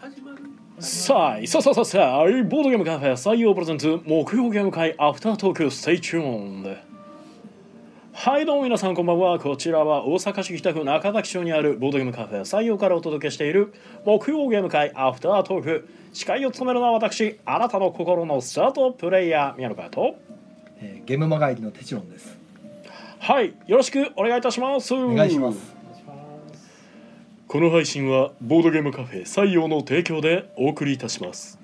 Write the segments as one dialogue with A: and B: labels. A: 始まる
B: さあ、さあさあさあさあ、ボードゲームカフェ採用プレゼンツ、木曜ゲーム会アフタートーク、ステイチューンはい、どうも皆さんこんばんは。こちらは大阪市北区中崎町にあるボードゲームカフェ採用からお届けしている木曜ゲーム会アフタートーク。司会を務めるのは私、あなたの心のスタートプレイヤー、宮野佳と。
C: えーゲームマガイリのテチロンです。
B: はい、よろしくお願いいたします。お
C: お願いします。。
B: この配信はボードゲームカフェ採用の提供でお送りいたします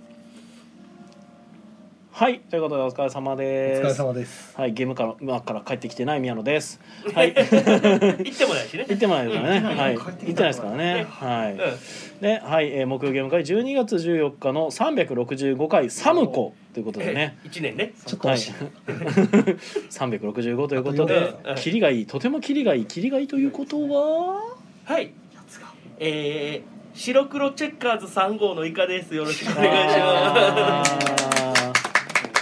B: はいということでお疲れ様
C: お
B: です
C: 疲れ様です。
B: はいゲームから,、まあ、から帰ってきてない宮野ですはい
A: 行ってもないしね
B: 行ってもないです からね、
C: うん
B: はい
C: 帰
B: 行っ
C: ってて
B: ない
C: きた
B: ですからね
A: ね
B: はい、
A: うん
B: で、はい、えー、木曜ゲーム会12月14日の365回サムコということでね
A: 1年ね
C: ちょっと
B: はい、
C: 惜しい。
B: 365ということで
A: あと四日
B: キリがいいとてもキリがいいキリがいいということは
A: はいえー白黒チェッカーズ3号のイカですよろしくお願いします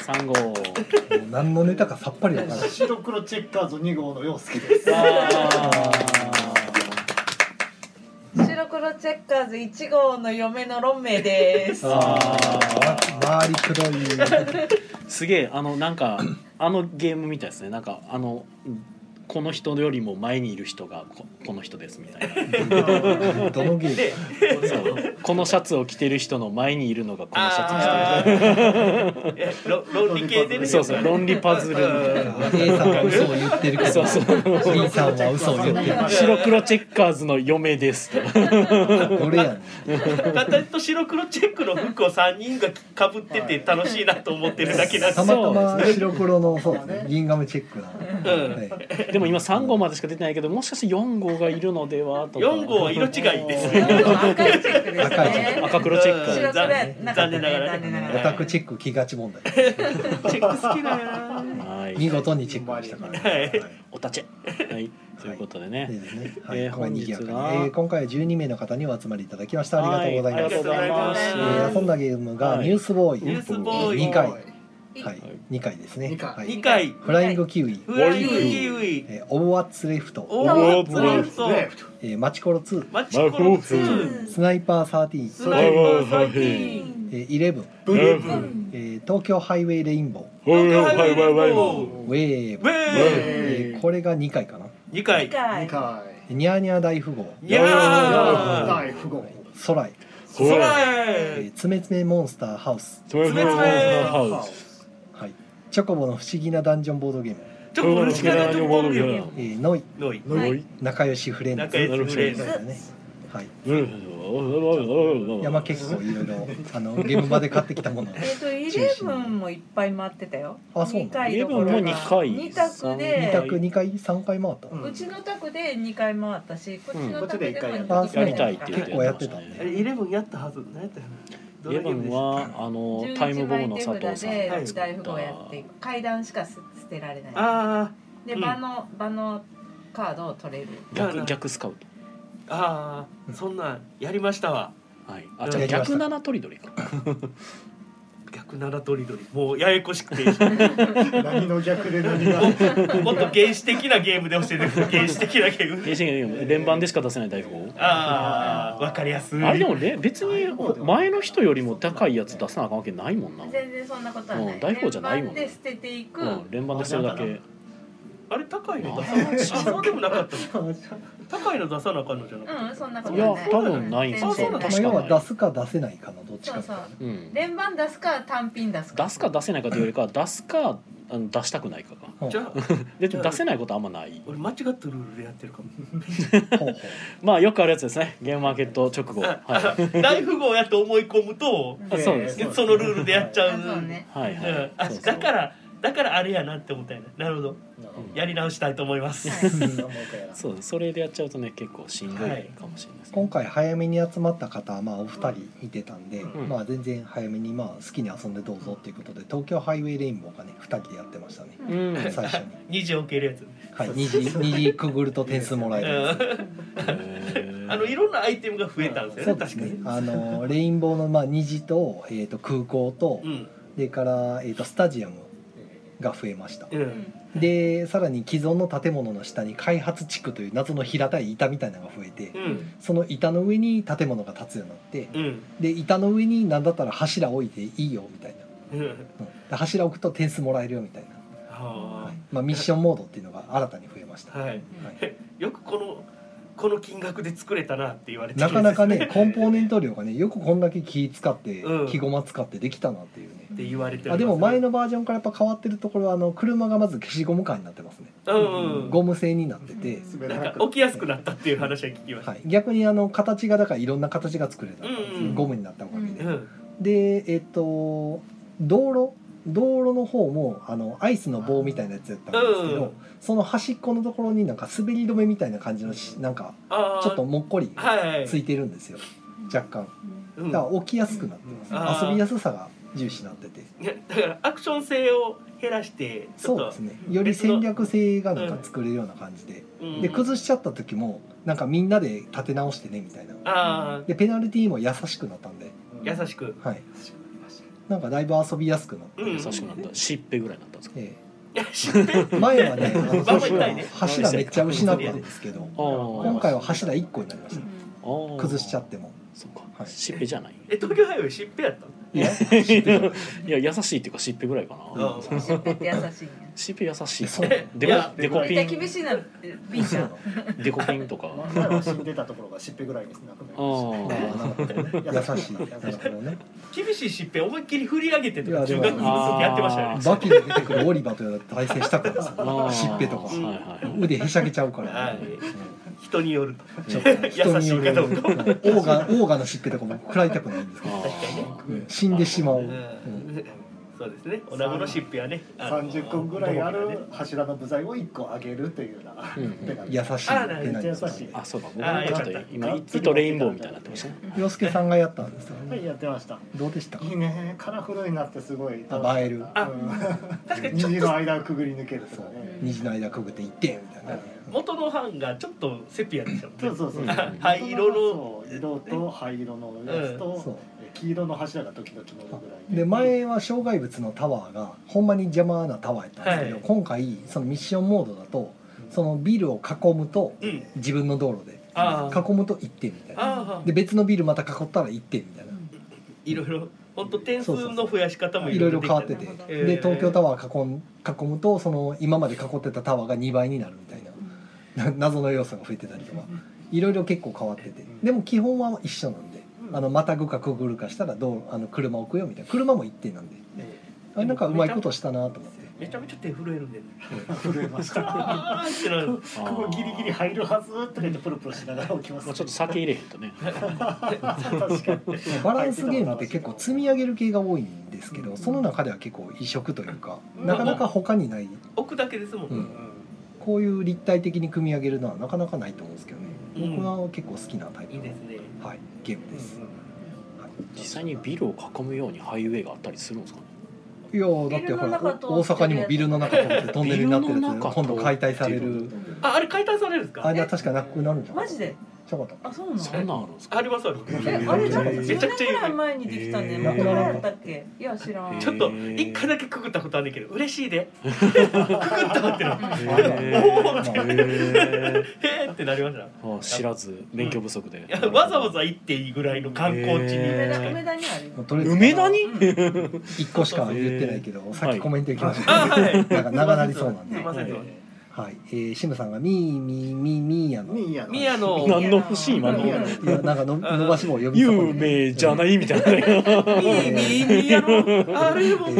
B: す3号
C: もう何のネタかさっぱりわからない。
D: 白黒チェッカーズ2号の陽介です。
E: 白黒チェッカーズ1号の嫁のロンメイです。
C: ああ、回りくどい。
B: すげえあのなんかあのゲームみたいですねなんかあのこの人よりも前にいる人がここの人ですみたいな
C: どのゲームか。
A: で
B: そうこのシャツを着てる人の前にいるのがこのシャツ着てる
A: あーえろ論理系でね
B: そうそう論理パズルみたいな
A: うん
C: A さんは嘘を言ってるけ
B: そ
C: ど
B: うそう
C: B さんは嘘を言ってる
B: 白黒チェッカーズの嫁ですと
C: どれやねん
A: 形と白黒チェックの服を3人がかぶってて楽しいなと思ってるだけなんで
C: た
A: す
C: また
B: そう
C: ま
B: ですね
C: 白黒のそうですねギンガムチェックな、はい
B: でも今3号までしか出てないけどもしかして4号がいるのではとか
A: 4号は色違いですね
E: 赤いチェックです
C: 赤いチェッ
E: ね。
B: 赤黒チェッカーズ
E: 白黒やなかった
A: 残念ながらね
C: オタクチェック来がち問題
A: チェック好きだよな
B: はい
C: 見事にチェックしたから、
A: はい
B: おたちはいということでね、
C: そうですね。はい、
B: えー
C: ここは賑やか
B: 本日
C: に
B: は
C: えー今回は12名の方にお集まりいただきました。ありがとうございます。
B: はありがとうござい
C: え
B: ま
C: ー
B: す
C: 遊んだゲームが
B: はい
C: ニュースボーイ、
A: ニュースボーイ
C: 2回、は
E: はい
C: い、2回ですね。
D: 二回
C: はい
A: 2回
C: フライングキウイ、
A: フライングキウイ
C: えー、オブワッツレフ
A: オー
C: ト、
A: バーツレフト
D: ね
C: えー、マチコロ2、
A: マチコロ2
E: うん
C: スナイパー13、
A: スナイパーサーティーン
C: えー、11、
D: ブルーブ
C: えー、東京ハイウェイレインボー、ウェー
A: ウ
C: ブ、
A: ェー
C: えー、これが2回かな。
A: 2回
E: 二回
D: 2回
C: ニャーニャー大富豪、
A: にゃー
D: 第不合
C: ソライ、
A: それ
C: えー、つめつめモンスターハウス、はい、チョコボの不思議なダンジョンボードゲーム、
A: ちょっと俺しかないと思うよ
C: えー、ノイ、
A: のい
C: 仲良しフレンズ
A: 仲良しフレンズ
C: ねはい、山結構いろいろあのゲーム場で買ってきたもの
E: えっとイレブンもいっぱい待ってたよ。
C: あそう
E: 二回
B: イレ
E: ど
B: ブ
E: こ
B: ン
E: ろ
B: も
E: か
B: 2回
E: 二択
C: 二
E: で。
C: 択二回三回回った、
D: うん
E: うちの宅で二回回ったし、こっちの宅でも
D: うん
C: こっちで
B: や
C: 一
B: りたい
C: 回
B: って
C: 言
B: 言
C: っ
B: ってて
C: やりましたね
A: あれイレブンやったはず何やったかなどん
B: イレ
A: なゲ
B: ブ
A: ー
B: ン
A: ムでした
B: はあのタイムボムの佐藤さん
E: 11枚
B: が
E: 手札で
B: 作
E: 大
B: っ
E: 富豪やってい
B: た
E: く階段しか捨てられない
A: あ
E: で
A: うん
E: 場の場のカードを取れる
B: 逆逆スカウト
A: あああそんなんやりましたわ
B: はいあじゃあ逆七トリドリか
A: 逆ならとりどりもうややこしくて
D: 何の逆で何が
A: もっと原始的なゲームで教えてくれ原始的なゲーム
B: 連番でしか出せない大富豪
A: ああわかりやすい
B: あれでもれ別に前の人よりも高いやつ出さなあかんわけないもんな、
E: 全然そんなことはな
B: うん大
E: い
B: 富豪じゃないもんね
E: 連番で捨てていく、
B: うん、連番でそれだけ
A: あれ高いの出
B: あ
A: さなあそうでもなかった高いの出さなあかんのじゃなくて
E: うん、そんなこと
B: いや
E: ない。
B: 多分ないんです
E: 全
B: よ
E: 然
A: あそうな
E: な
A: の
E: い
C: まあ、要は出すか出せないかのどっち
E: そ
C: か
E: うそう。
B: うん
E: 連番出すか単品出すか。
B: 出すか出せないかというよりかは出すかあの出したくないかか
C: ほう
A: じゃあ
B: で出せないことあんまない
A: 俺間違ったルールでやってるかも
C: ほうほ
B: まあよくあるやつですねゲームマーケット直後、は
A: 大富豪やと思い込むと
B: あそうです
A: でそのルールでやっちゃう
E: あそうね。
B: い、は
A: う
B: いはい
A: んあ
B: そうそう
A: だからだからあれやなって思ったよねなるほどやり直したいと思います
E: はい
B: そうそれでやっちゃうとね結構しんどいかもしれないですね、
C: 今回早めに集まった方はまあお二人いてたんで、
B: うん
C: まあ全然早めにまあ好きに遊んでどうぞっていうことで東京ハイウェイレインボーがね二人でやってましたね
E: 回
B: うん、へ
C: 最初に
A: 2時を受けるやつ
C: はい二時二時くぐると点数もらえるやつ
B: ー
A: あのいろんなアイテムが増えたんです
C: そ
A: よ
C: う
A: ね
C: です
A: 確か
C: ね
A: に。
C: あのレインボーのまあ虹とえっ、と空港と、
A: うん
C: でからえっ、とスタジアムが増えました
A: う
E: うんん
C: でさらに既存の建物の下に開発地区という謎の平たい板みたいなのが増えて
A: うん
C: その板の上に建物が建つようになって
A: うん
C: で板の上に何だったら柱置いていいよみたいな、
A: うん
C: うんで柱置くと点数もらえるよみたいな、は
A: はい
C: まあ、ミッションモードっていうのが新たに増えました、
A: い
C: は
A: はい
C: い
A: よくこのこの金額で作れたなって言われてる
C: なかなか ねコンポーネント量がねよくこんだけ木使って
A: うん
C: 木駒使ってできたなっていうね
A: って言われて
C: あでも前
A: の
C: のバージョンからやっぱ変わってるところはあの車がまず消しゴム感になってますね
A: うん
C: ゴム製になってて、
D: 滑
A: な
D: ら
A: ん
D: な
A: か
D: く
A: 起きやすくなったっていう話は聞きました、
C: はい、逆にあの形がだからいろんな形が作れた、
A: うんうん
C: ゴムになったおかげで、
A: うん
C: でえっと道路道路の方もあのアイスの棒みたいなやつやったんですけど、
A: うん
C: その端っこのところになんか滑り止めみたいな感じのしなんか
A: あー
C: ちょっともっこり
A: はい
C: ついてるんですよ、若干
A: う
C: だ
A: ん
C: から起きやすくなってま
A: あ
C: す、
A: ー
C: 遊びやすさが重視になってて
A: いやだからアクション性を減らしてちょ
C: そ
A: っ
C: う
A: と
C: ですねより戦略性がなんか作れるような感じで、
A: うん
C: で崩しちゃった時もなんかみんなで立て直してねみたいな
A: ああ
C: でペナルティーも優しくなったんで、
A: 優しく
C: はい、なんかだいぶ遊びやすくなって、
A: うん
B: 優しくなったしっぺぐらいになったんですか
C: え
A: いや知ってる
C: え前はねあの
A: バンバン痛いね
C: 柱めっちゃ失ったんですけど
B: あー
C: 今回は柱1個になりました
B: あー
C: 崩しちゃっても
B: そっか、
C: はい
B: しっぺじゃない
A: え東京ハイウェイ知ってやった
C: いや知ってる
B: いや優しいっていうかしっぺぐらいかな
A: あ
E: 知ってて優しいんや
B: しっぺ優しい
C: そう
B: デ
A: いや
B: コデコ
E: めっ
B: ピ
E: ちゃ厳
B: ン
E: しいなってビンちゃん
B: デコピンとか
D: まあ前は死んでたところがしっぺぐらいですなくなり
B: あ
C: 優しい
D: ました
C: なるほどね
A: 厳しい疾病思いっきり振り上げてとか
C: いやでも
A: 中学の時やってましたよね
C: バキで出てくるオリバーと対戦したから
B: あー
C: さしっぺとか
B: はいはい
C: 腕へしゃげちゃうから、
A: はい
C: うん
A: 人によると
C: ちょっと
A: 優しいかどうか
C: 人によるオーガオーガのしっぺとかも食らいたくないんですけど
B: あ
C: うん死んでしまう、う
A: う
C: ん
A: んそうですねおなごの疾病はねあの
D: 三十個ぐらいある柱の部材を一個上げるというような
B: うん
D: ペナルティ
C: 優しい
A: あー
C: ペナルティー
D: 優しい
B: ーあそうか僕
A: あ
B: は
A: ー
B: ちょっと
A: よかった
B: 今糸レインボーみたいになってましたね
C: 洋介さんがやったんですよ
D: はい
C: ね。
D: やってました。
C: どうでしたか
D: い。いね、カラフルになってすごい。
C: あ映える
D: あ、
A: 確かにちょっ
D: 虹
A: と
D: の間をくぐり抜けるとかね。
C: 虹の間くぐって行ってみたいなね。
A: 元の版がちょっとセピアでしたもんね
D: そうそうそう。
A: 灰色の
D: そう色と灰色のやつ
C: うんそう
D: と黄色の柱が時々乗るぐらい
C: で前は障害物のタワーがほんまに邪魔なタワーやったんですけど、
A: はい
C: 今回そのミッションモードだとそのビルを囲むと
A: うん
C: 自分の道路で
A: あー
C: 囲むと行ってみたいな。
A: ああ
C: で別のビルまた囲ったら行ってみたいな。
A: いろいろ本当点数の増やし方も
C: いろいろ変わっ
A: で
C: て
A: き
C: て、
A: えー
C: で東京タワー囲ん囲むとその今まで囲ってたタワーが2倍になるみたいな 謎の要素が増えてたりとかいろいろ結構変わっててでも基本は一緒なんで
D: うん
C: あのまたぐかくぐるかしたらどうあの車置くよみたいな車も一定なんであれなんかうまいことしたなと思って
A: めちゃめちゃ手震えるんで
D: 震え ました。
A: ああってなる
B: あー
D: ここギリギリ入るはずって言ってプルプルしながら起きます。
B: まあちょっと酒入れへんとね
D: 確かに。
C: バランスゲームって結構積み上げる系が多いんですけどその中では結構異色というかなかなか他にない、
A: 置くだけですもん
C: う
A: ね
C: ん、こういう立体的に組み上げるのはなかなかないと思うんですけどね
A: うん
C: 僕は結構好きなタイプ
A: いい
C: の
A: ですね
C: はい、ゲームです。はい
B: 実際にビルを囲むようにハイウェイがあったりするんですかね
C: いやーだってほらお大阪にもビルの中通ってトンネルになってるやつ今度解体される
A: ああれ解体されるんです
C: あ
A: か
C: れは確かなくなるんじゃない
E: マジで
C: ちょこっと
E: あそうなの
B: そんなんあるんですか
A: ありますあります
E: えあれなんか10
A: めちゃくちゃ有
E: 年ぐらい
A: 名
E: 前にできたんだよ
B: へー
E: なくなやったっけいや知らん
B: へ
A: ちょっと一回だけくぐったことあるんだけど嬉しいでくぐったってな
E: うん
C: まあ
B: へ
A: へーってなりました
B: ーあ知らず勉強不足で
A: いやわざわざ行っていいぐらいの観光地に
E: 梅田
B: へー
E: 梅田にあるよ
C: もうとりあえず
B: 梅田に
C: 一個しか言ってないけどさっきコメントいきました
A: あはい
C: けどなんか長なりそうなん
A: す
C: で
A: いませんすいま
C: は
A: せん
C: いえーシムさんがミーミーミーミーやの
D: ミヤの。
A: 宮の
B: 何の節今の
D: 宮の
C: いやなんかの伸ばし棒を呼び
B: 有
C: 損ね
B: 名じゃないみたいなね
A: いい宮のあれも
C: え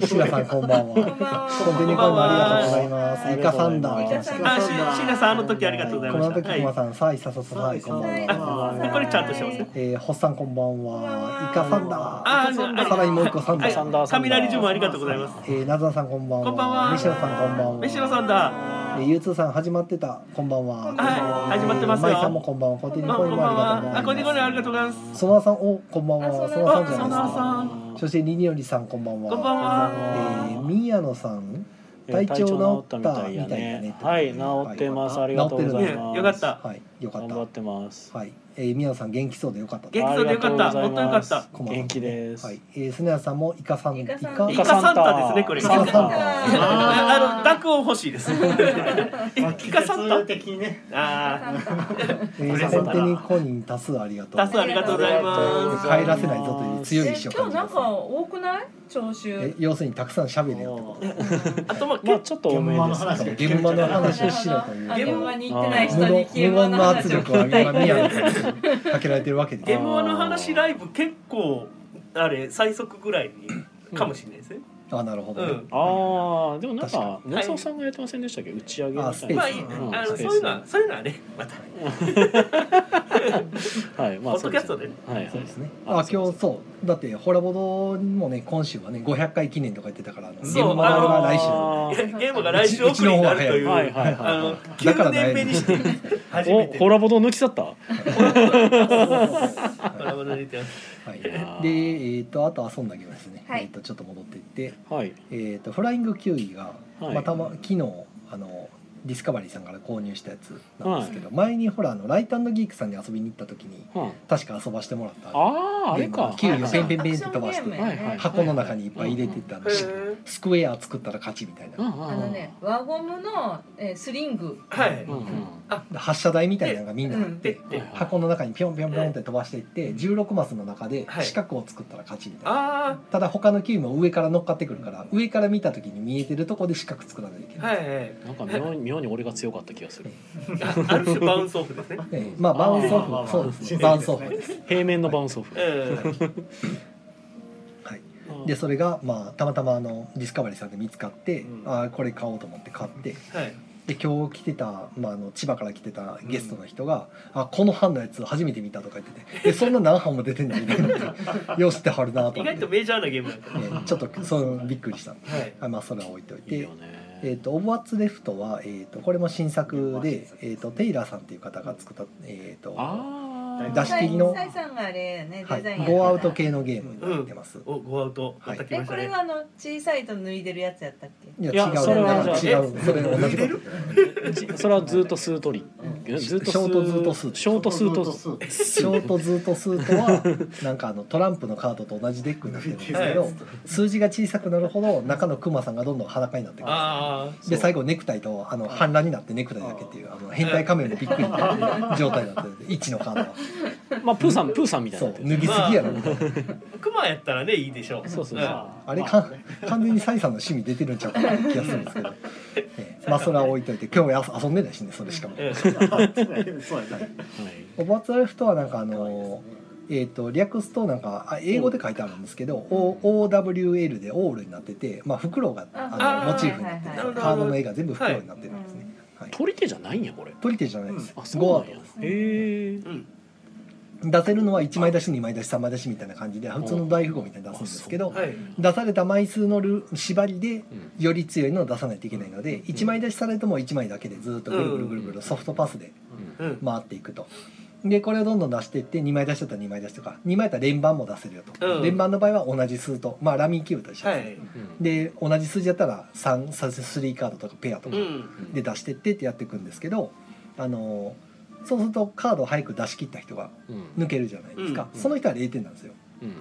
C: ーシラさんこんばんは
E: こんばんは
C: コンビニコインもありがとうございますイカサンダ
E: イカサ
C: ー
E: ン
A: あし椎名さんあの時ありがとうござい
C: こ
A: ま
C: の
A: し
C: 時
A: たは
C: ク
A: い
C: マさんサイサソソサイこんばんは
A: あこれちゃんとしてますよ
C: えー、ホッサンこんばんは。イカサンダー。
A: ああのあ
C: さらにもう一個サンダ
A: はい
C: ー。
B: サンダーサンダー
A: 雷ジュもありがとうございます
C: えー、ナズナさんこんばんは。
A: こんばんは
C: ミシロさんこんばんは。
A: 飯野さんだ
C: えー、ユーツーさん始まってた。こんばんは。
A: はい始まってますよ
C: マイさんもこんばんは。コンティニ
A: まあ
C: コ
A: こ
C: イ
A: ん
C: ン
A: ばん
C: もありがとうございます。
A: はあこんにちはありがとうございます
C: ソナさんおこんばん
E: あ
C: は。
E: ソ
C: ソ
E: ナ
C: ナ
E: さ
C: さ
E: ん
C: んじゃないですか。
A: あソナさ
C: そしてニニオリさんこんばんは。
A: こんばんは
C: えー、ミヤノさん。
B: えー
C: 体調治ったみたいだね
B: はい治ってますありがとうございます
A: よかった
C: はい。よかっ
B: 頑張ったてます。
C: はい、えー、宮野さん元気そうでよかったと
A: 元気そうでよかった
B: ありがとうございます
A: もっとよ
C: 困らな
B: 元気です。
C: はい、えー、スネアさんもイカさん
E: イカさん
A: イカサンタですねこれ
C: イカサンタ
A: あの
E: あ
A: 濁音欲しいです。イカサンタ。
D: 的にね
A: あ
C: えー、先手にコニー足すありがとう
A: あ、多数ありがとうございます。
C: 帰らせないぞという強い意志を
E: 今
C: 感
E: 日
C: じ
E: な
C: ま
E: ん
C: す
E: か多くない聴
C: え
E: 衆
C: 要するにたくさん喋れよってこ
A: あとまあ
B: まあ
A: け
B: ちょっと多めで
D: 現
B: す
D: 場
B: ね
D: の。話
C: と現場の話をしろという
E: あ
A: 現
E: 現
A: 場
E: 場に行ってない
C: 無
E: 人に
C: 言
E: 消え
C: 無言
E: 物
C: の
E: 話
C: 圧
E: を
C: 力は
E: 聞きたい
C: 今宮野さんにかけられてるわけです
A: ゲームの話ライブ結構あれ最速ぐらいにかもしれないですね。
C: あなるほど、
A: うん
B: ああでもなんか
C: 確
A: に
B: 熱尾さんがやってませんでしたっけ打ち上げみ
C: あ
B: た
C: ス
B: い
C: ペ
A: まあ
B: な
C: ー
A: いい
B: うん
A: あ
B: ス
A: の
B: ペ
A: そ
B: ース
A: ういうのはそういうのはねまた。
B: はいま
A: ポ
B: あ
A: ッドキャストでね
B: そうはいはい
C: そうですね。
B: あ
C: あ、
B: そう
C: 今
B: そう
C: 日そう、だってホラボドもね、今週はね、500回記念とか言ってたから、あの現
A: そう
C: 場のあれが
B: あー
A: ゲームが来週遅れになるという。
B: はいはい
A: あ
B: は
A: の
C: いだから
A: 9
C: だいぶ
A: 年目にして初
B: い
A: め
B: お
A: て。
B: ホラボド抜き去った
C: 来週。
A: コラ
C: は
A: ボの出てます
C: いはい。で、え
B: あー
C: っ、と、あと遊んだゲームですね。
E: はい
C: えっ、と、ちょっと戻っていって、
B: はい
C: えっ、と、フライングキュウイが、
B: はい
C: またま昨日あのディスカバリーさんから購入したやつなんですけど、前にほらあのライトギークさんに遊びに行った時に
B: うん
C: 確か遊ばしてもらった
B: あああれか
C: キュウリを
B: はい
C: ペン
B: はい
C: ペンペンって飛ばして
B: はいはい
C: 箱の中にいっぱい入れてったの、
A: へー
C: スクエア作ったら勝ちみたいな、
B: うんうんうん
E: あのね輪ゴムのえースリング
A: はい
B: うん。うん
C: で発射台みたいなのがみんなあって、
A: でで
C: 箱の中にピョンピョンピョンって飛ばしていって16マスの中で
A: はい
C: 四角を作ったら勝ちみたいな、
A: あ
C: ただ他のキュウも上から乗っかってくるから上から見た時に見えてるとこで四角作らないといけ
A: あ
C: ない、
A: はいはい。
B: なんか妙に妙に俺が強かった気がする
A: あある種バウンスオフですね。
C: ええまあバウンス
D: あーまあま
C: オ
D: あ
C: フそうですね
D: ま
C: バ
D: あ
C: ウンスオフです、
B: 平面のバウンスオフ
A: うん。
C: はい、
B: うん
C: でそれがまあたまたまあのディスカバリーさんで見つかって、
B: うん
C: あーこれ買おうと思って買って
A: はい。
C: で今日来てた、まあ、あの千葉から来てたゲストの人が「あこの班のやつ初めて見た」とか言ってて「えそんな何班も出てんの?」みたいなよしってはるなと
A: 意
C: 思っ
A: 外
C: て
A: と、メジャーなゲームだった。
C: ええちょっとそのびっくりした
A: はい。
C: あまあそれは置いておいて
B: いいよ
C: えー、
B: ね
C: とオブ・ワッツ・レフトは、えー、とこれも新作で、えー、とテイラーさんという方が作った、えーとは
B: ああ
C: 出し切りの
E: サイさんがあれねデ
C: い、
E: ザインやってた
C: ゴーアウト系のゲームになってます、
A: おゴーアウト
C: はい
A: また来
E: え
A: まし
E: こ
A: た
E: れ
A: ね。
E: はあの小さいと脱いでるやつやったっけ
C: いや
B: いや
C: 違う
B: それは
C: なんか違う
A: え
C: それ同じこと
B: じそれはずっとスートリ
C: うん
B: ずっと
C: ショートずっとスー
B: ショートスートス
D: ー
C: ショートズートスートはなんかあのトランプのカードと同じデックになってるんですけど、
A: はい
C: 数字が小さくなるほど中のクマさんがどんどん裸になってくる
A: ああ。
C: で最後ネクタイとあの反乱になってネクタイだけっていうあの変態仮面もびっくりっていう状態になってるんで1のカードは
B: まあプーさんプーさんみたいに
C: そ
B: な
C: う
B: ってる
C: 脱ぎすぎやろみたいな。
A: クマやったらねいいでしょう。
B: そうそうそう
A: は
C: あれか完全にサイさんの趣味出てるんちゃうかなって気がするんですけ ど、ええまあそれは置いといて今日や遊んでないしねそれしかも
A: い。。うん
D: そうやね
B: はい
C: オバツアレフトはなんかあの
D: 可
C: えー、と略すとなんかあ英語で書いてあるんですけど、O- OWL でオールになってて、まあ、フクロウがあの
A: あー
C: モチーフになって
E: はい
C: て
E: はいはい
C: カードの絵が全部フクロウになってるんですね、はい
B: 取り手じゃないんやこれ
C: 取り手じゃないです、
B: あ
C: ゴ
B: そ
C: ア
B: うな
C: ウ
B: んや
C: ト
B: へえ
A: うん。
C: 出せるのは1枚出し2枚出し3枚出しみたいな感じで普通の大富豪みたいに出すんですけど、
A: はい。
C: 出された枚数のル縛りでより強いのを出さないといけないので、1枚出しされても1枚だけでずっとぐるぐるぐるぐるソフトパスで
A: うん。
C: 回っていくと。でこれをどんどん出していって2枚出しとったら2枚出しとか2枚やったら連番も出せるよと、
A: うん
C: 連番の場合は同じ数とまあラミーキューブと一緒
A: は
C: ですね、
A: い。
C: で同じ数字やったら3 3カードとかペアと
A: う
C: か
A: ん。
C: で出してってってやっていくんですけど、あのーそうするとカードを早く出し切った人が抜けるじゃないですか、
B: うん
C: その人は0点なんですよ、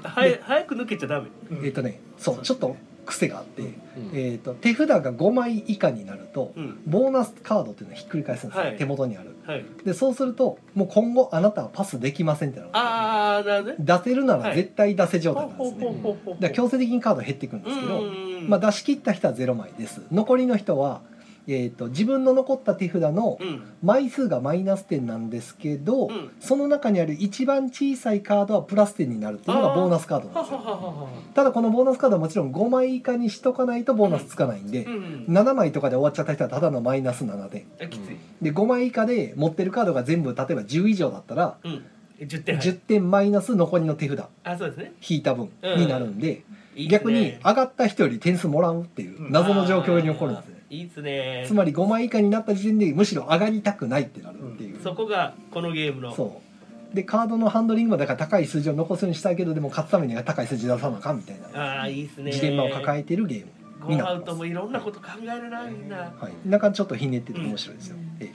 A: はい早く抜けちゃダメ。
C: えっ、とねそうちょっと癖があって、
B: え
C: えー、と手札が5枚以下になると、
A: うん。
C: ボーナスカードっていうのをひっくり返すんですよ、
A: はい
C: 手元にある
A: はい。
C: でそうするともう今後あなたはパスできませんってなる
A: ああなるほどね。
C: 出せるな
A: は
C: ら
A: い
C: 絶対出せ状態なんで
A: ほう
C: すね、
A: ほうほうほ
C: だ
A: う。
C: から強制的にカード減っていくんですけど、
A: うん
C: まあ、出し切った人は0枚です残りの人は、えー、と自分の残った手札の
A: うん。
C: 枚数がマイナス点なんですけど、
A: うん
C: その中にある一番小さいカードはプラス点になるっていうのが
A: あー
C: ボーナスカードなん
A: はは
C: ですよ
A: ははは。
C: ただこのボーナスカードはもちろん5枚以下にしとかないとボーナスつかないんで
A: う、ん。
C: 7枚とかで終わっちゃった人はただのマイナス7点
A: あきつい。
C: で5枚以下で持ってるカードが全部例えば10以上だったら
A: うん。十点。
C: 10点マイナス残りの手札
A: あそうですね。
C: 引いた分
A: うん
C: になるんで、
A: いいっすね
C: 逆に上がった人より点数もらうっていう謎の状況に起こるんですね。
A: あーいいですね。
C: つまり5枚以下になった時点でむしろ上がりたくないってなるっていう、
A: そこがこのゲームの。
C: そうでカードのハンドリングもだから高い数字を残すようにしたいけどでも勝つためには高い数字出さなあかんみたいな
A: ああいいですね。
C: ジレンマを抱えてるゲーム
A: ゴ
C: に
A: ー
C: な
A: ア
C: っ
A: ウ
C: てま
A: ト
C: す
A: もいろんなこと考えるなみんな。
C: はい、なんかちょっとひねってて面白いですよ、
E: うん
C: え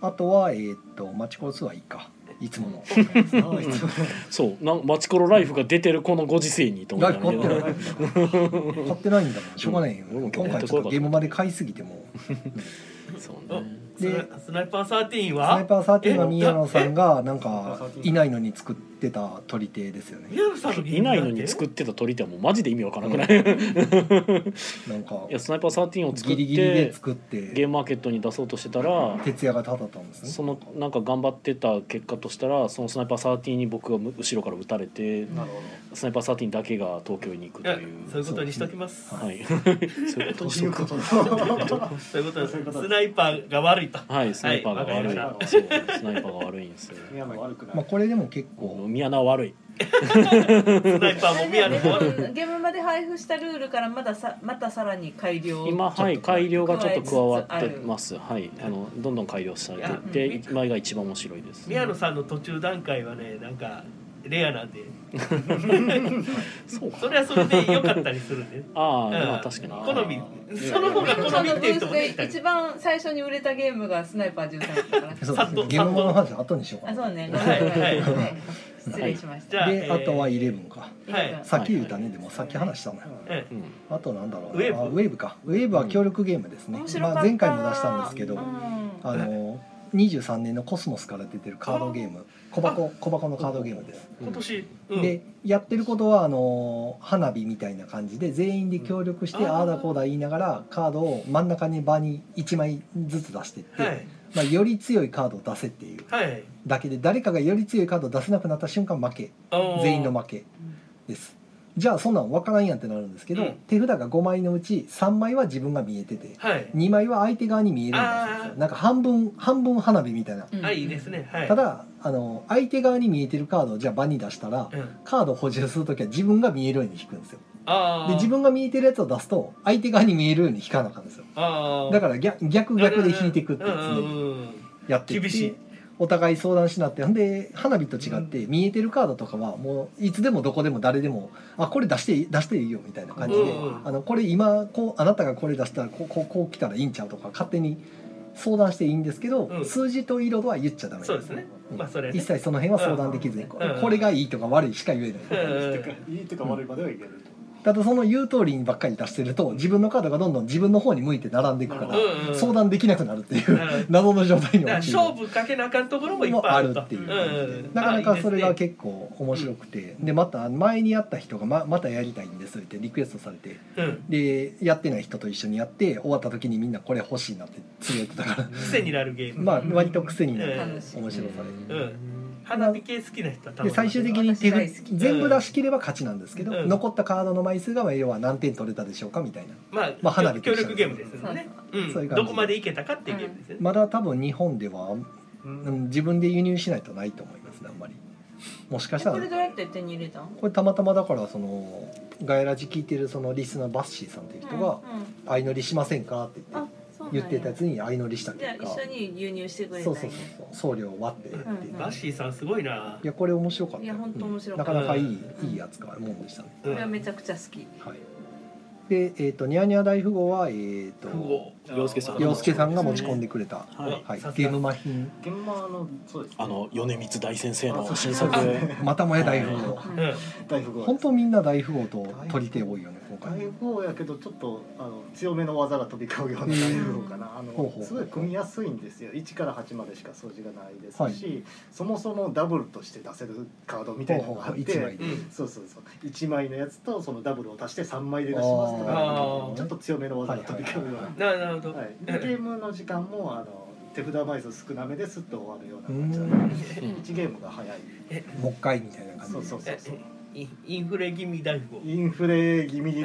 C: あとはえーっとマチコロスはいいかいつもの
D: あいつも
B: そうなんマチコロライフが出てるこのご時世にと思
C: ラ
B: っ
C: イ
B: た
C: フ
B: んだ
C: 買
B: け
C: って
B: ど
C: ない買ってないんだもんしょうがないよ、
B: うん
C: 今回ちょっとゲームまで買いすぎてもう
B: そう
A: お
B: ね
A: スナスナイパー13
C: スナ
A: は
C: イパー13の宮野さんがなん
D: スナ
C: か
D: イパー13
C: いないのに作ってた鳥手ですよね
A: 宮野さんのゲーム
B: いないのに作ってた鳥ってもうマジで意味わからなくない、い
C: なんか
B: やスナイパー13を作
C: ギ
B: って
C: リギリで作って
B: ゲームマーケットに出そうとしてたら
C: 徹夜がただったんですね
B: そのなんか頑張ってた結果としたらそのスナイパー13に僕がむ後ろから撃たれて
D: なるほ
B: スナイパー13だけが東京に行く
A: い
B: とい
A: や
B: う
A: そういうことにしときます
B: はいそういうこと
D: ど
B: にしとく
D: とだ
A: そういうことです
D: そういうこと
A: スナイパーが悪いと
B: はいスナイパーが悪い、
A: はいわ
D: かりま
B: そうスナイパーが悪いんですよ
D: 宮野悪くな
C: まあ
D: い
C: これでも結
B: もう
C: 構
B: 宮名は悪い
A: スナイパーも宮野も悪い
E: ゲームまで配布したルールからまださまたさらに改良
B: 今
C: ちょっと
B: はい改良がちょっと加わってますはい
A: る
B: あのどんどん改良され
A: い
B: て
A: や
B: いって今が一番面白いです
A: 宮野さんの途中段階はねなんかレアなんで
B: そうか
A: それはそれで良かったりするんで
B: ああ
A: うん
B: まあ確かに
A: 好み
D: うん
A: その方が
E: そ
A: 好み
E: の
A: っ
E: ブ
A: て言って
E: ース
A: もね
E: で一番最初に売れたゲームがスナイパー13だったから
C: そう
A: さ
C: です
A: っと
C: ねゲームの話は後にしようか
E: あ
C: な
E: そうねご
A: は
E: めん
A: い
E: なさい
A: は
E: はい失礼しました
A: じゃあ
C: で
A: えー
C: あとはイレブンか
A: はい
C: さっき言ったねでもさっき話したのよ
A: え
B: う
A: え
B: ん
C: あとなんだろうな
A: ウェーブ
C: あウェーブかウェーブは協力ゲームですね、
E: 面白か
C: ま
E: った
C: あ、前回も出したんですけど、
E: うん
C: あの23年のコスモスから出てるカードゲーム小箱小箱のカードゲームです、
A: 今年うん
C: でやってることはあの花火みたいな感じで全員で協力して、
A: うん
C: ああだこうだ言いながらカードを真ん中に場に1枚ずつ出していって、
A: はい
C: まあ、より強いカードを出せっていう
A: はい
C: だけで誰かがより強いカードを出せなくなった瞬間負け
A: あのー
C: 全員の負けですじゃあそんなん分からんやんってなるんですけど、
A: うん
C: 手札が5枚のうち3枚は自分が見えてて
A: はい
C: 2枚は相手側に見えるんです
A: あ
C: よ
A: ー
C: なんか半分半分花火みたいな、
E: うん
A: あいいですねはい
C: ただあの相手側に見えてるカードをじゃあ場に出したら
A: うん
C: カードを補充する時は自分が見えるように引くんですよ
A: あー
C: で自分が見えてるやつを出すと相手側に見えるように引かなあかんですよ
A: あー
C: だから逆逆逆で引いていくっていう
A: うんうん
C: 常に
A: うん
C: やってい
A: 厳し
C: っ
A: い
C: てお互い相談しなってほんで花火と違って見えてるカードとかはもういつでもどこでも誰でもあこれ出していい出していいよみたいな感じで
A: うん
C: あのこれ今こうあなたがこれ出したらこうこうこう来たらいいんちゃうとか勝手に相談していいんですけど、
A: うん
C: 数字と色は言っちゃダメ
A: そうですねまあそれね
C: 一切その辺は相談できずに、
A: ん
C: これこれがいいとか悪いしか言えない、
A: うんうん
D: いいとか悪いまではいけると
C: ただその言う通りにばっかり出してると自分のカードがどんどん自分の方に向いて並んでいくか
D: う
C: ら、
A: んうん
C: 相談できなくなるっていう、
A: なるほど
C: 謎の状態に
A: だから
C: 陥る
A: 勝負かけなあかんところもいっぱいあると
C: もあるっていう
A: うんうん
C: なかな
A: あいい
C: か
A: ですね
C: それが結構面白くてでまた前にやった人がままたやりたいんですってリクエストされて
A: うん
C: でやってない人と一緒にやって終わった時にみんなこれ欲しいなってつぶやいてたから
A: 癖になるゲーム
C: まあ割と癖になる
E: 楽
C: 面
E: しい
C: 白さ
A: う
B: うん
A: ん花火系好きな人は
C: で
A: 多
C: で最終的に手
E: 私大好
C: 札
E: き
C: 全部出し切れば勝ちなんですけど、
A: うん
C: 残ったカードの枚数がまあ要は何点取れたでしょうかみたいな
A: まあ、
C: まあ花火
A: 協力ゲームです
E: そ
A: よ
E: う
A: ね。うん
C: そういう感じで
A: どこまでいけたかっていうゲームですよね。
C: まだ多分日本では、うん、自分で輸入しないとないと思いますねあんまりもしかした
E: え
C: ら
E: これどうやって手に入れたん
C: これたまたまだからそのガイラジ聞いてるそのリスナーバッシーさんっていう人が
E: うんうん
C: 「相乗りしませんか?」って言
E: あ
C: って
E: そうなん
C: 言
E: や
C: ってたやつに相乗りした
E: じゃあ
C: 結果
E: 一緒に輸入してくれた
C: そ
E: ん
C: う
E: や
C: そうそうそう送料を割ってやって
E: うんうん
A: バッシーさんすごいな。
C: いやこれ面白かった
E: いや本当面白
C: う
E: か
C: ん
E: っ
C: なか
E: た
C: なかいい
E: うん
C: いいやつかもんでしたね
E: これはめちゃくちゃ好き
C: はいでえっとニャーニャー大富豪はえっと
A: 富豪
B: 洋介さん
C: 洋介さんが持ち込んでくれた
B: はい
C: はい
A: さすが
C: ゲームマヒン
D: 現場のそうですね
B: あの米光大先生の新作
E: あそう
C: またもや大富豪
E: う
A: うんん。うん
D: 大富豪
C: 本当みんな大富豪と取り手多いよね今
D: 大
C: 回
D: 富豪やけどちょっとあの強めの技が飛び交うような大富豪かなあ
C: ほうほうほう
D: のすごい組みやすいんですよ1から8までしか数字がないですし、そもそもダブルとして出せるカードみたいなのがあって
C: ほうほうほう一枚で
D: そうそうそう1枚のやつとそのダブルを足して3枚で出しますと
A: あ
D: か
A: ー
D: ちょっと強めの技が飛び交うような
A: ななるほど。
D: はい、でゲームの時間もあの手札枚数少なめですっと終わるような感じな
C: うん
D: の
B: う
D: で
B: ん
D: 1ゲームが早い
C: もう一回みたいな感じ
D: そうそうそう
A: え
D: そう
A: インインフレ気味大富豪。
D: インフレ気味にです
A: う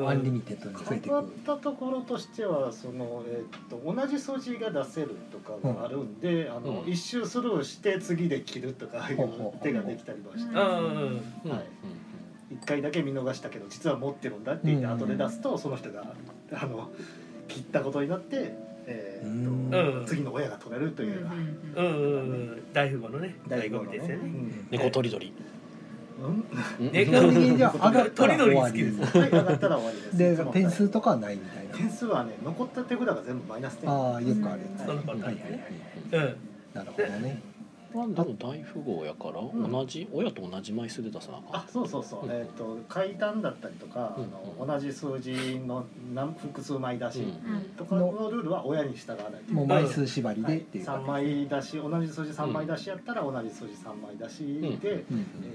D: ね
A: ん
C: アンリミテッドに増えて
D: 変
C: く
D: わ
C: る
D: ったところとしてはその、えーっと同じ数字が出せるとかがあるんで、あの
B: うん
D: 一周スルーして次で切るとかああい
C: ほうほうほ
D: う
C: う
D: 手ができたりはし
A: う
D: て
A: んうん
B: うん
D: はい一回だけ見逃したけど実は持ってるんだって言って
C: うん
D: 後で出すとその人があの切ったことになって、えーっ
A: う
D: と
A: ん
D: 次の親が止めると
E: うん
D: いううような。
E: ん
A: うんうんうん。大富豪のね。醍醐味
D: の
A: ですよね。
D: うん
B: 猫とりどり
D: うん
A: で
C: 基本的にじゃあ上がったら
A: 鳥の
C: 終
A: り
C: わ
A: 好き
C: り
A: です
D: はい、上がったら終わりです。い
C: で
D: つも
C: 点数とかはないみたいな
D: 点数はね、残った手札が全部マイナス点。
C: ああよくあるやつ
A: そのパタ
C: は
A: ー
C: い
A: ン
C: はい
A: です
C: はい
A: ねう
C: な
A: ん
C: るほどね
B: まあでも大富豪やから
D: ん
B: 同じ親と同じ枚数で出さなあかん
D: あ、そうそうそう
B: う。ん
D: えっと階段だったりとか、あ
B: うん
D: の同じ数字の何複数枚出し
E: うん
D: とかのルールは親に従わないとい
C: もう枚数縛り
D: けな
C: でっ
D: い。
C: ていう
D: 三枚出し、同じ数字三枚出しやったら同じ数字三枚出しで、
C: うん
D: え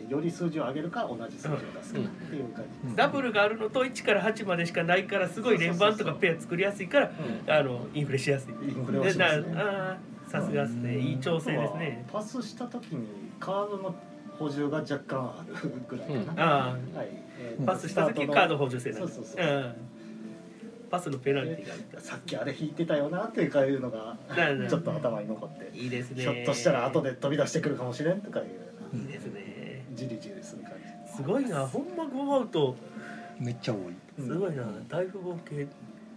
D: ーより数字を上げるか同じ数字を出すかっていう感
C: うん
A: ダブルがあるのと1から8までしかないからすごい連番とかペア作りやすいから
D: じ。うん
A: あのインフレしやすい
D: インフレはしますね
A: でなあーさすがですねいい調整ですね
D: パスした時にカードの補充が若干あるぐらいかな。
A: あ
D: はい。え
A: あ
D: ー
A: パスした時カード補充性なんだ
D: そうそうそう
A: うんパスのペナルティがあった
D: さっきあれ引いてたよなっていうかいうのが
A: なるほど
D: ちょっと頭に残って
A: いいですね
D: ひょっとしたら後で飛び出してくるかもしれんとかいうよう
A: い
D: ない
A: ですね
D: じりじりする感
A: すごいなほんまゴーアウト
C: めっちゃ多い
D: じ
A: すごいな
D: うん
A: 大富豪系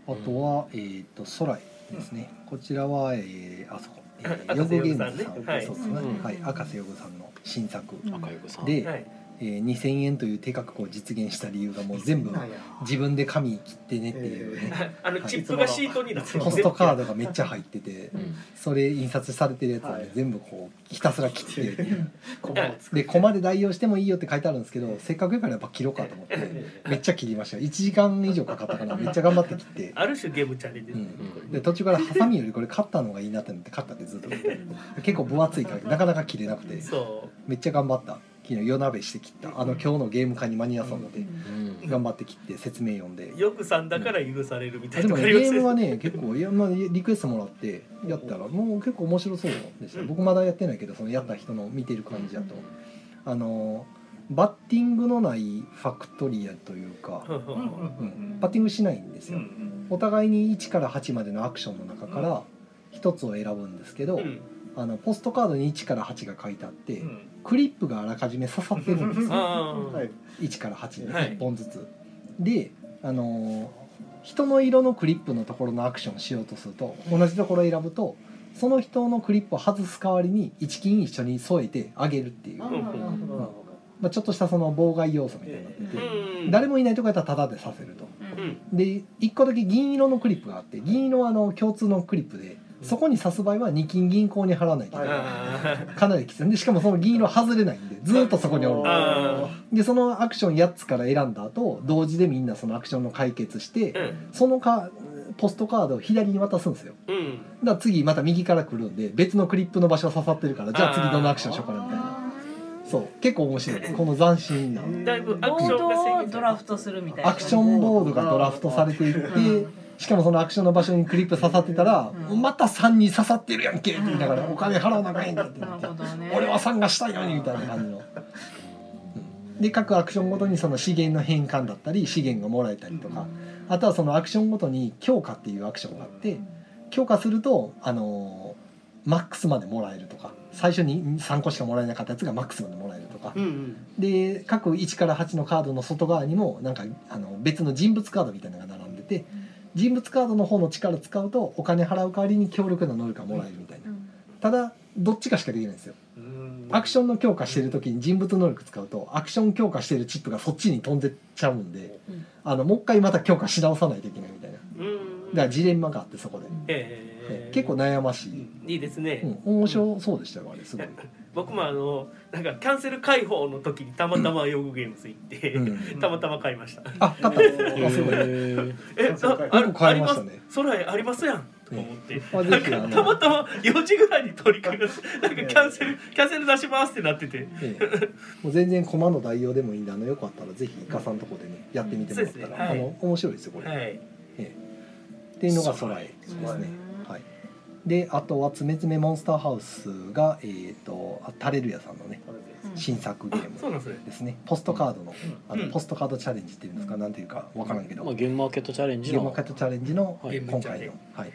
C: あとは、えー、と空ですね、こちらは、えーあそこ、えー、
A: 赤瀬
C: ヨグゲ
A: ヨグ
C: ン
A: さ
C: さ
A: ん
C: ん
A: ね
C: はいそうですね
B: うん
C: はい、赤瀬ヨグさんの新作、
E: うん
B: 赤湯さん
C: で、
A: はい
C: えー、2000円という定価格を実現した理由がもう全部
D: なんや
C: 自分で紙切ってねっていうね、
A: あのチップがシートになって る
C: ポストカードがめっちゃ入ってて
E: うん
C: それ印刷されてるやつをね、
D: はい
C: 全部こうひたすら切ってっていう
D: 駒を作
C: で
D: って
C: コマで代用してもいいよって書いてあるんですけどせっかくやからやっぱ切ろうかと思ってめっちゃ切りました1時間以上かかったからめっちゃ頑張って切って
A: ある種ゲームチャレンジ
C: う
A: です
C: んで途中からハサミよりこれカッターの方がいいなってなってカッターでずっと切って結構分厚いからなかなか切れなくて
A: そ
C: めっちゃ頑張った昨日夜鍋して切ったあの今日のゲーム化に間に合わそうので
B: うん
C: 頑張って切って説明読んで
A: うよくさんだから許されるみた
C: あ
A: い
C: で
A: な
C: も
A: とこ
C: ねゲ
A: あります
C: ームはね結構いや、まあ、リクエストもらってやったらもう結構面白そうでしたよ僕まだやってないけどそのやった人の見てる感じだとあのバッティングのないファクトリアというか、
A: うんうん
D: う
A: う
D: ん
A: ん
C: う
D: うん
C: ん、バッティングしないんです
D: う
C: よ、
D: ん
C: お互いに1から8までのアクションの中から1つを選ぶんですけど、
A: うん
C: あのポストカードに1から8が書いてあって、
D: うん
C: クリップがあらかじめ刺さってるんですよ
A: あー
D: はい
C: 1から8に
A: はい
C: 1本ずつ、であのー人の色のクリップのところのアクションをしようとすると同じところを選ぶとその人のクリップを外す代わりに1金一緒に添えてあげるっていう
D: あーなるほどなるほど
C: まあ、ちょっとしたその妨害要素みたいになって
A: う
C: て、
A: ん
C: 誰もいないとこやったらタダでさせると
A: うん
C: で1個だけ銀色のクリップがあって銀色はあの共通のクリップでそこに刺す場合は2金銀行に払わないといけない
A: あ
C: かなりきついでしかもその銀色は外れないんでずーっとそこにおる
A: あ
C: でそのアクション8つから選んだ後同時でみんなそのアクションの解決して、
A: ーうん
C: そのかポストカードを左に渡すんですよ
A: うん
C: だから次また右から来るんで別のクリップの場所が刺さってるからじゃあ次どのアクションしようかなみたいなそう結構面白いこの斬新な
A: だいぶア
E: ボ
A: クシ
E: ー
A: ョンが制
E: ドを
A: 限
E: ドラフトするみたいな
C: アクションボードがドラフトされていってしかもそのアクションの場所にクリップ刺さってたら「
E: うん
C: また3に刺さってるやんけ」って言いながら「お金払わなあかんやんけ」って
E: な
C: な
E: る
C: って
E: ほどね
C: 「俺は3がしたいのに」みたいな感じの。で各アクションごとにその資源の変換だったり資源がもらえたりとか、あとはそのアクションごとに強化っていうアクションがあって強化するとあのーマックスまでもらえるとか最初に3個しかもらえなかったやつがマックスまでもらえるとか、
A: うんうん
C: で各1から8のカードの外側にもなんかあの別の人物カードみたいなのが並んでて人物カードの方の力使うとお金払う代わりに強力な能力がもらえるみたいなただどっちかしかできないんですよ
D: うん
C: アクションの強化してる時に人物能力使うとアクション強化してるチップがそっちに飛んでっちゃうんで
E: うん
C: あのもう一回また強化し直さないといけないみたいなだか
A: うん
C: らジレンマがあってそこで、
A: えー
C: 結構悩ましい、
A: いいですね、
C: うん、面白そうでしたよあれすごい、
A: 僕もあのなんかキャンセル解放の時にたまたまヨグゲームズ行って、
C: うん、
A: たまたま買いました
C: あ勝ったんですねあすごい
B: へ
A: え
D: キャンセル解放
A: ああ
C: よく買いましたね
A: あります空へありますやんとか思って、
C: あ
A: な
C: ぜ
A: ん
C: ひあの
A: かたまたま4時ぐらいに取り掛かってなんかキャンセルキャンセル出しますってなってて
C: ええもう全然駒の代用でもいいんであのよかったらぜひイカさんとこでねやってみてもらったら、
A: そうですねはい
C: あの面白いですよこれ、
A: はい
C: ええっていうのが空へですね
D: 空へ
C: はいであとは「つめつめモンスターハウスが」えー、とあタレルヤさんのね
D: これです
C: 新作ゲ
A: あ
C: ー
A: そう
C: ム
A: なんですね
C: ですねポストカードのあの、
A: うん
C: ポストカードチャレンジっていうんですかなんていうかわからんけ
B: ー
C: ど、
B: まあゲームマーケットチャレンジ
C: ゲーム
B: の
C: カットチャレンジの
B: はい
C: 今回の、はい、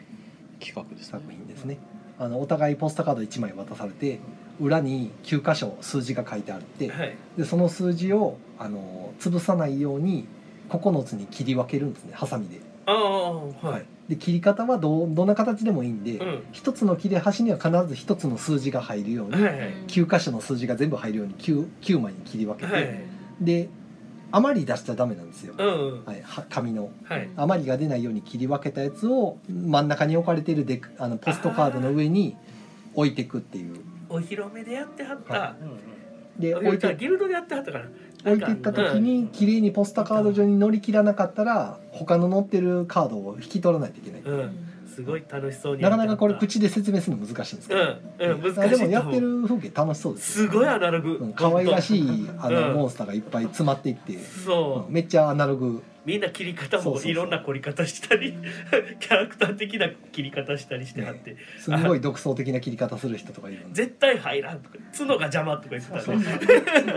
B: 企画ですね
C: 作品ですねあのお互いポストカード1枚渡されて裏に9箇所数字が書いてあって、
A: はい
C: でその数字をあの潰さないように9つに切り分けるんですねハサミで、
A: ああはい、
C: で切り方はどうどんな形でもいいんで、
A: うん
C: 一つの切れ端には必ず一つの数字が入るよう
A: はい
C: に
A: はい
C: 9箇所の数字が全部入るように 9, 9枚に切り分けて、
A: はい
C: で余り出しちゃダメなんですよ、
A: うんうん
C: はい、は紙の
A: はい
C: 余りが出ないように切り分けたやつを真ん中に置かれてるであのポストカードの上に置いてくっていう
A: お披露目でやってはった、
C: は
D: うんうん
C: で
A: あ
C: 置い
A: じゃあ
C: て
A: ギルドでやってはったから
C: 置いてった時に綺麗にポストカード上に乗り切らなかったら他の乗ってるカードを引き取らないといけない
A: うん、うん、すごい楽しそうにや
C: な
A: って
C: か
A: はった
C: なかこれ口で説明するの難しいんですけ
A: う
C: ど、
A: んうん
C: あ
A: 難し
C: で
A: いと
C: もやっ
A: 思
C: て
A: う
C: る風景楽しそうですよ、
A: すごいアナログ、
C: うん、可愛らしいあの、
A: うん
C: モンスターがいっぱい詰まっていって、
A: そう、
C: うんめっちゃアナログ
A: みんな切り方
C: そう
A: も
C: そうそう
A: いろんな凝り方したり キャラクター的な切り方したりしてはって、
C: すんごい独創的な切り方する人とかいるんで
A: 絶対入らんとか角が邪魔とか言ってた
D: そ
A: ね
D: うそう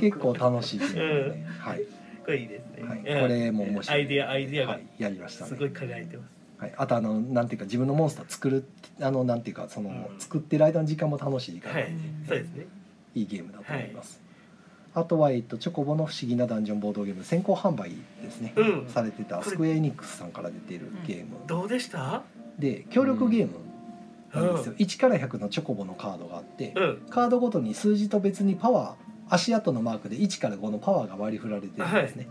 C: 結構楽しいですね、はい
A: これいいですね、
C: はい、こ
A: うん
C: れも面白い。
A: アイデアアイデアが、
C: はい、やりました
A: す
C: ね。
A: ごい輝いてます
C: はい、あとあのなんていうか自分のモンスター作るあのなんていうかその、
A: うん
C: 作ってる間の時間も楽しいから、
A: はい
C: い、
A: いそうですね
C: いゲームだと思います。あとはえっとチョコボの不思議なダンジョンボードゲーム先行販売ですね。
A: うん
C: されてたスクエアエニックスさんから出てるゲーム、
A: どうでした
C: で協力ゲームなんですよ、
A: う
C: 1から100のチョコボのカードがあって、
A: うん
C: カードごとに数字と別にパワー足跡のマークで1から5のパワーが割り振られてるんですね、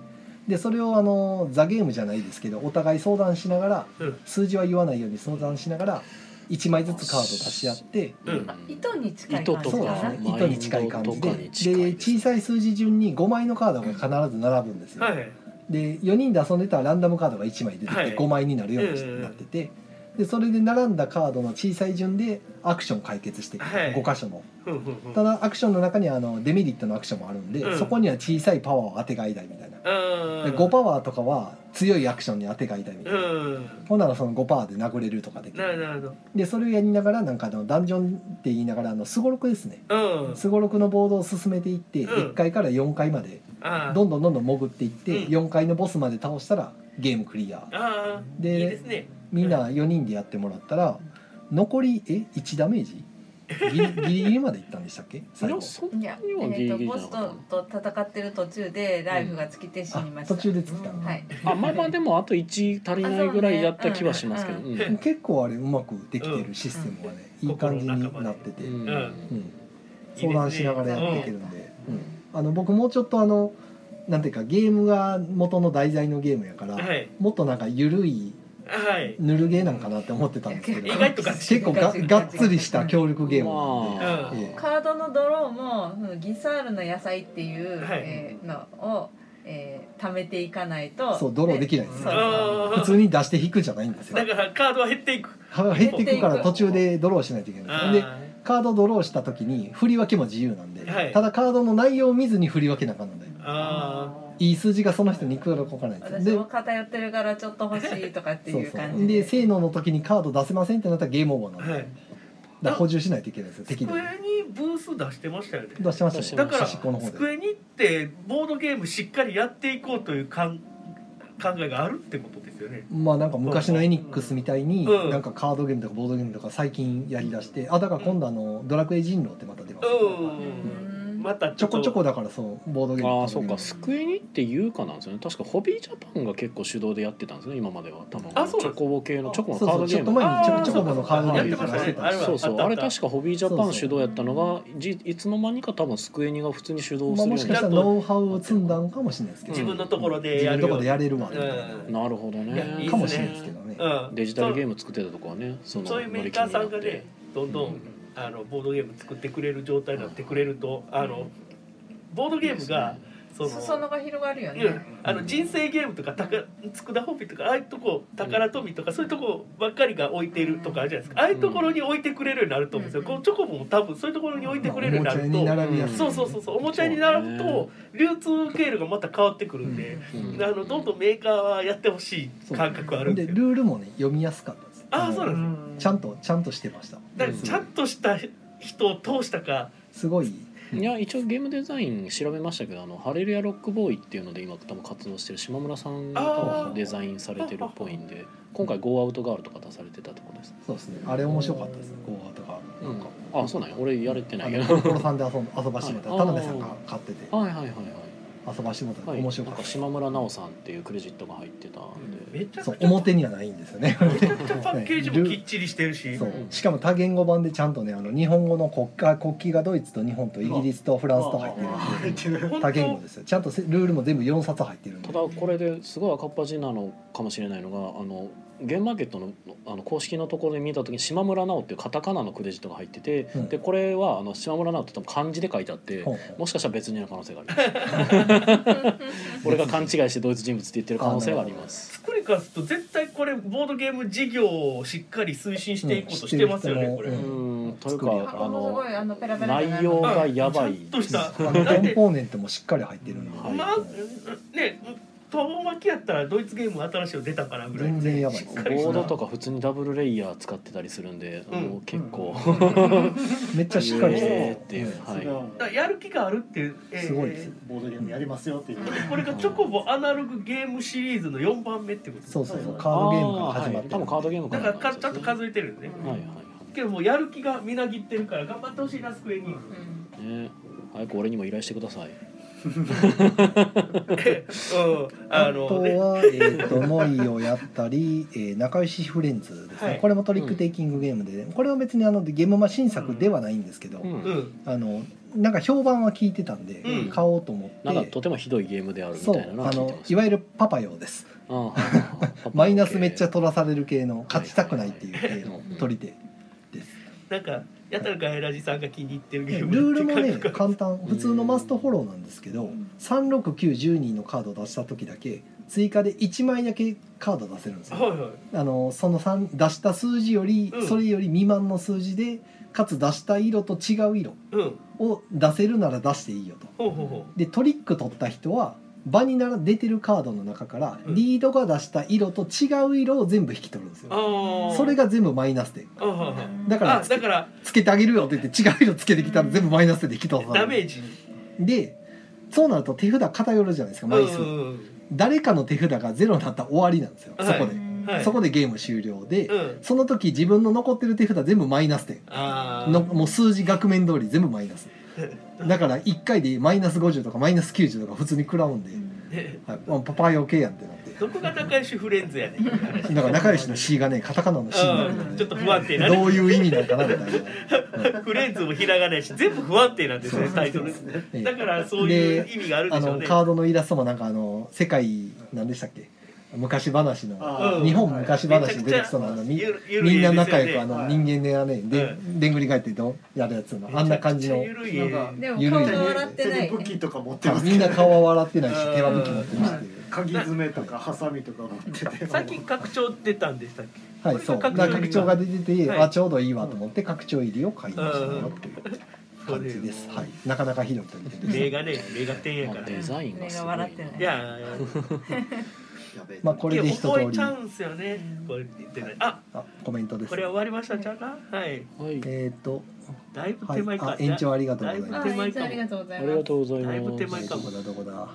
C: でそれをあのザ・ゲームじゃないですけどお互い相談しながら
A: うん
C: 数字は言わないように相談しながら1枚ずつカードを出し合って
A: うん
E: 糸に近い
B: 糸
E: 感
B: と
E: じ
C: そう
E: か
C: で
E: な
C: すね
B: まあ
C: 糸に近い感じで
B: 糸とかに近い
C: で
B: です
C: 小さい数字順に5枚のカードが必ず並ぶんですよ、
A: はい
C: で4人で遊んでたらランダムカードが1枚出てき
A: はい
C: て5枚になるようにし
A: うんうん
C: なっててでそれで並んだカードの小さい順でアクション解決していく
A: はい
C: 5箇所の
A: ふんふんふん
C: ただアクションの中にあのデメリットのアクションもあるんで、
A: うん
C: そこには小さいパワーを当てがいたいみたいな、
A: うん
C: で5パワーとかは強いアクションに当てがいたいみたいな、
A: うん
C: ほんならその5パワーで殴れるとかでき
A: なる
C: る
A: なるほ
C: でそれをやりながらなんかあのダンジョンって言いながらあのすごろくですね
A: どうん
C: すごろくのボードを進めていって
A: うん
C: 1階から4階まで
A: あ
C: どんどんどんどん潜っていって
A: うん
C: 4階のボスまで倒したらゲームクリア
A: あああいい
C: で
A: ですね
C: みんな4人でやってもらったら残りえ1ダメージギリギリギリまでいったんでしたっけ
B: そ
C: 最
B: れ
C: 後
B: はそん
E: いや、え
B: 要はギリギリじゃ
E: ー、
B: な
E: と
B: い
E: ボストンと戦ってる途中でライフが尽きて死
C: あ
E: にました、
C: 途中でつきたの
E: はい
B: あまあまあでもあと1足りないぐらいやった気はしますけど
E: あそう
A: ね
B: ん
C: 結構あれうまくできてるシステムがね、
A: うん
C: いい感じになってて、
B: う
C: うん
B: ん
C: 相談しながらやっていけるんで、うんあの僕もうちょっとあのなんていうかゲームが元の題材のゲームやから、
A: はい
C: もっとなんか緩い
A: はい
C: ぬるゲーなんかなって思ってたんですけど
A: 意外とガチ
C: 結構ががっつりした協力ゲームなんで、
B: まあ
A: うん
C: ええ
E: カードのドローもうんギサールの野菜っていう、
A: はい
E: えーのを、えー貯めていかないと
C: そうドローできないんです
E: そ
C: よ
E: う
A: あー
C: 普通に出して引くじゃないんですよ
A: だからカードは減っていく
C: 減っていくから途中でドローしないといけないんで
A: あ
C: カードをドローした時に振り分けも自由なんで、
A: はい
C: ただカードの内容を見ずに振り分けなあかんので
A: ーあ
C: いい数字がその人にいくらかわからないんです
E: 私も
C: よ
E: 偏ってるからちょっと欲しいとかっ
C: で
E: て
C: そ
E: いうう
C: そ
E: 感
C: う
E: じ
C: で性能の時にカード出せませんってなったらゲームオーバーなん
A: ー
C: で、
A: は
C: だ
A: い
C: から補充しないといけないんですよ
A: ス
C: 適度
A: ク
C: に
A: エにブース出してましたよね
C: 出してました
B: 出して
C: ね
A: だから
C: 端っこの方
A: ス
C: で
A: クエにってボードゲームしっかりやっていこうというかん考えがあるってことですよね。
C: まあなんか昔のエニックスみたいに
A: うん
C: なんかカードゲームとかボードゲームとか最近やりだしてあだから今度あのドラクエ人狼ってまた出ます
A: うん。また
C: ちょこちょこ
A: だ。
C: だからそうボードゲーム
B: ああ
C: カド
B: そ
C: ゲ
B: う
C: ーム
B: かスクエニっていうかなんですよね確かホビージャパンが結構主導でやってたんですね今までは多分
A: あそうなん
B: チョ
A: です
B: コボ系のチョコの
C: そ
B: カ
C: う
B: ードゲ
C: そうちょ
B: ー
C: っと
B: ム
C: 前にちょこちょこのカードゲーム
A: やってましたね
C: してた
A: あれは
B: そうそう
A: あ
B: あ
A: ったあっ
B: れ
A: た
B: 確かホビージャパン主導やったのがじいつの間にか多分スクエニが普通に主導
C: ます
B: る
C: あ、
B: よう
C: もし
B: に
C: か
B: な
C: したらノウハウを積んだんかもしれないですけど、
A: 自分のところで
C: 自
A: や
C: 分
A: る
C: のと
A: よ。
C: ころでやれるわみ
A: う
C: たいな、
A: ん
B: なるほど
A: いやいいっす
B: ね
A: ね
C: かもしれないですけどね
A: うん。
B: デジタルゲーム作ってたとこはねその
A: そういうメーカーさんがね、どんどんあのボードゲーム作ってくれる状態になってくれると、あのボードゲームがその。
E: 裾野が広がるよね、
A: うん、あの人生ゲームとか宝佃褒美とかああいうとこ宝富とかそういうとこばっかりが置いてるとかあるじゃないですかああいうところに置いてくれるようになると思うんですよ、
E: うん
A: このチョコボも多分そういうところに置いて
C: まあ
A: くれるようになると、
C: おもちゃに並びやすい、
A: そうそうそうそうおもちゃになると流通経路がまた変わってくるんで、
B: うん
A: あのどんどんメーカーはやってほしい感覚あるんで
C: ですル
A: よ。
C: ールもね読みやすかったです
A: あーそうなんです
C: ちゃんとちゃんとしてました
A: だからちゃんとした人を通したか、
C: すごい
B: いや一応ゲームデザイン調べましたけどあのハレルヤロックボーイっていうので今多分活動してる島村さんが多分デザインされてるっぽいんで今回「ゴーアウトガール」とか出されてたとこです、
C: そうですねあれ面白かったですねゴーアとか
B: うん、あそうなんや俺やれてな
C: あ
B: いけ
C: の
B: ど
C: コロコロさんで遊ん遊ばしてもらった
B: は
C: ら
B: い
C: 田辺さんが買ってて
B: はいはいはいはい
C: あ遊ばしてもらった
B: は
C: ら
B: い、
C: 面白
B: なん
C: かっ
B: か
C: た、
B: 島村奈緒さんっていうクレジットが入ってたんで、
A: めちゃ
C: そう
A: くちゃ
C: 表にはないんですよね
A: めちゃくちゃパッケージもきっちりしてるし
C: そうしかも多言語版でちゃんとねあの日本語の国家国旗がドイツと日本とイギリスとフランスと入ってるんで
D: 入ってる
A: 本
C: 多言語
A: 当
C: ですよちゃんとせルールも全部4冊入ってるんで
B: ただこれですごい赤っ端なのかもしれないのがあのゲームマーケットのあの公式のところで見た時に「島村直」っていうカタカナのクレジットが入ってて、
C: うん
B: でこれはあの島村直って多分漢字で書いてあって、
C: ほうほう
B: もしかしたら別人の可能性があります 俺が勘違いして同一人物って言ってる可能性があります
A: 作り返すと絶対これボードゲーム事業をしっかり推進していこうとしてますよねこれ
C: う
B: う
C: なるほ
B: んという
C: 作りや
B: かあ
E: 箱もすごい
B: の
E: あのペラペラじゃな
B: 内
E: い
B: 容がやばい
A: ちゃんとした
C: あの
A: だ
C: コ
A: っ
C: ン
A: て
C: ポーネントもしっかり入ってるんで、
B: はい
A: まあねトボ巻きやったらドイツゲーム新しいの出たからぐらい
C: 全然やばいです
A: しっかりし
B: ボー
A: た
B: ドとか普通にダブルレイヤー使ってたりするんで、
A: うん
B: もう結構、
C: めっちゃしっかりしてる、
B: えーっていう
D: それはもう
A: だからやる気があるっていう、えー
C: すごいです
D: ボードゲームやりますよっていう
A: これがチョコボアナログゲームシリーズの4番目ってこと
C: そうそうそうカードゲームから始まってるん
B: あーは
C: で、
B: い多分カードゲーム
A: だ
B: ら
A: からかちゃんと数えてるんでね、
B: はいはいは
A: けどもうやる気がみなぎってるから頑張ってほしいなスクエに、
E: うん
B: いね早く俺にも依頼してください
A: うん、あ
C: あ
A: の
C: と
A: ね
C: は、えー、とノイをやっ たり、えー仲良しフレンズですね、
A: はい
C: これもトリックテイキングゲームで、これは別にあのゲームマ新作ではないんですけど、
B: うん
A: うん
C: あのなんか評判は聞いてたんで、
A: うん
C: 買おうと思って
B: なんかとてもひどいゲームであるみ
C: そ
B: たいうなの
C: あ
B: は聞いて
C: の
B: まし
C: い
B: た
C: わゆるパパ用です
B: ああ
C: マイナスめっちゃ取らされる系の勝ちたくないっていう系の取り手です
A: なんかやたらガエラジさんが気に入ってるゲー
C: ル
A: ム
C: ールも
A: っ
C: ね
A: て感じか
C: 簡単普通のマストフォローなんですけど369112のカード出した時だけ追加で1枚だけカード出せるんですよ
A: はいはい
C: あのその三出した数字より
A: うん
C: それより未満の数字でかつ出した色と違う色
A: うん
C: を出せるなら出していいよと
A: ほうほうほ
C: でトリック取った人は場になら出てるカードの中から
A: うん
C: リードが出した色と違う色を全部引き取るんですよ
A: うああ
C: それが全部マイナスで
A: あはいはい
C: だから
A: あだから
C: つけてあげるよって言って違う色つけてきたら全部マイナスで引き取る
A: ダメージ
C: でそうなると手札偏るじゃないですか枚数
A: うんうん
C: 誰かの手札がゼロになったら終わりなんですよそ
A: はい
C: こで、
A: はい
C: そこでゲーム終了で、
A: うんうん
C: その時自分の残ってる手札全部マイナス点
A: ああ
C: のもう数字額面通り全部マイナスだから1回でマイナス50とかマイナス90とか普通に食らうんで、
A: ね
C: はいまあパパよけやんってなって
A: どこが仲良しフレンズやねん
C: だから仲良しの C がねカタカナの C になる
A: うんん
C: で
A: ちょっと不安定な
C: ど
A: ね
C: ういう意味なのかなみたいな、
A: フレンズもひらがなやし全部不安定なんですねタイトル
C: ええ
A: だからそういう意味 があるん
C: あ
A: でしょう
C: の
A: ね
C: カードのイラストもなんかあの世界何でしたっけ昔話の
A: うん
C: 日本昔話に出てきそうなあのみみんな仲良くあ
D: は
C: の
D: い
C: 人間でやねで
A: う
C: でんぐり返ってどうやるやつのあんな感じの
A: ゆるい絵
D: なんか
E: でも顔が笑っ
D: 手
E: てな
D: に
E: い
D: 武器とか持ってますけど
C: みんな顔は笑ってない
A: うん
C: し手は武器持ってるしっていう
D: 鍵爪とかハサミとか持って て
A: 最近拡張出たんでしたっけ
C: はいそう
A: これ
C: だから拡張が
A: 出
C: 出てて
A: はい
C: あちょうどいいわと思って拡張入りを買いましたよっていう
A: そう
C: 感
A: で
C: じ
A: す
C: ですはいなかなかひどいと言って
A: 例がね例が点や
B: ま
A: か
B: あ
A: ら
B: デザインがすごい
E: 目が笑ってない
A: いやいや
D: やべえ
C: まあこれで一通
A: 覚え
C: り
A: ちゃうんすよねこれ言ってないあ
C: あコメントです
A: これは終わりましたじゃうなはい
B: はい
C: えっと
A: だいぶ
C: はい
A: 手前か
C: あ延長ありがとうござい
E: あ
C: ます
A: 手前
E: ーい
A: か
E: つ
A: も
E: ありがとうござ
B: あ
E: い
B: り
E: ま
B: が
E: す
B: とうございます
A: だいぶ手前か
C: ど
A: も
C: こだどこだ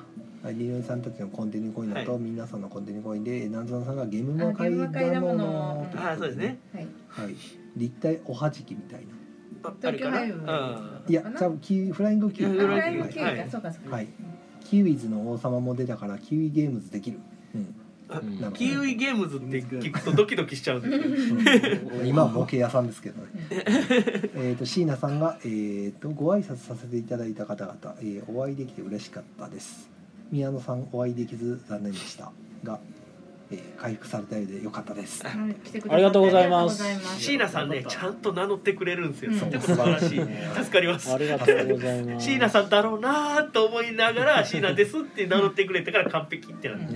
C: はい、リルさんたちのコンティニューコインだと、
A: はい
C: 皆さんのコンティニューコインで、えーなんぞんさんがゲーム魔
E: あ
C: 界
E: ゲー
C: だ
E: ム魔界だ
C: も
E: も
C: の
E: の。
A: あーそうですね。
E: はい
C: はい。立体おはじきみたいな。
A: ああるかな
E: 東京ハイウェイ
A: うん
C: いや
E: か、な
C: じゃあキウフライングキウイ。
A: フライング
E: 9
A: キ
E: 位か、
A: はい
E: そうかそうか、
C: はいキウイズの王様も出たから、キウイゲームズできる。うん。
B: うん
C: なる
A: キウイゲームズって聞くとドキドキしちゃうんですけど
C: うん今は模型屋さんですけどね。 えっと椎名さんがえっ、とご挨拶させていただいた方々、えーお会いできて嬉しかったです。宮野さんお会いできず残念でしたが、えー回復されたようで良かったです。
E: はい来てくださって
B: ありがとうございます
E: ありがとうございます
A: 椎名さんねちゃんと名乗ってくれるんですよ
E: うん
A: とても素晴らしい
C: そう
A: 助かります
B: ありがとうございます
A: 椎名さんだろうなーと思いながら椎名ですって名乗ってくれたから完璧ってなって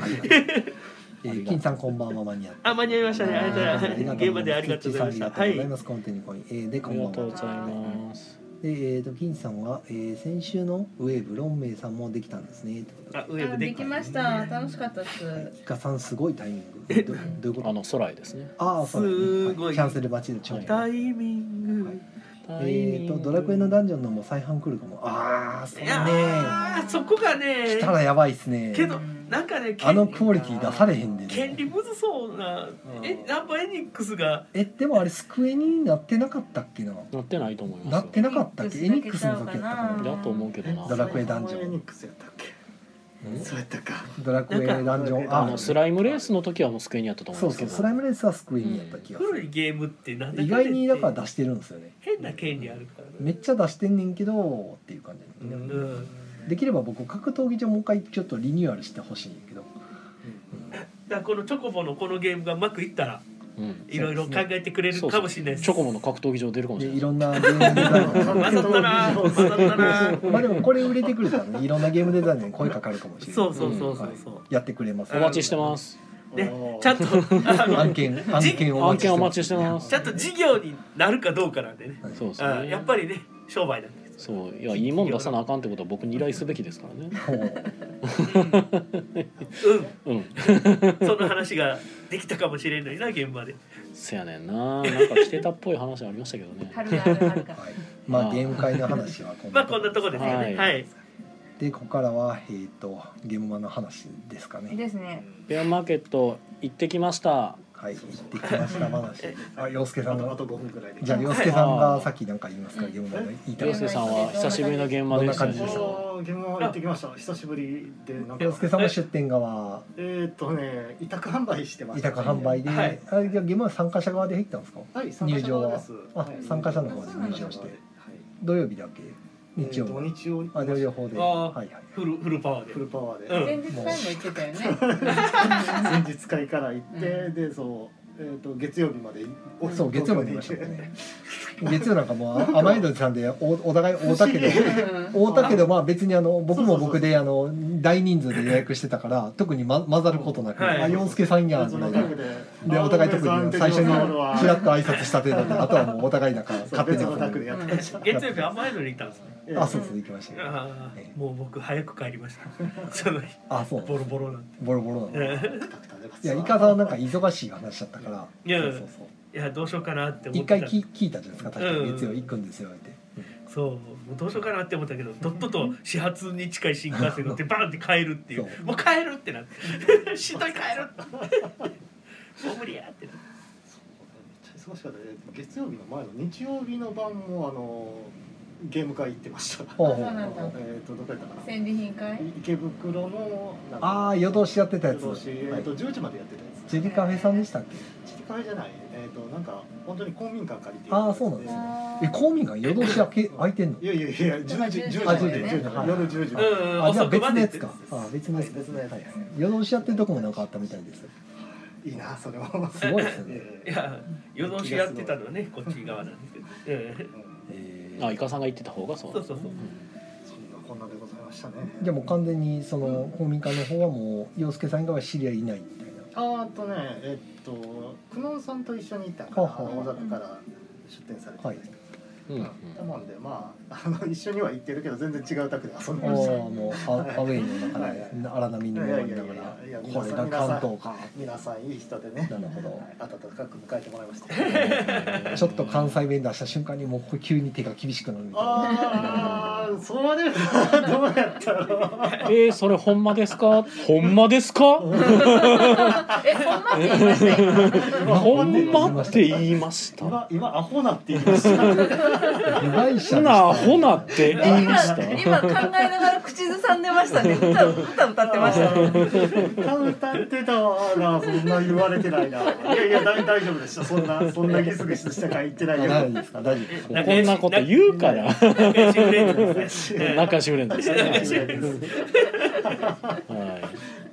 C: えー金さんこんばんは間に合った。
A: あ間に合いましたねありがとうござい
C: あ
A: ます
C: りがとう
A: 現
C: ご
A: 場
C: ざ
A: で
C: い
A: あ
C: ます
A: りがとうございまし
C: あ
A: た
C: りがとうござ
A: はい
C: います。コンティニコイン、えーで
B: あ
C: こ
B: り
C: んば
B: が
C: ん
B: とうご
C: は。
B: ざいます
C: でえーと金さんは、えー先週のウェーブロンメイさんもできたんですね。ということ
A: あウェブ
E: あ
A: で
E: できました楽しかったです、
C: でイカさんすごいタイミング。どどういうこ
B: あ
C: と？
B: の空へですね
C: ああそうだね
A: すご
C: はいキャンセル待ちで超。
B: はい
A: タイミング
C: えーとドラクエのダンジョンのもう再販来るかも。ああそう
A: いや
C: ね。
A: ーそこがね
C: 来たらやばいっすね。
A: けどなんかね権
C: あのクオリティ出されへんで、
A: 権
C: ね。
A: 利むずそうなえナンバーエニックスが
C: えでもあれスクエニになってなかったっけな。
B: なってないと思います
C: なってなかったっけ？エニックスの時やったかな
E: な。
B: だと思うけどな
C: ドラクエダンジョン
D: エニックスやったっけそうやったか
C: ドラクエダンジョン
D: あ
B: あ
D: な
B: の
D: んか
B: スライムレースの時はもう机にあったと思うん
C: そ
B: ですけ
C: うそう
B: ど
C: スライムレースはスクリーンやった気がす
A: 古
C: る
A: いゲームってなんだ
C: 意
A: か
C: 外
A: んだ言って
C: にだから出してるんですよね
A: 変な権利あるから
C: め
A: ね
C: っちゃ出してんねんけどっていう感じ、
A: うん、
C: できれば僕格闘技場もう一回ちょっとリニューアルしてほしいんやけど
A: だからこのチョコボのこのゲームがうまくいったら
B: うん
A: いろいろ考えてくれるかもしれないです
B: チョコモの格闘技場出るかもし
C: で
B: れない
C: いろんなゲームデザイン が
A: 混ざ ったな混ざったな
C: まあでもこれ売れてくれたらねいろんなゲームデザインに声かかるかもしれない
A: そうそうそうそうそう、
C: やってくれます
B: お待ちしてます
A: で
D: おー
A: ちゃんとあの
C: 案件案件を
B: 案件お待ちしてます
A: ちゃんと事業になるかどうかなんでね、
B: そうです
A: あ
B: ね
A: やっぱりね商売なんです
B: そういやいいもん出さなあかんってことは僕に依頼すべきですからね
C: ほう
A: う
B: うん
A: ん その話ができたかもしれないな現場で
B: せやねんななんか着てたっぽい話ありましたけどね
E: はるはるはるか
C: はいまあゲーム会の話はこん
A: ま
C: な
A: あこんなとこですよね
B: はい
A: はい
C: でここからはえっ、とゲームマの話ですかね
E: ですね
B: ペアマーケット行ってきました
C: はい行ってきました 話あ洋介さ
D: あ
C: ん
D: とあ
C: が
D: と5分くらいで
C: じゃあ洋介さんがさっきなんか言いますかゲームマの言いたい
B: 広
C: こ
B: 瀬さんは久しぶりの現場でした
C: どんな感じでした
D: おー現場行ってきました久しぶりでなん
C: と
D: か
C: 洋介さんも出店側
D: えーっとね委託販売してま
C: 委
D: した
C: 託販売で、
A: はい
C: あじゃあゲームマ参加者側で入ったんですか
D: はい参加者側です
C: 入場はあ参加者の
E: 方で入場
C: して
D: はい
C: 土曜日だけ
D: え
C: 日曜
D: ー土
C: 日
D: 日を
C: あ土曜方で
A: あ
C: は
A: ー
C: いはい
A: フルフルパワーで
D: フルパワーで、
A: うん
E: 前日会も言ってたよね
D: 前日会から行って、
E: うん
D: でそう、えー、と月曜日まで
C: そう月曜日に
D: で
C: いましたもん ね月曜なんかもう甘いのさんでおお互い会うたけど
E: うん
C: 会うたけどまあ別にあの僕も
D: そうそうそ
C: 僕
D: う
C: であの大人数で予約してたから特に、ま、混ざることなく「
A: はい
C: あ洋介さんや」みた
D: その
C: い
D: タイプ
C: な。
D: で
C: でお互い特に最初に
D: フ
C: フラッと挨拶した程度であとはもうお互いなんか勝手
D: 別
C: に
D: のタクで
C: 遊
D: やってまし
A: 月曜日甘いのにいたんですね
D: た
C: ぶあそうそう行きましたよ
A: ああもう僕早く帰りました その日
C: あそう
A: ボロボロなんて
C: ボロボロなの
A: うん
C: いやイカさんなんか忙しい話だったから
A: いや
C: そうそうそう
A: いやどうしようかなって思
C: 一
A: って
C: 回
A: た
C: 聞聞いたじゃないですか確か
A: うん
C: に月曜行くんですよって
A: そうもうどうしようかなって思ったけどドットと始発に近い新幹線 乗ってバーンって帰るっていう
C: そう
A: もう帰るってなって しんどい帰るってもう無理やってなって
D: 忙しかったね月曜日の前の日曜日の晩もあのゲーム会行ってました
C: ほう
E: そう
C: ほう
E: なんだ
D: えっとどこやったかな
E: 戦利品会
D: 池袋のなんか
C: ああ夜通しやってたやつ
D: 夜通しえ
C: は
D: ー
C: い
D: と10時までやってたやつ
C: ジェリカフェさんでしたっけ
D: 地理会じゃないえっとなんか本当に公民館借りて
C: あーそうなんですねえ公民館夜通し開 け開いてんの
D: いやいやいや10時10時
E: あ
D: ま
E: 10
D: で
E: 時ね
D: 10時まで夜10時まで
A: うん
C: あじゃあ
A: 遅く
C: 別
A: ま
C: の
A: で
C: や
A: って
C: つかあ別のやつ
D: 別のやつ
C: はいはい夜通しやってるとこもなんかあったみたいです
D: いいなそれも
C: すごいですよね
A: い
D: え
A: や夜通しやってたのはねこっち側なんですけど、うん
D: ーうん
C: え
B: あ
C: ー
B: イカさんが言ってた方がそう
A: そ
B: だ
A: うそうそう
D: そんなこんなでございましたね
C: じゃあもう完全にその公民館の方はもう洋介さん以外は知り合いいないみたいな
D: あーあとねえっと久能さんと一緒に行ったんか
C: は
D: ら
C: あはあ
D: 大阪から出店されてたんですけ
B: うんう
D: ど、
B: ん
D: なもんでまああの一緒には行ってるけど全然違うタクで遊んで
C: ああ
D: ました
C: もうアアウェイの中で荒波に飲まれなが
D: いや
C: ら
D: いやいやいや
C: これが関東か
D: 皆さんいい人でね
C: なるほど
D: はい温かく迎えてもらいました
C: ちょっと関西弁出した瞬間にもう急に手が厳しくなるみたいな
D: ああそれはどうやったろ
B: えー、それほんまですかほんまですか
E: えほんまって言いました今
B: ほんまって言いました
D: 今今アホなって言い ました
C: 被害者
B: ほ
C: で
B: なほ
C: し
B: なって言いました
E: 今今考えながら口ずさんでましたね歌歌歌ってましたね
D: 歌歌ってたわなそんな言われてないないやいや大大丈夫でしたそんなそんなギスギスしたから言ってない
C: た
D: け
C: ない
D: ど
C: ですか大丈夫ですか
B: こんなこと言うから
A: 仲良しフレンズですねうん
B: 仲良しフレンドですね
D: 大丈夫です
B: はい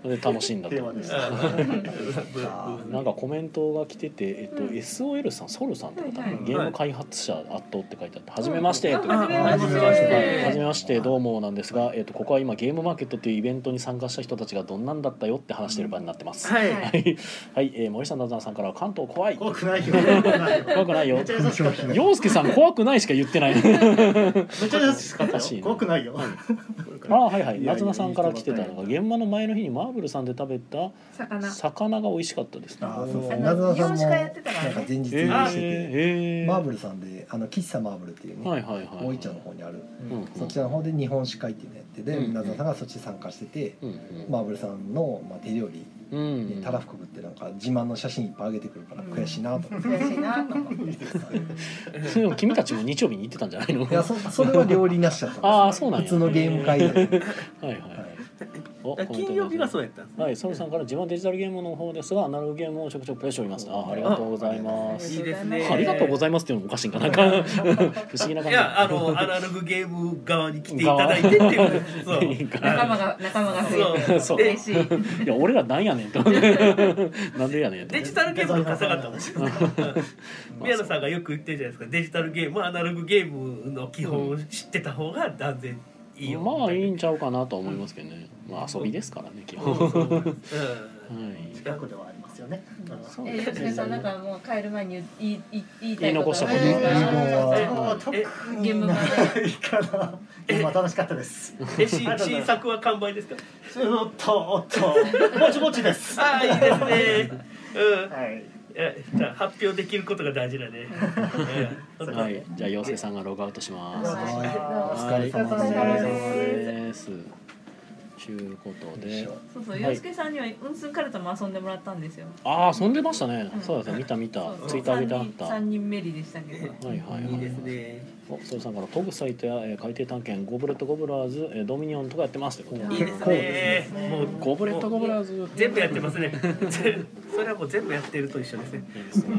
B: で楽しんだと
D: テーマでした
B: なんかコメントが来てて、えっと、SOL さん、ソルさんって方、
E: はい
A: はい
B: ゲーム開発者圧倒って書いてあって、はじめまして、と
E: あ
B: は
E: はじめま
C: はじ
E: し
C: め
E: て
C: まして
B: じめまして、どうもなんですが、えっと、ここは今ゲームマーケットというイベントに参加した人たちがどんなんだったよって話してる場になってます。は
A: はい
E: はい
B: い、はい、えー森さん、なずなさんからは関東怖い。怖
D: 怖くないよ怖くないよ
B: くないよ
D: めっ。ちゃ優しかったよ
B: 洋介さん、怖くないしか言ってない。
D: めっちゃ優しかったよ怖くないよ
B: ああ、はいはい、なずなさんから来てたのが、現場の前の日にマーブルさんで食べた
E: 魚
B: 魚が美味しかったですね。
C: あーそうそう
E: あの
C: なずなさんも
E: 日本史家
C: な
E: や
C: ん
E: っ
C: か
E: てたからね
C: 前日
B: え
C: 入
B: ー
C: りしてて、
B: え
C: マーブルさんであの喫茶マーブルっていうね、
B: はいはいはいはい。
C: 大井町の方にある、
B: うん
C: そちらの方で日本酒会っていうのやってて、
B: うん
C: なずなさんがそっち参加してて、
B: うんうん
C: マーブルさんの、まあ、手料理、
B: うん
C: ねたらふく食ってなんか自慢の写真いっぱい上げてくるから悔しいなと思って、
E: 悔しいなと思って
B: それ でも君たちも日曜日に行ってたんじゃないの
C: いやそそれは料理なしだったんですよ
B: ああそうなんや
C: 普通のゲーム会だ
B: は
C: けど、
B: いはい、
C: はい
B: お
A: だから金曜日がそううやったんですね
B: はい、ソルさんから自分はデジタルゲームの方ですが、アナログゲームをちょくちょくプレイしております。あ、ありがとうございま
E: あ
B: す。
A: いいですね
B: ありがとうございますっていうのもおかしいんかな。なんか不思議な感じ。
A: いやあのアナログゲーム側に来ていただいてっていう そう
B: いいか
E: 仲間が仲間が増えて
B: そう
E: 嬉しい。
B: いや、俺らなんやねんと。 なんでやねんと。
A: デジタルゲームの笠方もん宮野さんがよく言ってるじゃないですかデジタルゲームアナログゲームの基本を知ってた方が断然いいよ
B: まあいいん
A: じ
B: ちゃうかなとは思いますけどね。まあ遊びですからね、基
A: ゃ
B: 本。
A: ん
B: はい。
D: 近くではありますよね。
B: そう
E: え
B: です
E: 吉野
B: ね
E: さんなんかもう帰る前に言い言い言いたいこと
B: 言い残したこと
E: ありますか
C: 言い残した
D: もう特
E: ゲー
D: に
E: ムがね
D: ないから。今楽しかったです。
A: えし 新作は完売ですか
D: おっとおっともちもちです。
A: ああいいですねうん
D: はい。
A: えじゃあ発表できることが大事だねうん
D: そう
B: はい、じゃあ妖精さんがログアウトします。
E: は
C: お疲
E: い
C: れ様
E: お疲れ様
C: です
B: です。ということで、
E: そうそう、
B: はい
E: 洋介さんにはうんすんカルタも遊んでもらったんですよ。
B: ああ遊んでましたね。
E: うん
B: そうだね、見た見た
E: そうそ。う
B: ツイッター見たあっ
E: 三人
B: た。
E: 三人メリでしたけど。
B: はいはいはい
A: いいですね
B: お、それさんからトグサイトや、えー海底探検、ゴブレットゴブラーズ、えードミニオンとかやってますってこと
A: いいです
C: そうで
A: ねもう
B: ゴブレットゴブラーズ。
A: 全部やってますね それはもう全部やってると一緒ですね
B: いいですね。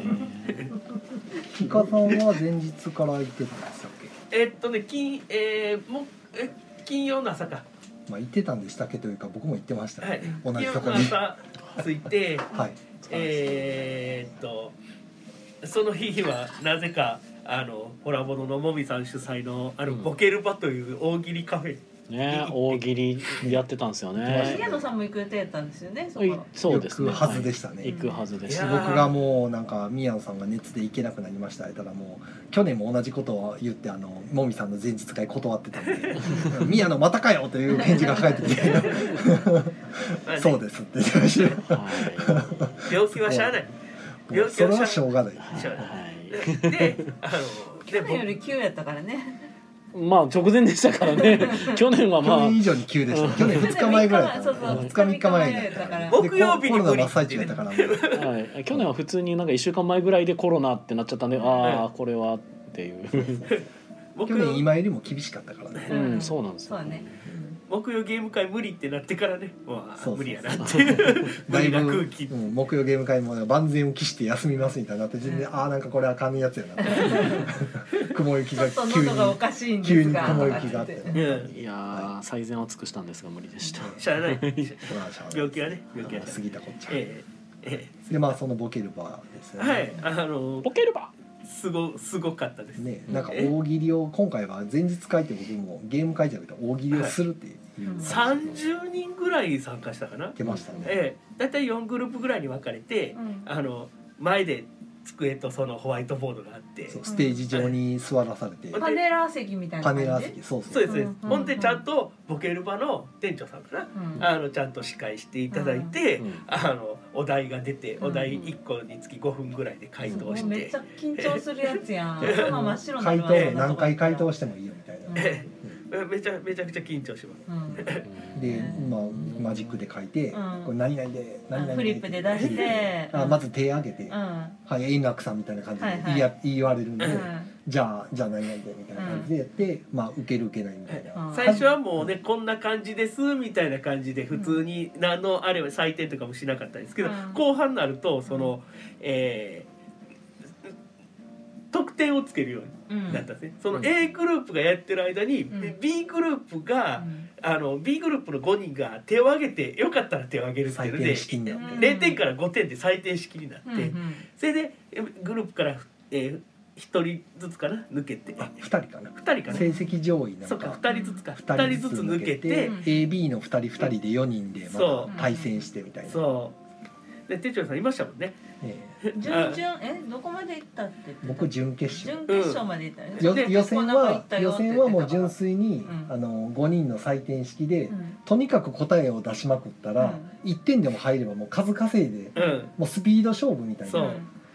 C: ピカさんは前日から行ってたんですよ
A: えっとね金えー、もえ金曜の朝か
C: まあ行ってたんでしたっけというか僕も行ってました、
A: はい
C: 同
A: 金
C: じ
A: 曜
C: とこ
A: の
C: に
A: 朝着いて
C: はい
A: えーっとその日はなぜかあのホラボノのもみさん主催のあの
B: うん
A: ボケルバという大喜利カフェ
B: ね、大喜利やってたんですよね
E: 重。野さんも行く予定やったんですよね。そこ。
B: はいそうですね。
C: 行くはずでしたね
B: はい行くはずでし
A: い
B: た。
A: やー
C: 僕がもうなんか宮野さんが熱で行けなくなりましたたらもう去年も同じことを言ってあのもみさんの前日会断ってたん で「宮野またかよ!」という返事が返ってき て
A: まあ
C: 「
A: ね
C: そうです」って言ってました
B: は
A: 病気は しゃあない
C: もうそれはしょうがない
A: しゃ あ
B: い。はい。
A: ないでであので
E: 去年よ
A: 僕
E: り九やったからね。
B: まあ直前でしたから ね去年は
C: 去
B: まあ
C: 年以上に急でした去年2日前ぐらいだ
E: そ
C: っ
E: うそ
C: た
E: う
C: 2日3日前だった
E: 二日三日前だったから
C: で
A: 木曜日に
C: コロナ真っ最中やったからもう
B: はい、去年は普通になんか1週間前ぐらいでコロナってなっちゃったんで、ああこれはっていう、
A: 僕
C: 去年今よりも厳しかったからね
B: うん、そうなんですよ
E: そうね。
A: 木曜ゲーム会無理ってなってからねもうあ
C: そうそう
A: 無理やなっていう 無
C: だい
A: 理な
C: ぶ、
A: 空気
C: うん、木曜ゲーム会も万全を期して休みますみたいになって全然、ああなんかこれあかんやつやな雲行き
E: ちょ
C: が
E: っと
C: 急に
E: 喉がおかしいんで
C: 急
E: す
C: に
E: が。
C: 雲行きがあって
E: つ
C: ま
A: うん
B: いやー最善を尽くしたんですが無理でした
A: しゃ あない
C: あしゃあない
A: 病気はね病気はね
C: 過ぎたこっちゃ、
A: えええ
C: でまあそのボケる場です
A: え
C: よね、
A: はいあの
B: ボケれば
A: すごすごかったです
C: ね、なんか大喜利を今回は前日会って僕もゲーム会じゃなくて大喜利をするっていう
E: うん
A: 30人ぐらい参加したかな
C: 言ってましたね、
A: ええ大体4グループぐらいに分かれて
E: うん
A: あの前で机とそのホワイトボードがあって
C: そうステージ上に座らされて、
A: うん
E: パネラー席みたいな
C: パ
E: 感じ。
C: ネラー席そうそう
A: そうですそうです
E: うんうんうん
A: ほんでちゃんとボケる場の店長さんかな
E: うん。
A: あのちゃんと司会していただいて、
B: うん
A: あのお題が出て
E: うん
A: お題1個につき5分ぐらいで回答して、
E: めっちゃ緊張するや つやん。頭真っ白にな
C: 回
E: るわ
C: 答何回回答してもいいよみたいな、
E: うん
A: え めちゃめちゃくちゃ緊張します。
E: うん
C: で、まあ、マジックで書いて、
E: うん
C: これ何々で何々
E: フリップで出して
C: で あまず手挙げて、
E: うん。
C: はい円楽さんみたいな感じで
E: はいはい
C: 言い,、言い言われるんで、
E: うん
C: じゃあじゃあ何々でみたいな感じでやって、まあ受ける受けないみたいな、
E: うん
A: 最初はもうねこんな感じですみたいな感じで普通に何のあれは採点とかもしなかったんですけど
E: うん
A: 後半になるとそのえー得点をつけるよう
E: うん
A: になったんですね。その
B: うん
A: A グループがやってる間に
E: うん
A: B グループがあの B グループの5人が手を挙げてよかったら手を挙げるっていうの
C: 採
A: で
C: 点式にな
E: って
A: 0点から5点で採点式になって、
E: うんうん
A: それでえグループから、えー、1人ずつかな抜けて
C: あ2人かな
A: 2人か
C: 成
A: な
C: 績上位なん
A: そうか
C: か
A: 2人ずつか
C: 二
A: 2人ずつ抜けて、
E: うん
C: AB の2人2人で4人で
A: そ
C: ま
A: う
C: た対戦してみたいな、
A: そうで店長さんいましたもんね
C: ええ
E: 準々えどこまで行ったって言ってた
C: 僕準決勝
E: 準決勝まで行ったね
C: よ
E: で
C: 予選
E: こんな子行
C: は
E: ったよ
C: 予
E: って言
C: 選
E: ってた
C: は
E: から
C: もう純粋に、
E: うん
C: あの5人の採点式で、
E: うん
C: とにかく答えを出しまくったら、1点でも入ればもう数稼いで
A: うん
C: もうスピード勝負みたい
A: そう
C: な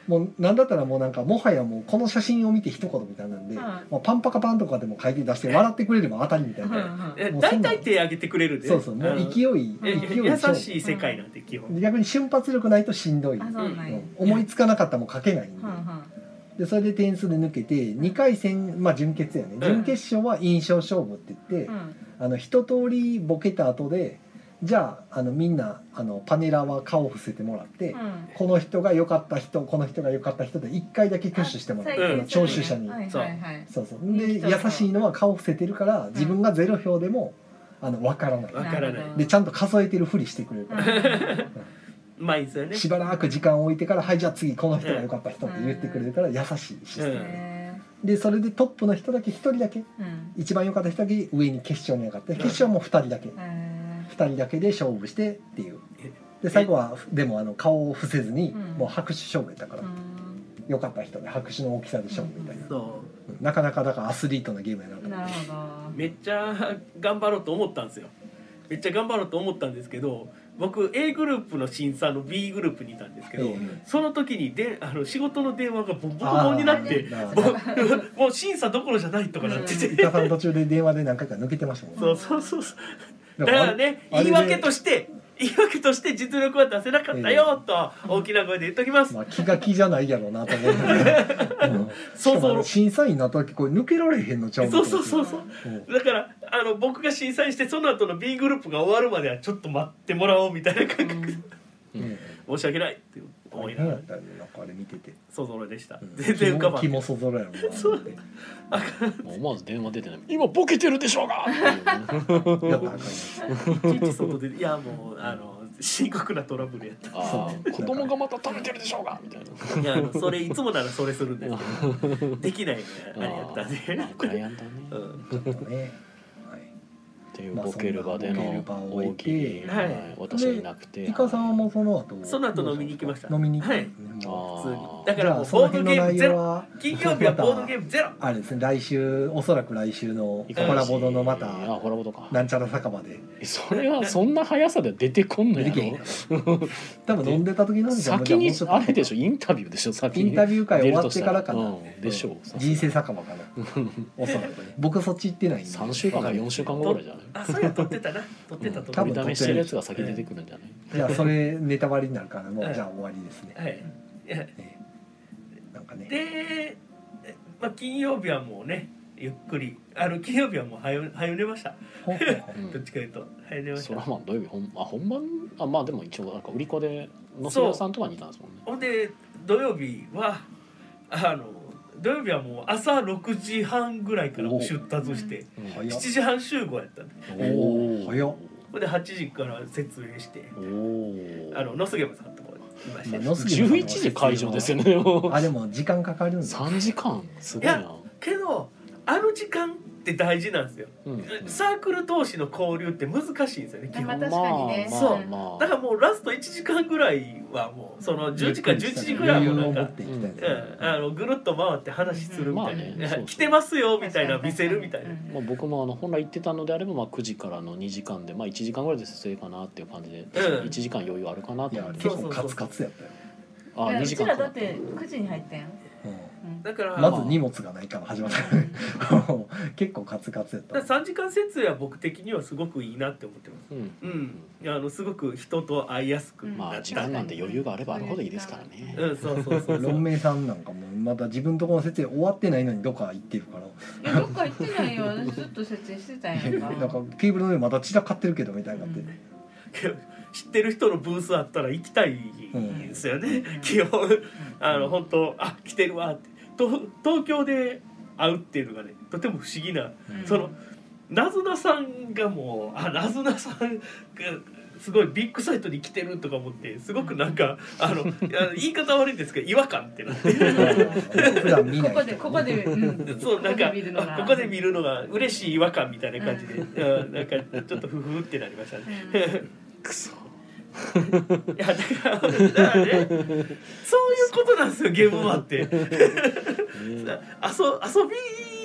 C: もうなんだったらもうなんかもはやもうこの写真を見て一言みたいなんで、
E: うん
C: もうパンパカパンとかでも書いて出して笑ってくれれば当たりみたい
E: うんう
C: な、
E: ん
A: え
C: もうそ
A: 大
C: んな
A: 体手挙げてくれるで
C: そうそうもう勢い、
A: え
C: 勢い
A: 優
C: 勝
A: しい
C: 負
A: 世界なんて基本、
C: 逆に瞬発力ないとしんどい、
E: あそうなんや
C: うん思いつかなかったらもう書けないんで,、
E: うんうん
C: でそれで点数で抜けて2回戦まあ準決やね、
A: ん
C: 準決勝は印象勝負って言って、
E: うん
C: あの一通りボケた後でじゃああのみんなあのパネラーは顔を伏せてもらって、
E: うん
C: この人が良かった人この人が良かった人で一回だけ挙手してもらう、
A: あ
C: この聴取者に、
E: はいはいはい
C: そうそうで
E: いい人だ
C: 優しいのは顔伏せてるから自分がゼロ票でもあの分からない、
A: わからない
C: でちゃんと数えてるふりしてくれる
E: う
C: か
E: ん
C: ら、
A: まあいいですよね
C: しばらく時間を置いてから「はいじゃあ次この人が良かった人」って言ってくれるから優しいシステム、
E: へ
C: でそれでトップの人だけ1人だけ
E: ーうん
C: 一番良かった人だけ上に決勝に上がって決勝も2人だけ、
E: へ
C: 2人だけで勝負してっていう
A: え
C: で最後はでもあの顔を伏せずに
E: うん
C: もう拍手勝負やったか
E: ー
C: ら、
E: うん
C: 良かった人で拍手の大きさで勝負みたいな、
A: そ
C: なかなかだからアスリートのゲームやなと思
E: な
C: っ
E: る
C: て
E: ほど
A: うめっちゃ頑張ろうと思ったんですよめっちゃ頑張ろうと思ったんですけど僕 A グループの審査の B グループにいたんですけど、
C: ええ
A: その時にであの仕事の電話がボンボンボンになって
C: あー
A: ぼもう審査どころじゃないとかなってて、
C: 伊田さん途中で電話で何回か抜けてましたもん
A: そうそうそうそう
C: だ
A: だ
C: か
A: かららね
C: あれ
A: 言い訳と
C: あれで
A: して言い訳として実力は出せなかったよと大きな声で言っときます、
C: まあ気が気じゃないやろうなと思う、 うん、し
A: そうそ
C: か
A: う
C: もあの審査員になった時これ抜けられへんのちゃうの
A: そうそうそうそう
C: うん
A: だからあの僕が審査員してその後の B グループが終わるまではちょっと待ってもらおうみたいな感覚、
C: うん
A: 申し訳ないって思いな
C: 何
A: が
C: やったん
A: ら
C: やなんかあれ見てて、
A: そぞろでした、
C: うん
A: 全然浮かばん
C: 気も気もそぞろやろうなと思ってや
B: 思わず電話出てね今ボケてるでしょうがっていうね
C: ったらあかんよ
A: い ちいち外でいやもうあの深刻なトラブルやっ
B: あー子供がまた食べてるでしょうがみたいな
A: たいやあ のそれいつもならそれするんですけどできないねあれやったん
B: あーま
A: で
B: あ、クライアントはね、
A: う
B: っ
A: ん、
C: ちょっとねはい
B: ていうボケる場で
C: まあそんな
B: の
C: ボケる場を置
B: 大
C: い
B: 喜利、
C: て
A: はい
B: 私いなくて
C: イカさんはもうその後
A: その後飲みに行きました
C: 飲みに行
A: はい
C: き
B: あー
A: 普通にだからもう
C: その
A: ボード
C: 辺
A: ゲー
C: の
A: ム
C: 内
A: ゼ
C: 容
A: ロ
C: は
A: 金曜日はボードゲーム ゼロ
C: あれですね来週おそらく来週の
B: イカ
C: コラボドのま
B: あ
C: た
B: コラボとか
C: なんちゃら酒場で
B: それはそんな速さで出てこんの
C: 出
B: や
C: て
B: ろ
C: けへんやろ 多分飲んでた時なんですよ
B: 先に
C: じゃあ
B: あ
C: もうちょっと
B: れでしょインタビューでしょ先
C: イ
B: に
C: ンタビュー会終わってからか
B: 出る
C: な
B: としたらうんでしょう
C: 人生酒 場かなおそらくね僕そっち行ってないんで
B: 3週間か4週間後ぐらいじゃない
A: あそうや撮ってたな撮ってたと
C: 多
B: 取
A: 思
C: 分
A: う
B: りだ
C: 撮
B: めして
C: ってる
B: るやつが先出てくるんじゃない
C: じゃあそれネタ割りになるからも
A: は
C: う
A: い
C: じゃあ終わりですね
A: はいいや
C: ええなんかね
A: で、えまあ、金曜日はもうねゆっくりあの金曜日はもう早う早う寝ました
C: ほんほんほん
A: どっちかというと早う寝まし
B: そ
A: た
B: らまあ土曜日本あ本番あまあでも一応なんか売り子で野瀬屋さんとかにいたんですもんね
A: ほんで土曜日はあの土曜日はもう朝6時半ぐらいから
C: おお
A: 出発して
C: 早
A: 7時半集合やったんで
C: おお早っ
A: ほんで8時から説明して
B: おお
A: あの野杉山さんとこいました
C: まあ
A: ね
C: 野杉さんの
B: 11時会場ですよね
C: あでも時間かかるんだ
B: 3時間すごい
A: い
B: な
A: やけどあの時間って大事なんですよ
B: うんうん
A: サークル同士の交流って難しいんですよね基
E: まあ
A: 本
E: 確かにね
B: まあ
A: そう
B: まあまあ
A: だからもうラスト1時間ぐらいはもうその10時か11時ぐらいは
C: 余
A: もう
C: 裕
A: な
C: を持
A: んか
C: っていきたいです
A: う
C: ね
A: んあのぐるっと回って話するみたいな、
B: うんまあねそうそう
A: 来てますよみたいな見せるみたいな、
E: うん
B: まあ、僕もあの本来行ってたのであればまあ9時からの2時間でまあ1時間ぐらいで節制かなっていう感じで
A: うん
B: 1時間余裕あるかなと
C: い
B: 思っ
C: や
B: て
C: 結
A: そう
C: 構
A: そう
C: カツカツやったよ、
B: あ
E: いや
B: 2
E: う
B: 時
E: ち
B: 間
E: ら
B: かか
E: だ
B: っ
E: ったて9時に入ったやん。うん
A: だから、
C: うんまず荷物がないから始まったから ね結構カツカツやった
A: だから3時間設営は僕的にはすごくいいなって思ってます
B: うん
A: うんいやあのすごく人と会いやすく
E: うん
B: ま
A: な
B: あ
A: っ
B: 時
A: た、う
B: 間
A: ん
B: なんで余裕があればあるほどいいですからね
A: そうそうそうそ
C: 論
A: う
C: 明さんなんかもまだ自分とこの設営終わってないのにどっか行ってるから
E: いやどっか行ってないよ。私ずっと設営してたんやんか。
C: なんかケーブルの上まだ散らかってるけどみたいになって、
E: うん
A: けど 知ってる人のブースあったら行きたいですよね、
E: うん
A: 基本あの本当あ来てるわってと東京で会うっていうのがねとても不思議な
E: うん
A: そのなずなさんがもうあなずなさんがすごいビッグサイトに来てるとか思ってすごくなんかあのいや言い方悪いんですけど違和感ってなって
C: 普段見な
E: こ
C: い
E: こでここで、う ん、
A: そうなんか
E: ここで見るのが
A: あここで見るのが嬉しい違和感みたいな感じで、うんなんかちょっとふふってなりましたね。
B: くそ
A: いやだからだからねそういうことなんですよゲームマって
B: ね
A: あそ遊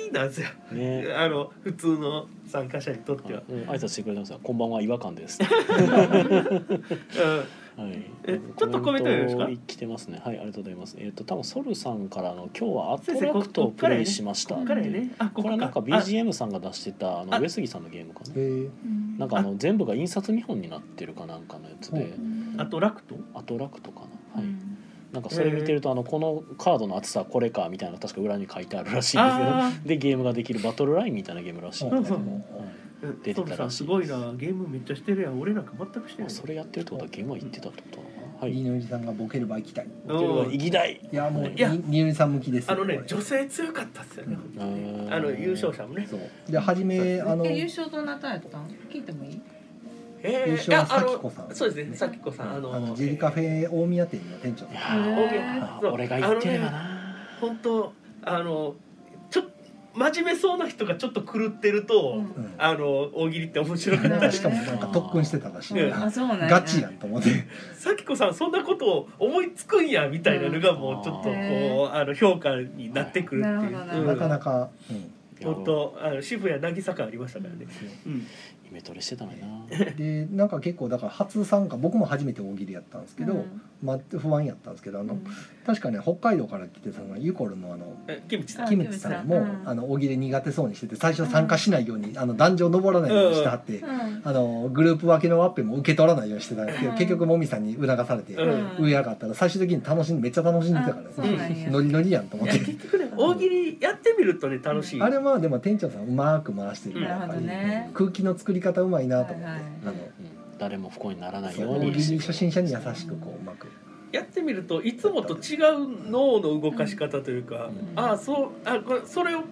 A: びなんですよ
B: ね
A: あの普通の参加者にとっては。
B: うん挨拶してくれてますよこんばんは違和感です。
A: うん
B: はい。
A: えちょっとコメントよろしいですか
B: 来てますね。はい、ありがとうございます。えっ、と、多分ソルさんからの、今日はアト
A: 先生
B: ラ
A: こ
B: クトを
A: こっ
B: プ
A: からや
B: レイ
A: ね
B: しました。
A: こっからやね。あこ
B: こ
A: こ
B: れなんか
A: あ
B: BGM さんが出してたあの
A: あ
B: 上杉さんのゲームかな
C: えー
B: なんかあの全部が印刷見本になってるかなんかのやつ
C: ほ
B: で
C: う
A: あとラクト
B: アトラクトかな、はい、なんかそれ見てるとあのこのカードの厚さはこれかみたいな確か裏に書いてあるらしいんですけど
A: あ
B: でゲームができるバトルラインみたいなゲームらしいんで
A: そうそう
B: はい出てたらしいです
A: さんすごいなゲームめっちゃしてるやん俺なんか全くして
B: まあ
A: ない
B: それやってるってことはゲームは言ってたってことなのかなはい
C: 二のりさんがボケれば行きたいい
B: ということ
A: うん
B: で行きたい
C: やもう
B: い
A: や
C: に二のりさん向きです
A: あのね
C: これ
A: 女性強かったっすよね本当にねあの優勝者もね
C: そうで初めあの
E: え優勝どなたやったん聞いてもいい
A: え
C: 優
A: ー、い
C: 勝は
A: やあ
C: 咲子
A: の
C: さん
A: そうですねさきこさんあの
C: あのジェリカフェ大宮店の店長
B: い
C: さ
B: や
C: ん
B: ー
E: へ
A: ーそう
B: 俺が言ってればな
A: 本当あのちょ真面目そうな人がちょっと狂ってると、
E: うん
C: うん
A: あの大喜利って面白く
E: な
A: な
E: るほ
A: い
E: ど
C: しかもなんか特訓してたらしい
A: ね
E: あそうなんや
C: ガチやんと思って
A: 咲子さんそんなことを思いつくんやみたいなのがもうちょっと
E: うんへ
A: こうあの評価になってくるっていう
E: なるほどなるほど
A: うん
C: なかなか、うん
A: 本当あの渋谷渚感ありましたからね、うん
B: イメトレしてたのにな
C: でなんか結構だから初参加僕も初めて大喜利やったんですけど、
E: うん
C: まあ、不安やったんですけどあの、確かね北海道から来てたのはユコルのあの
A: えキムチさん
E: あ
C: キムチさん
E: キ
C: も
E: ムチさんうん
C: あの大喜利苦手そうにしてて最初参加しないように、あの壇上登らないようにしてはって、
E: うん
C: あのグループ分けのワッペンも受け取らないようにしてたんですけど、
E: うん
C: 結局もみさんに促されて、
A: うん
C: 上上がったら最終的に楽しんでめっちゃ楽しんでたからね
E: あ、そうなんや
C: ノリノリやんと思
A: い
C: っ
A: や
C: て
A: 結。局ね大喜利やってみるとね楽しい
C: あれはでも店長さんうまく回してるからやっ
A: な
E: るほ
C: ぱ
E: ど
C: り、
E: ね
C: 空気の作り方うまいなと思って、
E: はいはい
C: あの
B: うん誰も不幸にならない
C: そ
B: よ
C: う
B: う
C: 大
B: に
C: 喜利初心者に優しくこううまく
A: やってみるといつもと違う脳の動かし方という
B: う
A: か、
B: ん
A: ああそうあこれそれを考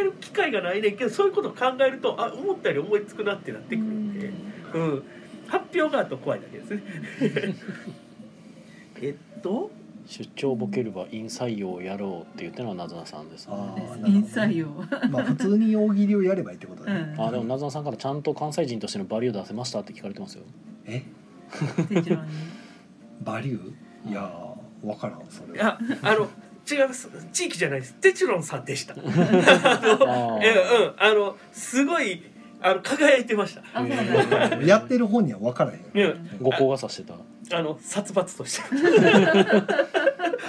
A: える機会がないねんけどそういうことを考えるとあ思ったより思いつくなってなってくるんで、うん発表があると怖いだけですね。 えっと
B: 出張ボケればイン採用をやろうって言ってるのはなずなさんですね
C: あー
E: インサイを
C: まあ普通に大喜利をやればいいってことだね、
E: うん
B: あでもなずなさんからちゃんと関西人としてのバリュー出せましたって聞かれてますよ
C: え
E: 手順に
C: バリューいやーわからんそ
A: い
C: れは
A: やあの違います地域じゃないですテチロンさんで した。
B: あ
A: えうんあのすごいあの輝いてました。
E: あそうなんや
C: やってる本にはわからへん
A: いや
E: うん
B: ご高がさして た
A: あの殺伐として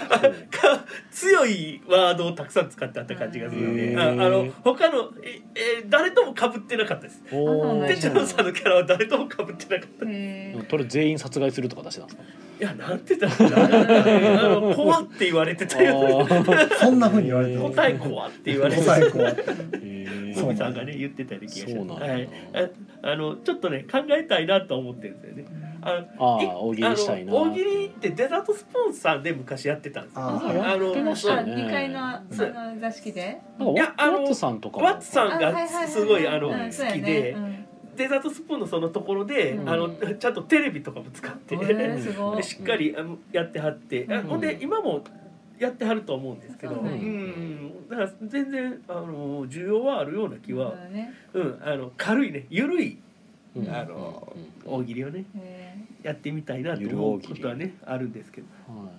A: あか強いワードをたくさん使ってあった感じがするの
B: へ
A: で、ああ
B: ー
A: の他のええー誰とも被ってなかったです。
E: おー
A: テチロンさんのキャラは誰とも被ってなかった。い
E: へー
B: それ全員殺害するとか出してたんですか
A: やなんてだろうなあの怖って言われてたよ。
C: そんな風に言われ てる
A: 答え怖って言われてた
C: 答。えこう
A: ふ
C: そうなん
A: み
C: だ
A: さんがね言ってたような気がし
B: そうなん
A: ます。
B: だ
A: はい。ああのちょっとね考えたいなとは思ってるんですよね。あの
B: ああ
A: い
B: 大喜利したいな
A: あの大喜利ってデザートスポンサーで昔やってたんですよ。
C: あ
E: そう
A: あの
B: やってましたよね
E: 二階のあ
A: そう
E: の座敷で
B: なん
A: いや
B: か
A: あ
B: ワ
A: の
B: ワッツさんとか
A: ワッツさ
E: あ
A: ん
E: はいは
A: が
E: いはい
A: すごいあの
E: うんそうや
A: 好
E: ね
A: きで
E: うん
A: デザートスプーンのそのところで、
E: うん
A: あのちゃんとテレビとかも使って、
E: へー すごい
A: しっかりあのやってはって、あ
E: うん
A: ほんで今もやってはると思うんですけど、
E: そううんなんや
A: だから全然あの需要はあるような気
E: そう
A: は、
E: だね
A: うん、あの軽いね緩い
B: うん
A: あの
B: うん
A: 大喜利をね
E: へ
A: やってみたいなと
B: ゆる
A: 思
B: 大
A: う
B: 喜利
A: ことはねあるんですけど
B: は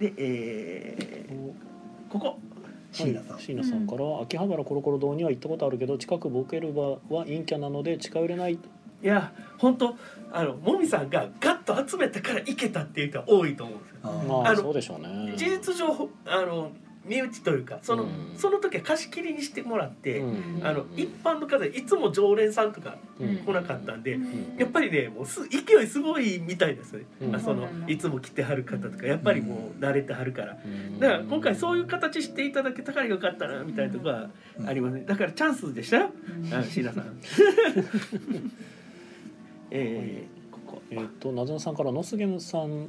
A: で、え
B: い
A: ーここ
C: 椎名さん
B: 椎名さんからは、秋葉原コロコロ堂には行ったことあるけど近くボケる場は陰キャなので近寄れない
A: いや本当あのもみさんがガッと集めたからいけたっていう人は多いと思うんですよ。
C: あー
B: まあ
A: あの
B: そうでしょうね
A: 事実上あの身内というかその,、
B: うん
A: その時は貸し切りにしてもらって、
B: うん
A: あの一般の方いつも常連さんとか
B: うん
A: 来なかったんで、
E: うん
A: やっぱりねもうす勢いすごいみたいですよね、
B: うん
A: あそ
E: そう
A: の
E: なんだ
A: いつも来てはる方とかやっぱりもう慣れてはるから。
B: うん
A: だから今回そういう形していただけたからよかったなみたいなとこはありますねだからチャンスでしたよ
E: ー
A: あ椎名 さん えー、ここ
B: えっ、となずなさんからノスゲムさん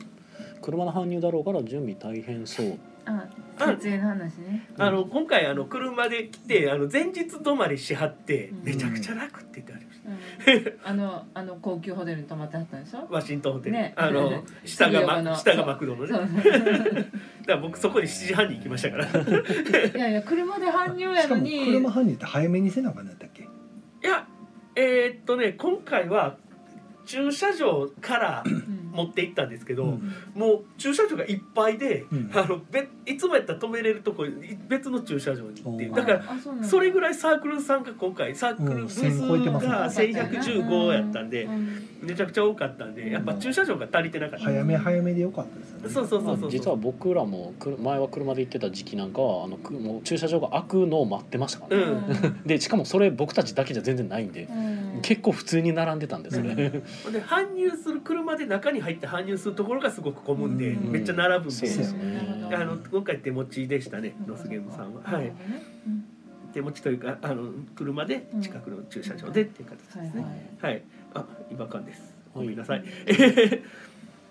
B: 車の搬入だろうから準備大変そう
E: あ撮影の話ね
A: あの今回あの車で来てあの前日泊まりしはって
E: うん
A: めちゃくちゃ楽って言ってありまし
E: うんあのあの高級ホテルに泊まってはったんでしょ
A: たワシントンホテル、
E: ね
A: あの下が、
E: そう
A: ま、
E: よ
A: 下がマクドのね
E: そ
A: だか
E: う
A: ら僕そこに7時半に行きましたから い
E: いやいや車で搬入や
C: しか
E: の
C: も
E: に
C: 車搬入って早めにせなあかんのやったっけ
A: やえーっとね今回は駐車場 から
E: うん
A: 持って行ったんですけど、
C: うん
A: もう駐車場がいっぱいで、
C: うん
A: あのべいつもやったら止めれるとこ別の駐車場に行って
C: おー
A: だから
E: あそうなんだ
A: それぐらいサークルさんが今回サークルブース
C: うん1000超えてますね
A: が1115やったんで
E: う、ん
A: めちゃくちゃ多かったんでやっぱ駐車場が足りてなかった、
C: 早め早めでよかったですよね
A: そうそうそう
B: ま
A: そ
B: あ
A: う
B: 実は僕らもくる前は車で行ってた時期なんかはあのくもう駐車場が開くのを待ってましたから
A: う
B: ね、
A: ん
B: でしかもそれ僕たちだけじゃ全然ないんで、
E: うん
B: 結構普通に並んでたんですね、
A: で搬入する車で中に入って搬入するところがすごく混むんで、
E: うん
A: めっちゃ並ぶんで、
B: そうですね
E: うん
A: あの今回手持ちでしたねロスゲームさんは、はい、手持ちというかあの車で近くの駐車場でっていう形ですね、
E: はい
A: はいあ違和感ですごめんなさい、
E: はい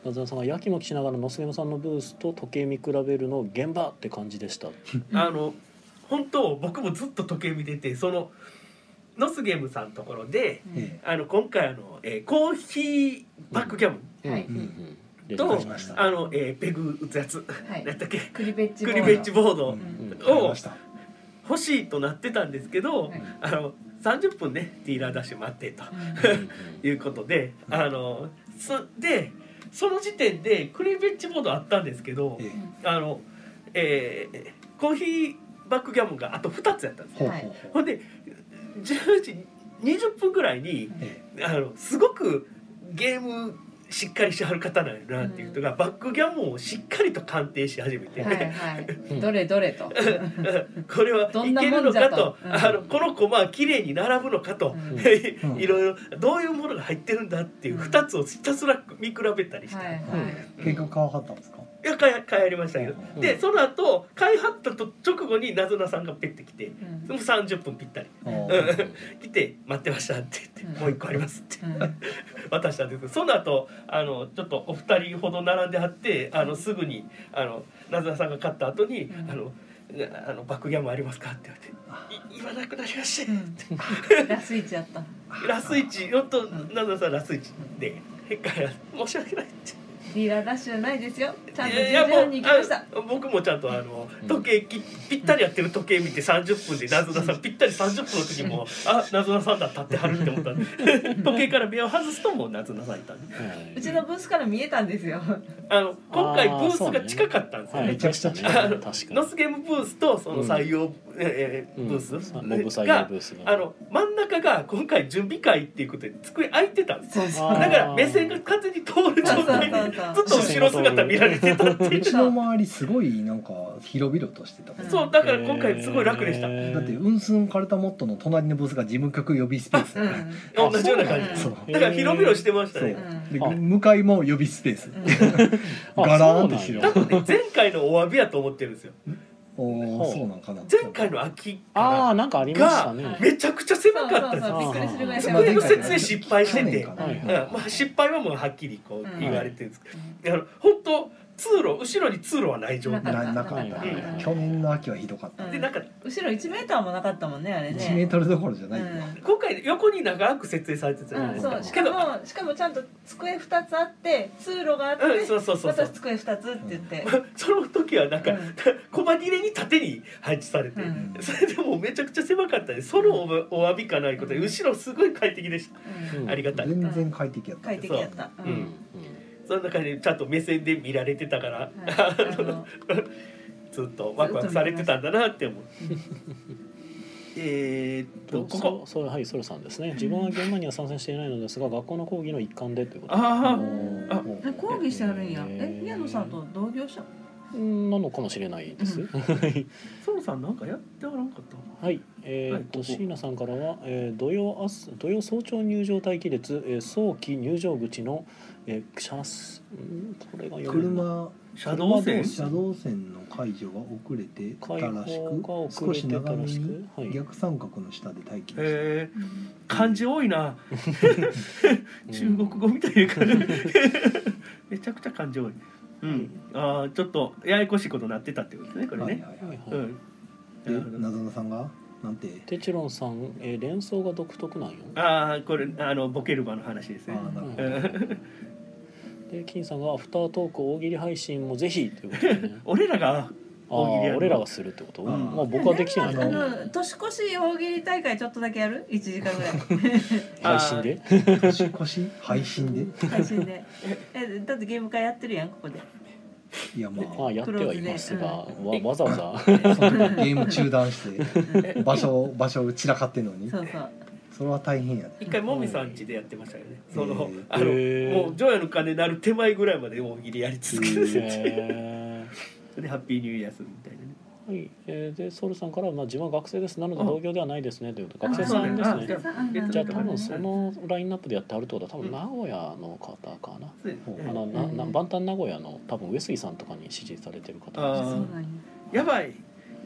B: 松田さんがやきもきしながらのすげもさんのブースと時計見比べるの現場って感じでした。
A: あの本当僕もずっと時計見ててそのノスゲームさんのところで
C: え
A: あの今回あの、えーコーヒーバックキャブン、
E: はい
B: うんうんうん
A: と
C: え、
A: う
C: わ
A: ん
C: かりました。
A: あの、えーペグ打つやつ
E: はい
A: 何だっけ
E: クリベッジ
A: クリベッジボー
C: う
A: ド、
C: ん
B: うん
C: わかりました。
A: 欲しいとなってたんですけど、
E: はい
A: あの30分ねディーラー出して待ってと
B: うんうん
A: いうことで、あのそでその時点でクリベッジボードあったんですけど、
C: ええ
A: あのえーコーヒーバックギャモンがあと2つやったんです
C: ほ
A: よ
C: うほうほ
A: ほ
C: う。
A: んで10時20分ぐらいに
C: え
A: あのすごくゲームしっかりしはる方なんやなっていう人が、バックギャモンをしっかりと鑑定し始めて、
E: はいはいどれどれと
A: これは
E: ど
A: い
E: んな
A: け
E: も
A: る
E: ん
A: の
E: じゃ
A: か
E: と
A: と、
E: うん
A: あのこの駒は綺麗に並ぶのかと、
E: うん
C: うん
A: いろいろどういうものが入ってるんだっていう
E: うん
A: 2つをひたすら見比べたりして、、
E: はいい
C: え結局買わはったんですか。
A: や買い買いありましたけど、
C: うん
A: でその後買いはったと直後になぞなさんがペッて来て。
E: うん
A: もう30分ぴったり
C: うん
A: うん来て待ってましたって言って、
E: うん
A: もう一個ありますって
E: うんうん
A: 渡したんですけどその後あのちょっとお二人ほど並んであってあのすぐにあのなずなさんが勝った後に、
E: うん
A: あのああのバックギャモンありますか?」って言われて「い今なくなりました」
E: ラスイチやった
A: ラスイチ本当なずなさんラスイチで変化や申し訳ないって。
E: ディーラーラッシュじゃないですよちゃんと
A: い
E: 順
A: やいや
E: 々に行きました
A: もうあ僕もちゃんとあの
B: うん
A: 時計きぴったりやってる時計見て30分でなずなさんぴったり30分の時もあなずなさんだ立ってはるって思ったんで 時計から目を外すともうなずなさんいたんで
B: はいう
E: ちのブースから見えたんですよ
A: あの今回ブ
B: あー
A: ースが近かったんですよ
B: はい
A: ね
C: めちゃくちゃ
B: ね
C: 近
A: い
B: あの確かに
A: ノスゲームブースとその採用、ええ
B: うん
A: ブース、
B: さモブ採用
A: が
B: ブースが
A: あの真ん中が今回準備会っていうことで机空いてたんですよ
E: そうそう
B: あー
A: だから目線が完全に通る状態でず
E: そう
A: っ
E: そう
A: と後ろ姿見られてたってい
C: う
A: う
C: ちの周りすごいなんか広々としてたから。
E: ん
A: そうだから今回すごい楽でした、
B: へー
C: だってうんすんカルタモットの隣のブースが事務局予備スペース
E: う
C: だから。
E: ん
A: 同じような感じ
E: あ
A: で
C: そ
A: す
C: う。
A: だから広々してました
C: そう。
A: ね
C: で
B: あ
C: 向かいも予備スペース。
B: あ
C: ガラーンって
B: そう
C: 広
B: ないん。や
A: 多分ね前回のお詫びやと思ってるんですよ
C: お
B: ほう
C: お、そうなんかな。
A: 前回の秋
B: あ
A: か
B: あなんかありましたね
E: が
A: らめちゃくちゃ狭かったんです
E: そうそう
A: よ
E: そうびっくりするぐらい
A: 机
E: 狭い
A: の設営失敗してて、
C: 去
A: うん
C: 年
E: かな
A: まあ、失敗はもうはっきりこう言われてるんですけ
E: うん
A: ど、あの本当通路後ろに通路はない状態
C: ななかった
B: はいはいはい
C: 去年の秋はひどかった
E: う。ん
A: でなんか
E: 後ろ1メーターもなかったもんねあれね
C: 1メートルどころじゃないよ。
A: 今回横に長く設営されてたじゃない
E: うん、
A: ですか、
E: そうしかもしかもちゃんと机2つあって通路があって、
A: うんそうそうそう
E: ま
A: そ
E: た
A: う
E: 机2つって言って、
A: その時はなんか、
E: うん
A: 駒切れに縦に配置されて、
E: うん
A: それでもうめちゃくちゃ狭かったですそのおお詫びかないことで
E: うん
A: 後ろすごい快適でした、
E: うん
B: うん
A: ありがたい、
C: 全然快適やった。
E: 快適やったう
A: う
B: うん
A: んその中でちゃんと目線で見られてたから、
E: はいあの
A: ずっとワクワクされてたんだなって思うえーっ
B: う
A: と
B: ん
A: こ
B: そ
A: こ
B: うそうはいソルさんですね自分は現場には参戦していないのですが学校の講義の一環でということ
A: あ
C: お
A: あ
C: ー
A: あ
C: おー
E: え講義してあるんやえ
B: へー
E: 宮野さんと同業者
B: うんなのかもしれないです、
E: う
A: ソロさんなんかやってはらんかった
B: はい、えー
A: はい
B: っと
A: ここ
B: 椎名さんからは、えー、土曜明日土曜早朝入場待機列、えー、早期入場口の、えー、車んこれが読めるの
C: 車
A: 車道線
C: 車道線の解除が遅れてたらし
B: 開放が
C: く
B: 遅
C: 少
B: れて
C: した長め
B: らし
C: に
B: くはい
C: 逆三角の下で待機した、
A: えー漢字多いな中国語みたいな感 じめちゃくちゃ感情多い。うん、ああちょっとややこしいことなってたってことねこれ
C: はい
A: ね。
C: はいはい
B: うん
A: うん。なるほ
C: で
A: ど
C: 謎のさんがなんて
B: テチロンさん、えー、連想が独特なんよ
A: ああこれあのボケルバの話です
C: あ
A: ね。
C: ーなるほ
A: う
C: ど
A: ん
B: で金さんが「アフタートーク大喜利配信もぜひ」ということで ね
A: 俺らが
B: あ
A: 大喜利や
B: ー
A: る
B: 俺らがするってこと、
C: うん
B: まあ僕はできてない
E: あ
B: からね
E: の年越し大喜利大会ちょっとだけやる1時間ぐらい
B: 配信で
C: 年越し配信で
E: 配信でえだってゲーム会やってるやんここで
C: いやま
B: ああやってはいますが、わわざわざ
C: あそのゲーム中断して場所を場所を散らかってんのに
E: そうそう
C: それは大変やで
A: 一回もみさん家でやってましたよね。その
C: へー
A: あ
B: へー
A: のもうジョヤの鐘鳴る手前ぐらいまで大喜利やり続けるっていう。
B: え
A: でハッピーニューイヤースみたいなね。
B: ーはいえーでソルさんからは、まあ、自分は学生ですなので
A: あ
B: 同業ではないですねということ
A: あ
B: 学生さんで
A: そ
B: す
A: うねあ
B: ね
A: じゃあ
B: じゃあ
A: 別
B: 多
A: の
B: 分
A: と
B: そ
A: こね
B: のラインナップでやってあるってことは多
A: う
B: 分
A: ん
B: 名古屋の方かな、
A: そうです
C: う
A: ね
C: ん
B: あのなな
E: うん
B: 万端名古屋の多分上杉さんとかに支持されてる方
E: そ
A: あ
E: う
A: ー
E: なんや
A: やばい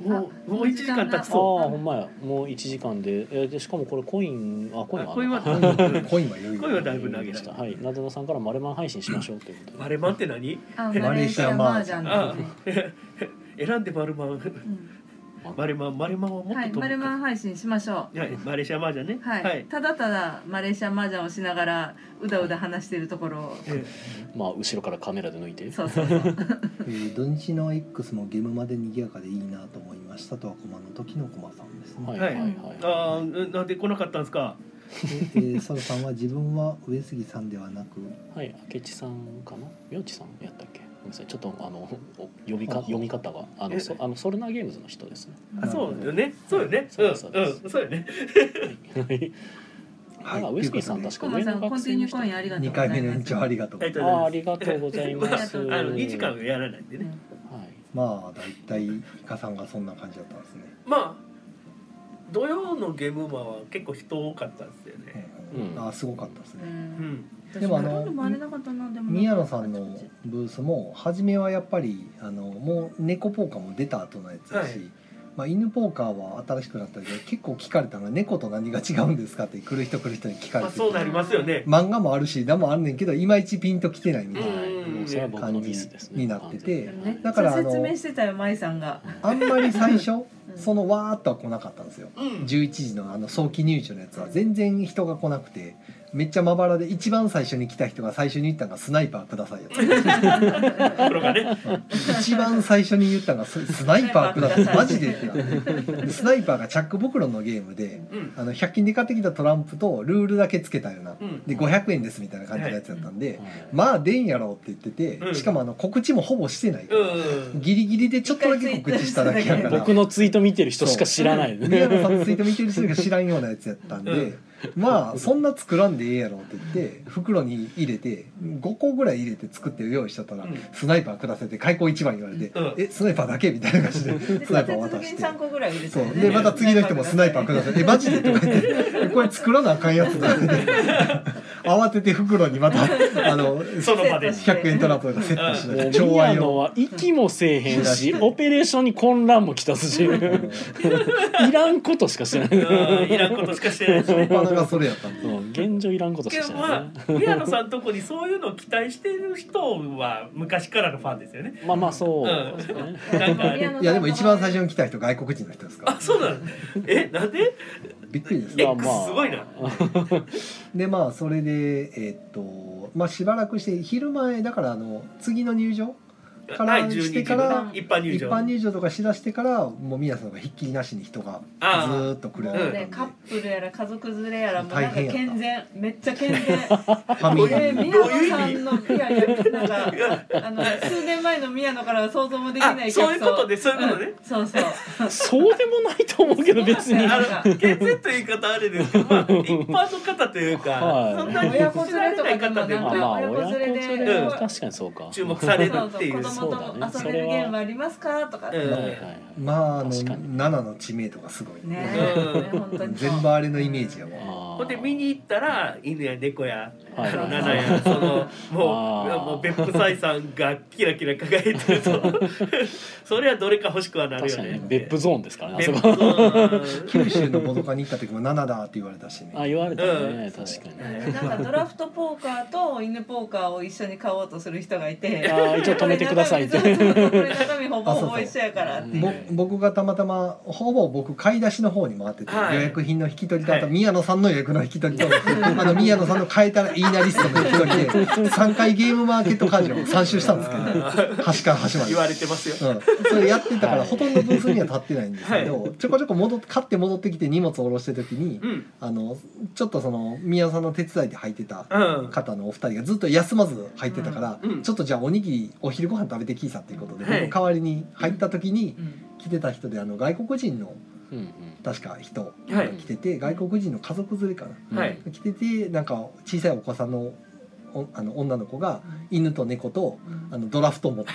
A: もうもう1時間経ち
B: ああ
A: そ
B: ほんまやもう1時間で,、えーでしかもこれコインあコイン
A: う
B: は
A: これは
C: コインは余裕
A: これはだいぶ投げ
B: ました
A: た
B: はいなでなさんから丸マン配信しましょうという ことで
A: マレマンって何
E: あ
C: マ
E: マ
C: レ
E: レ
C: ー
E: ー
C: シ
E: シ
C: ア
E: ア
C: 麻
E: マ
C: 雀
E: ージャン
A: あ
E: ですね。
A: 選んでマルマン
E: うん
A: マレマンマレマンはもっと
E: はい、
A: 飛ぶ
E: マレマン配信しましょう。
A: はいマレーシアマージャンね
E: はい、ただただマレーシアマージャンをしながらうだうだ話してるところを。
A: え
B: まあ後ろからカメラで抜いて
E: そうそうそう。
C: えー土日の X もゲームまで賑やかでいいなと思いましたとはコマの時のコマさんですね、
B: はいは
A: はいい
B: はい
A: あーなんで来なかったんですか
C: えー、サルさんは自分は上杉さんではなく
B: はい、明智さんかな、明智さんやったっけ。ごめんなさい、ちょっとあのお読み
C: は
B: か
C: あ
B: 読み方があの
A: え
B: そあのソルナーゲームズの人ですね。
A: あそうよねそうよねう
B: そ
A: ん
B: う
A: う
B: ですそうです
A: んそうよね
B: はい。
C: はい
B: あ、ウエスキーさん確か
E: コマ
B: 上
E: さん
B: の
E: コ
B: 学
E: ンティ
B: 生
E: ニ
B: の
E: ュー
B: 人。
E: コインありがとう
C: 2
E: ござい
C: 回
E: ま
C: 目
E: す。
C: の延長ありがとう
A: ありがとうござい
B: あ、ありがとうございま
E: あ
B: す。
E: り
A: あの2時間
B: は
A: はやらないんでね
B: い。
C: まあだいたいイカさんがそんな感じだったんですね、
A: まあ土曜のゲームマは結構人多かったんですよね
B: うん
C: あーすごかったです
E: う。
C: ね、
A: うんん
C: でもあの
E: 私もあれなかったなでも
C: 宮野さんのブースも初めはやっぱりあのもう猫ポーカーも出た後のやつだし、
A: はい
C: まあ、犬ポーカーは新しくなったけど結構聞かれたのが猫と何が違うんですかって来る人来る人に聞かれ
A: まあ
C: てて
A: そうなりますよね
C: 漫画もあるし何もあんねんけどいまいちピンときてないみたいな。
B: はい。もうそれは僕のミスですね。
C: になってて
B: 完全に
E: ね
C: だからあの
E: 説明してたよ舞さんが。
C: あんまり最 初
E: うん
C: そのわーっとは来なかったんですよ
A: うん
C: 11時のあの早期入場のやつは全然人が来なくてめっちゃまばらで一番最初に来た人が最初に言ったのが「スナイパーください」やった
A: プロがね
C: 一番最初に言ったのがス「スナイパーください」マジでってなってでスナイパーがチャック袋のゲームで
A: うん
C: あの100均で買ってきたトランプとルールだけつけたような
A: うん
C: で500円ですみたいな感じのやつだったんで
B: はい
C: まあ出んやろうって言って
A: う
C: て
A: ん
C: しかもあの告知もほぼしてない
A: うん
C: ギリギリでちょっとだけ告知しただけやから
B: 僕のツイート見てる人しか知らない。
C: 宮野さんのツイート見てる人が知らんようなやつやったんで、
A: うん
C: まあそんな作らんでええやろって言って袋に入れて5個ぐらい入れて作って用意しちゃったら、
A: うん
C: スナイパーくださいって開口一番言われて「
A: うん
C: えスナイパーだけ?」みたいな感じで
E: で
C: スナイパー渡
E: 立て続け
C: し
E: に
C: て。
E: 三個ぐらい売れて
C: そ
E: るね
C: うでまた次の人も「スナイパーください」「えマジで?」とか言って「これ作らなあかんやつだ」って慌てて袋にまたあの
A: その場で
C: 100円トラップがセットし
B: も
C: な
B: う
C: い調
B: 宮
C: 和
B: 野
C: 用
B: は息もせえへん し、オペレーションに混乱もきた すし、いらんことしかしてない。
A: うんいらんことしかしてないです ね
C: パナがそれやったんで
B: うん現状いらんことし
A: け
B: か
A: ど
B: してない
A: ま
B: ね。
A: あ宮野さんとこにそういうのを期待してる人は昔からのファンですよね。
B: まあまあそう
A: うん
B: ですね。
A: なんか
E: 宮野さんの
C: いやでも一番最初に来た人外国人の人ですから
A: あそうなの。えなんで？
C: びっくりです
B: いや
C: ね
B: まあ
A: X すごいな。
C: でまあそれでえっとまあしばらくして昼前だからあの次の入場から
A: はい12
C: して
A: 時
C: から
A: の一般入
C: 一
A: 場。
C: 般入場とかしだしてからもう皆さんがひっきりなしに人がず
A: ああ
C: ーっと来る
E: も
C: よ
E: う
C: うにな
E: ね
C: った
E: カッ
C: んで
E: プルやら家族連れやらもうなんか
C: 大変や
E: 健
C: っ
E: 全めっちゃ 健全
C: ファミリ
E: え
C: ー
E: ー
C: に
E: 宮野さんのいやいやなんかあの数年前の宮野からは想像もでき
A: あ
E: ない
A: そういうことでそういうことね。
E: そうそう
B: そうでもないと思うけど別 に。
E: うん
A: あの健全という言い方あれですけど、まあ、一般の方という
B: は
A: か
B: い
A: そんなに
E: 親子
A: 知ら
E: 連れ
A: れ
E: と
A: な
E: か
A: い
E: でも
A: 方
E: なん
A: で
B: まあま
A: も
E: か
B: あ親
E: 親
B: 子
E: 子
B: 連
E: 連
B: れ
E: れ
B: で
E: で
B: うん確かにそうか。
A: 注目される
E: そう
A: ってい
E: そう
A: う
E: 子
B: そう
E: 供
B: だね
E: と遊べるゲームありますかとかって
A: うん
B: はいはいはい
C: まああの
B: 確かに
C: 7の知名度がすごい
E: ね
A: うん
E: ね本当にそう
C: 全部あれのイメージやわ
B: あー
A: ほんで見に行ったら犬や猫や
B: はいはい
A: ナナやそのも
B: あー
A: うもう別府斎さんがキラキラ輝いてるとそれはどれか欲しくはなる
B: 確
A: よ
B: かに
A: ね
B: ね別府ゾーンですからねあ
A: 別
B: そ
A: 府
B: こ。
C: 九州のボドカに行った時も7だって言われたし
B: あ
C: ね
B: 言われた
A: う
B: ね
A: ん
B: 確かに。
E: なんかドラフトポーカーと犬ポーカーを一緒に買おうとする人がいて
B: あー一応止めてくださいって
E: これ中身ほぼほぼ一緒やからって
C: ぼ僕がたまたまほぼ僕買い出しの方に回ってて、
A: はい
C: 予約品の引き取りとあと
A: はい
C: 宮野さんの予約の引き取り と、あの宮野さんの変えたらいいなリストの引き取りで3回 ゲームマーケット会場を3周したんですけど端から 端まで
A: 言。われてますよ
C: うん、それやってたから
B: はい
C: ほとんどブースには立ってないんですけど、
A: は
C: ちょこちょこ戻って買って戻ってきて荷物を下ろしてる時に、
A: うん
C: あのちょっとその宮野さんの手伝いで入ってた
A: うん
C: 方のお二人がずっと休まず入ってたから、
A: うんうん
C: ちょっとじゃあおにぎりお昼ご飯食べてきいさっていうことで、
A: はい
C: 僕代わりに入った時に
E: うん
C: 来てた人であの外国人の
B: うんうん
C: 確か人
A: は
C: が
A: い
C: 来てて、外国人の家族連れかな
B: うん
A: はい
C: 来ててなんか小さいお子さんのおあの女の子が犬と猫とあのドラフトを持って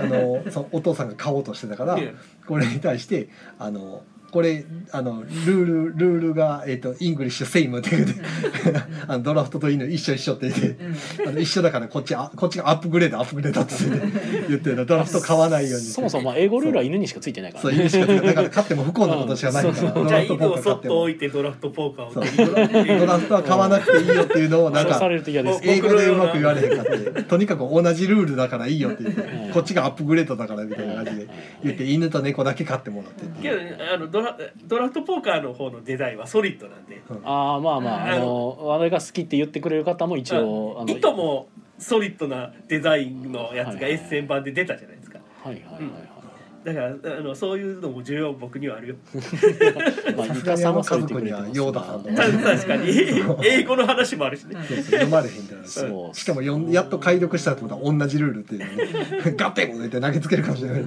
C: あのそのお父さんが買おうとしてたから
A: ね
C: これに対してあのこれあのルールルールが、えっとイングリッシュセイムって言うて あのドラフトと犬一緒一緒って言ってあの一緒だからこっちあこっちがアップグレードアップグレードって言って言ってるのドラフト買わないように
B: そもそもまあ英語ルールは犬にしかついてないから
C: そう
B: ね
C: 犬しかだから勝っても不幸なことしかないからド
A: じゃあ
C: ラフト
A: 犬
C: ポ
A: を
C: ーカ
A: そ
C: ー買っ
A: ってと
C: も
A: 置いてドラフトポーカーを
C: そう
A: 手に入れて
C: ドラフトは買わなくていいよっていうのをなん
B: そう
C: か
B: されると嫌です
A: お
C: 英語でうまく言われへんかってとにかく同じルールだからいいよって言ってこっちがアップグレードだからみたいな感じで言って犬と猫だけ飼ってもらってって
A: け
C: いう
A: どねあのドラドラフトポーカーの方のデザインはソリッドなんで
B: ああまあまああの我が好きって言ってくれる方も一応あの
A: 糸もソリッドなデザインのやつが
B: はい
A: S 0版で出たじゃないですか
B: はいはいはい
A: だからあのそういうのも重要僕にはあ るよ
B: はいまあ
C: さ
B: イ
C: す
B: カ
C: がに
B: さ
C: あ
B: んは
C: の
B: そ
C: 家
B: う言ってくれ
C: 族に
B: て
C: は
B: ます
C: ヨーダさんと
A: た確かに英語の話もあるしね
C: そうそう読まれへんってなるし
B: そう
C: しかもよんやっと解読したってことは同じルールっていうのにガテンって投げつけるかもしれない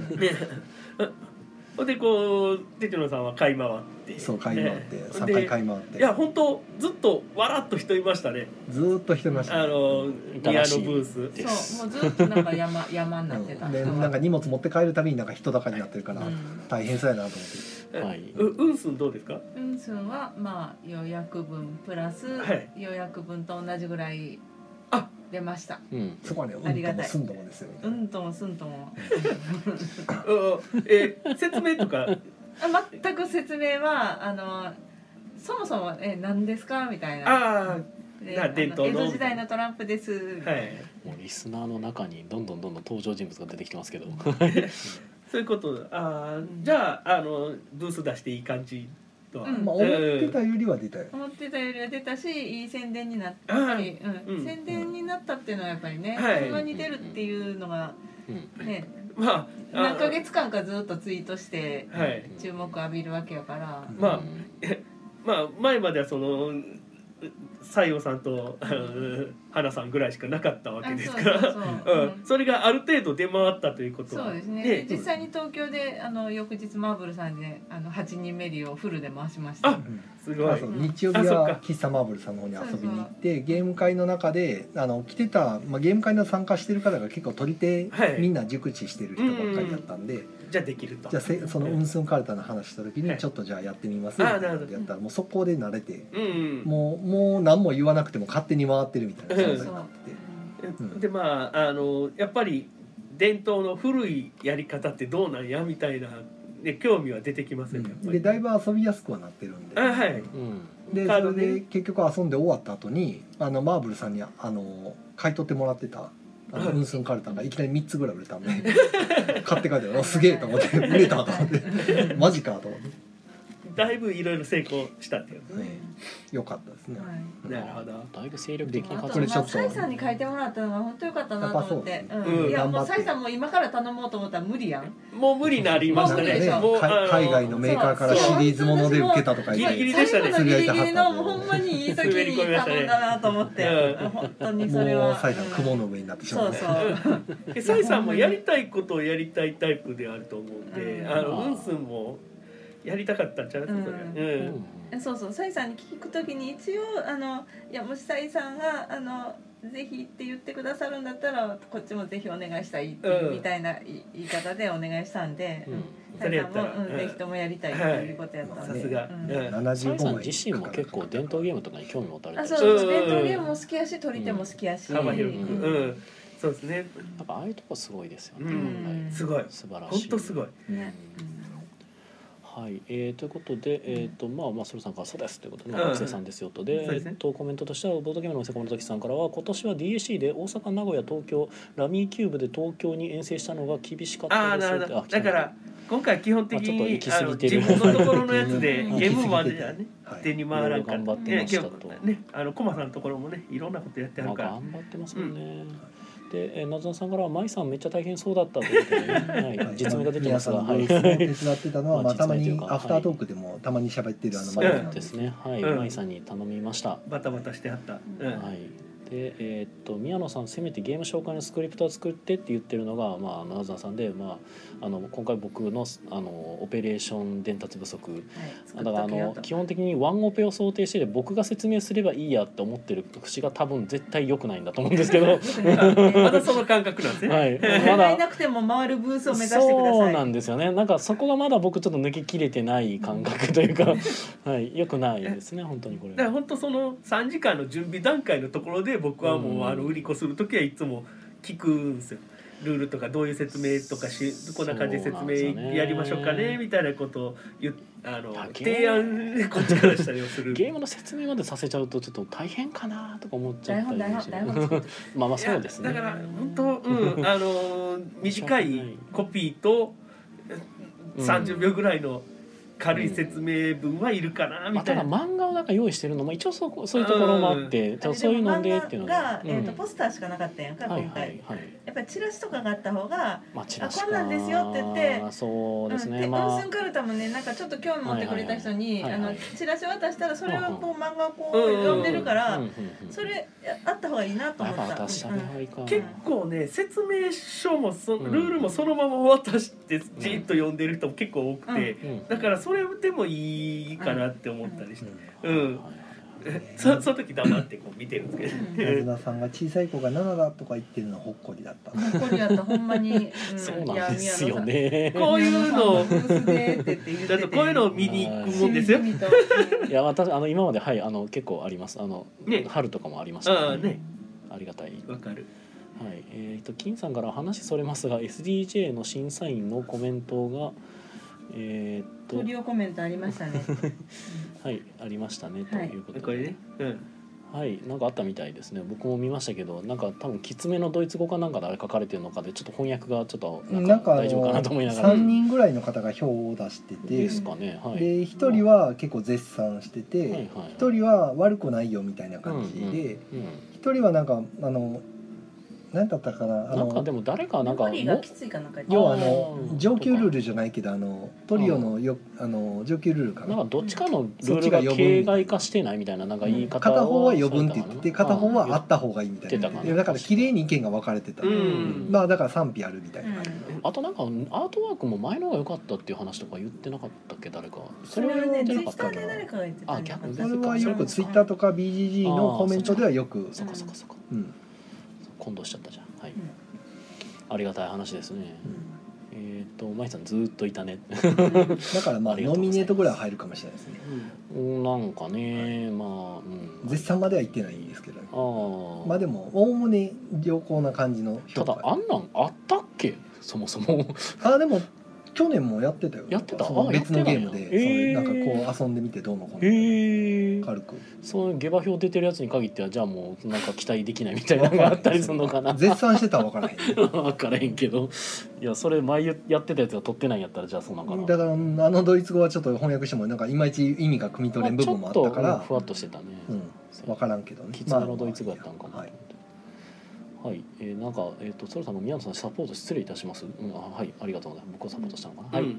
A: ほんでこう哲野さんは買い回って
C: そう買い回って
A: ね
C: 3回
A: で
C: 買い回っ
A: い
C: て
A: や本当ずっとわらっと人いましたね
C: ずーっとしてました
A: あの
B: たら
A: 宮
B: しい
A: 野ブース
B: で
E: そ
B: す
E: うもうずっとなんか山山になってた。
C: うんでなんか荷物持って帰るたびになんか人だかになってるから
E: うん
C: 大変そうやなと思って
B: はいう
A: うんすんどうですか
E: うんすんはまあ予約分プラス、
A: はい
E: 予約分と同じぐらい
A: あ
E: 出ました。
B: うん
C: そこはねうん
E: あり
C: と
E: が
C: も
E: たい
C: すんともですよみた
E: う
C: いなん
E: ともすんとも。
A: うんえ説明と か
E: あ全く説明はあのそもそもえ何ですかみたいな。
A: あ
E: で
A: な
E: あの
A: 伝統の
E: 江戸時代のトランプです。
A: あはい
B: もうリスナーの中にどんどんどんどん登場人物が出てきてますけど
A: そういうことだあーじゃああのブース出していい感じとは、
E: うん
C: まあ思ってたよりは出たよ
E: 思ってたよりは出たしいい宣伝になっ
A: うん
E: やっぱり、うん
A: うん
E: 宣伝になったっていうのはやっぱりね、
A: はい
E: そんなに出るっていうのが
B: うん
E: ね、
A: まああ
E: 何ヶ月間かずっとツイートして
A: はい
E: 注目浴びるわけやから、
A: まあ
B: うん
A: まあ前まではそのう西洋さんとあの花さんぐらいしかなかったわけ
E: あ
A: です
E: そう
A: か
E: そう
A: ら
E: そう、
A: うんそれがある程度出回ったということは
E: そうですねで実際に東京であの翌日マーブルさんであの8人メリーをフルで回しました
A: あすご
C: まあ
A: い
C: そううん日曜日は喫茶マーブルさんの方に遊びに行ってゲーム会の中であの来てた、まあ、ゲーム会の参加してる方が結構取り手、
A: はい
C: みんな熟知してる人ばっかりだったんで、
A: じゃあできると
C: じゃあせその
A: う
C: うんんすんかるたの話した時に、
A: はい
C: ちょっとじゃあやってみますみ
A: あ
C: た
A: ー
C: いな
A: な
C: こ
A: るほど
C: とやったらもうそこで慣れて、
A: うん
C: もうもう何も言わなくても勝手に回ってるみたいな感じになってて。
A: うんでまああのやっぱり伝統の古いやり方ってどうなんやみたいな、ね、興味は出てきます
C: う
A: よね、やっぱ
C: ん
A: り
C: でだいぶ遊びやすくはなってるんで、
A: あはい
B: うん
C: で
A: カ
C: そ
A: ード
C: れ
A: ね
C: で結局遊んで終わった後にあのマーブルさんにあの買い取ってもらってたあの
A: はい
C: うんすんカルタがいきなり3つぐらい売れたんで 買って帰って「おすげえ」と思って「売れた」と思 って「マジか」と思って、
A: だいぶいろいろ成功したっていう
C: ね、よかったですね。
E: はい
A: なるほど
B: だいぶ精力的な
E: あ
B: 活動
C: こ
E: と
C: れちょ
E: ま
C: っ
E: あ、
C: と
E: サイさんに書いてもらったのが本当良かったなと思って
C: やっぱ
E: う
C: そ、
E: ん
A: うん
E: いや
C: 頑
E: も
C: 張
E: う
C: って
E: サイさんも今から頼もうと思ったら無理やん
A: もう無理になりました
E: 無理で
A: ね
E: しょ
A: もう
C: か海外のメーカーからシリーズもので受けたとか言っ
A: ギリギ
C: て
A: リでしたね
E: 最後のギリギリのもうほんまにいい時
A: 滑り
E: に
A: 込みましたね
E: 頼んだなと思って、
A: うん
E: 本当にそれ
C: も
E: は
C: うサイさん雲
E: うん
C: の上になってしま
E: そうう
C: ね
E: そ。
A: えサイさんもやりたいことをやりたいタイプであると思うんで、
E: うん
A: あの
B: あー
A: うんすんもやりたかったんちゃうそれ、
E: う
B: う
E: ん
A: うん
B: ん
E: うそうそうサイさんに聞くときに一応あのいやもしサイさんがあのぜひって言ってくださるんだったらこっちもぜひお願いしたいっていう、
A: うん
E: みたいない言い方でお願いしたんで、
B: うん
E: サ
A: そ
E: イさんも、
A: れやったら
E: うん、ぜひともやりたいっていうことやったん
A: さ
E: で、
A: すが、
E: うん
A: うん
B: サイ
C: 75
B: さん
C: 万円
B: 自身も結構伝統ゲームとかに興味持たれた
E: あ
B: り
E: そ
B: し
E: う
B: て
E: そう伝統ゲームも好きやし取り手も好きやし、
A: 幅広く、
E: うん
A: うん、そうですね
B: やっぱああいうとこすごいですよね、
A: うんすごい
B: はい素晴ら
A: 本
B: しい
A: 当すごい
E: ね
B: はい、えー、ということで、えーとまあまあ、それさんから「そうです」ということで、ま
A: う
B: あ、
A: ん
B: 学生さんですよとで,、
A: そうですね
B: えー、とコメントとしてはボードゲームのお店小室時さんからは今年は DAC で大阪名古屋東京ラミーキューブで東京に遠征したのが厳しかっ
A: あ
B: た
A: あ
B: です
A: な
B: よ
A: る
B: って
A: ほど
B: あ
A: だから今回基本的
B: まあちょっと行
A: に
B: き
A: あ
B: 過
A: の
B: ぎて
A: 自
B: る
A: 分のところのやつで
E: うん
A: ゲームマンではね
C: はい
A: 手に回らんから
B: 頑張ってました
A: ね
B: と
A: 今日ねあのコマさんのところもねいろんなことやってあ
B: ま
A: る
B: あ、
A: から
B: 頑張ってますもんね。で、えー、謎のさんからは「舞さんめっちゃ大変そうだった」ということで、ねはい、実名が出てますが、
C: は。
B: はいい、
C: 皆さんのブースを手伝ってたのは、
B: ま
C: ま
B: あ
C: あ、たま
B: 実名
C: に
B: というか
C: アフタートークでも、たまに喋ってるあの、
B: そ
C: マリアさ
B: うんですねはい、
A: うん
B: 舞さんに頼みました。
A: バタバタしてはった、うん
B: はい、ででえーっと宮野さんせめてゲーム紹介のスクリプトを作ってって言ってるのが、まああの、ナズナさんで、まあ、あの今回僕のあのオペレーション伝達不足だからあの基本的にワンオペを想定してて僕が説明すればいいやって思ってる節が多分絶対良くないんだと思うんですけ ど、
A: まだその感覚なんです ね。
B: はい、
E: ま
B: ま
E: だい
B: だ
E: なくても回るブースを目指してください。
B: そうなんですよねなんかそこがまだ僕ちょっと抜けきれてない感覚というか、はい、よくないですね本当にこれ
A: だから本当その3時間の準備段階のところで僕はもうあの売り子する時はいつも聞くんですよ。ルールとかどういう説明とかしこんな感じで説明やりましょうかねみたいなことを言っあの
B: だけ
A: 提 案でこっちからしたりをする。
B: ゲームの説明までさせちゃうとちょっと大変かなとか思っちゃっ
E: 台
B: た
E: 本
B: り
E: 台本
B: して
E: 台本作って。
B: まあまあそうですね
A: いやだから本当うん あの短いコピーと
B: うん
A: 30秒ぐらいの軽い説明文はいるかな
B: ま
A: み
B: あ、
A: た
B: た
A: いな。
B: だ漫画をなんか用意してるのも一応そこそういうところもあって、
E: あれ
B: そういう
E: も
B: の
E: 漫
B: で
E: 画
B: っていうの
E: が、
B: うん
E: えー、とポスターしかなかったやんか、
B: はい
E: 今
B: は
E: 回
B: いはい
E: やっぱりチラシとかがあった方が
B: まあチラシ
E: あこんなんですよって言って
B: そうですね、
E: ん
B: まあ
E: ウンスンカルタもねなんかちょっと興味持ってくれた人に、
B: はいはいはい
E: あ
B: はい
E: のチラシ渡したらそれをこう漫画をこう
A: うん
E: 読んでるから、
B: うんうんうん
E: それやあった方がいいなと
B: や
E: 思
B: っ
E: っ
B: ぱ
E: た。
B: 渡した方
E: うん
B: がいいか
A: 結構ね説明書もそ
B: うん
A: ルールもそのまま渡してじーっと読んでる人も結構多くて、
B: うん
A: だからそれでもいいかなって思ったりして、
B: はいはいは
A: うんえ そその時黙ってこう見てるんですけど、
C: ナズナさんが小さい子が7だとか言ってるのはほっこりだった
E: うんここにあったほんまに、う
B: い
E: ん
B: そうなんですよ。ね
A: こういうのを
E: ブースでってって言ってて
A: だってこういうのを見に行くもんですよ。
E: しみじみと
B: いや私あの今まではいあの結構ありますあの、
A: ね
B: 春とかもありまし
A: あ
B: た
A: あね
B: ありがたい
A: わかる。
B: はい、えっ、と金さんから話それますが SDJ の審査員のコメントがえっ、
E: トリ
B: と
E: オコメントありましたね。
B: はいありましたねと
E: はい
B: いうことで、
A: これね、うん、
B: はいなんかあったみたいですね僕も見ましたけどなんか多分きつめのドイツ語かなんかであれ書かれてるのかでちょっと翻訳がちょっとな
C: なんん
B: か
C: かあ
B: 大丈夫かな
C: の
B: と思いながら
C: 3人ぐらいの方が票を出してて
B: ですかねはい
C: で1人は結構絶賛して
B: はいはい
C: て
B: はい
C: 1人は悪くないよみたいな感じで
B: うんうん
C: 1人はなんかあの何だったかなあ
B: なんかで
C: の
B: も誰かなんか
E: 残りが
B: も
E: きついかなんか。
C: 要はあ
B: う
C: の
B: ん
C: 上級ルールじゃないけどあのトリオのよあの上級ルールか
B: なんか
C: な
B: どっちかのルールが形骸化してないみたいななんか言い方
C: 片方は
B: され
C: 余
B: たかな
C: 分って言ってて片方はあった方がいいみたい
B: 言
C: な
B: ってたかな
C: でだから綺麗に意見が分かれてた
A: うん
C: まあだから賛否あるみた
E: う
C: いな感じ
E: ん
B: あとなんかアートワークも前の方が良かったっていう話とか言ってなかったっけ誰か
E: それは
B: 言
E: ね
B: っ
E: ツ
B: て
E: イ
B: なか
E: ッ
B: っ
E: タ
B: た
E: ー
B: な
E: で誰かが言ってたんじゃなかった
C: それは
B: そ
C: よ
B: っか
C: くツイッターとか BGG のコメントではよく
B: そっかそっかそっか
C: う、ん、
B: 混同しちゃったじゃんはい、
E: ん
B: ありがたい話ですね、えっ、と舞さんずーっといたね
C: だからま
B: あ
C: あ
B: りがとうございま
C: ノ
B: す
C: ミネートぐらいは入るかもしれないですね
B: なんかね、まあ、うん、
C: 絶賛までは行ってないんですけどね
B: あー
C: まあでもおおむね良好な感じの
B: た
C: 評
B: だ
C: 価
B: あんなんあったっけそもそも
C: あでも去年もやってたよ
B: やってた
C: その
B: あやって
C: 別
B: たんや
C: のゲームで、
B: へー
C: そのなんかこう遊んでみてどうのこうの、
B: へえ
C: 軽く
B: そういう下馬評出てるやつに限ってはじゃあもうなんか期待できないみたいなのがあったりするのかな
C: 絶賛してたら分からへん
B: 分からへんけどいやそれ前やってたやつが取ってないんやったらじゃあそうなんかな
C: だからあのドイツ語はちょっと翻訳してもなんかいまいち意味が汲み取れん部分もあったか
B: まあちょっとうん
C: ら
B: ふわっとしてたね、
C: うん分からんけどね
B: きつめのドイツ語やったんかも、
C: はい
B: はいえーなんか、えー、とそれさんが宮野さんサポート失礼いたします、うん、あはいありがとうございます僕をサポートしたのかな、はい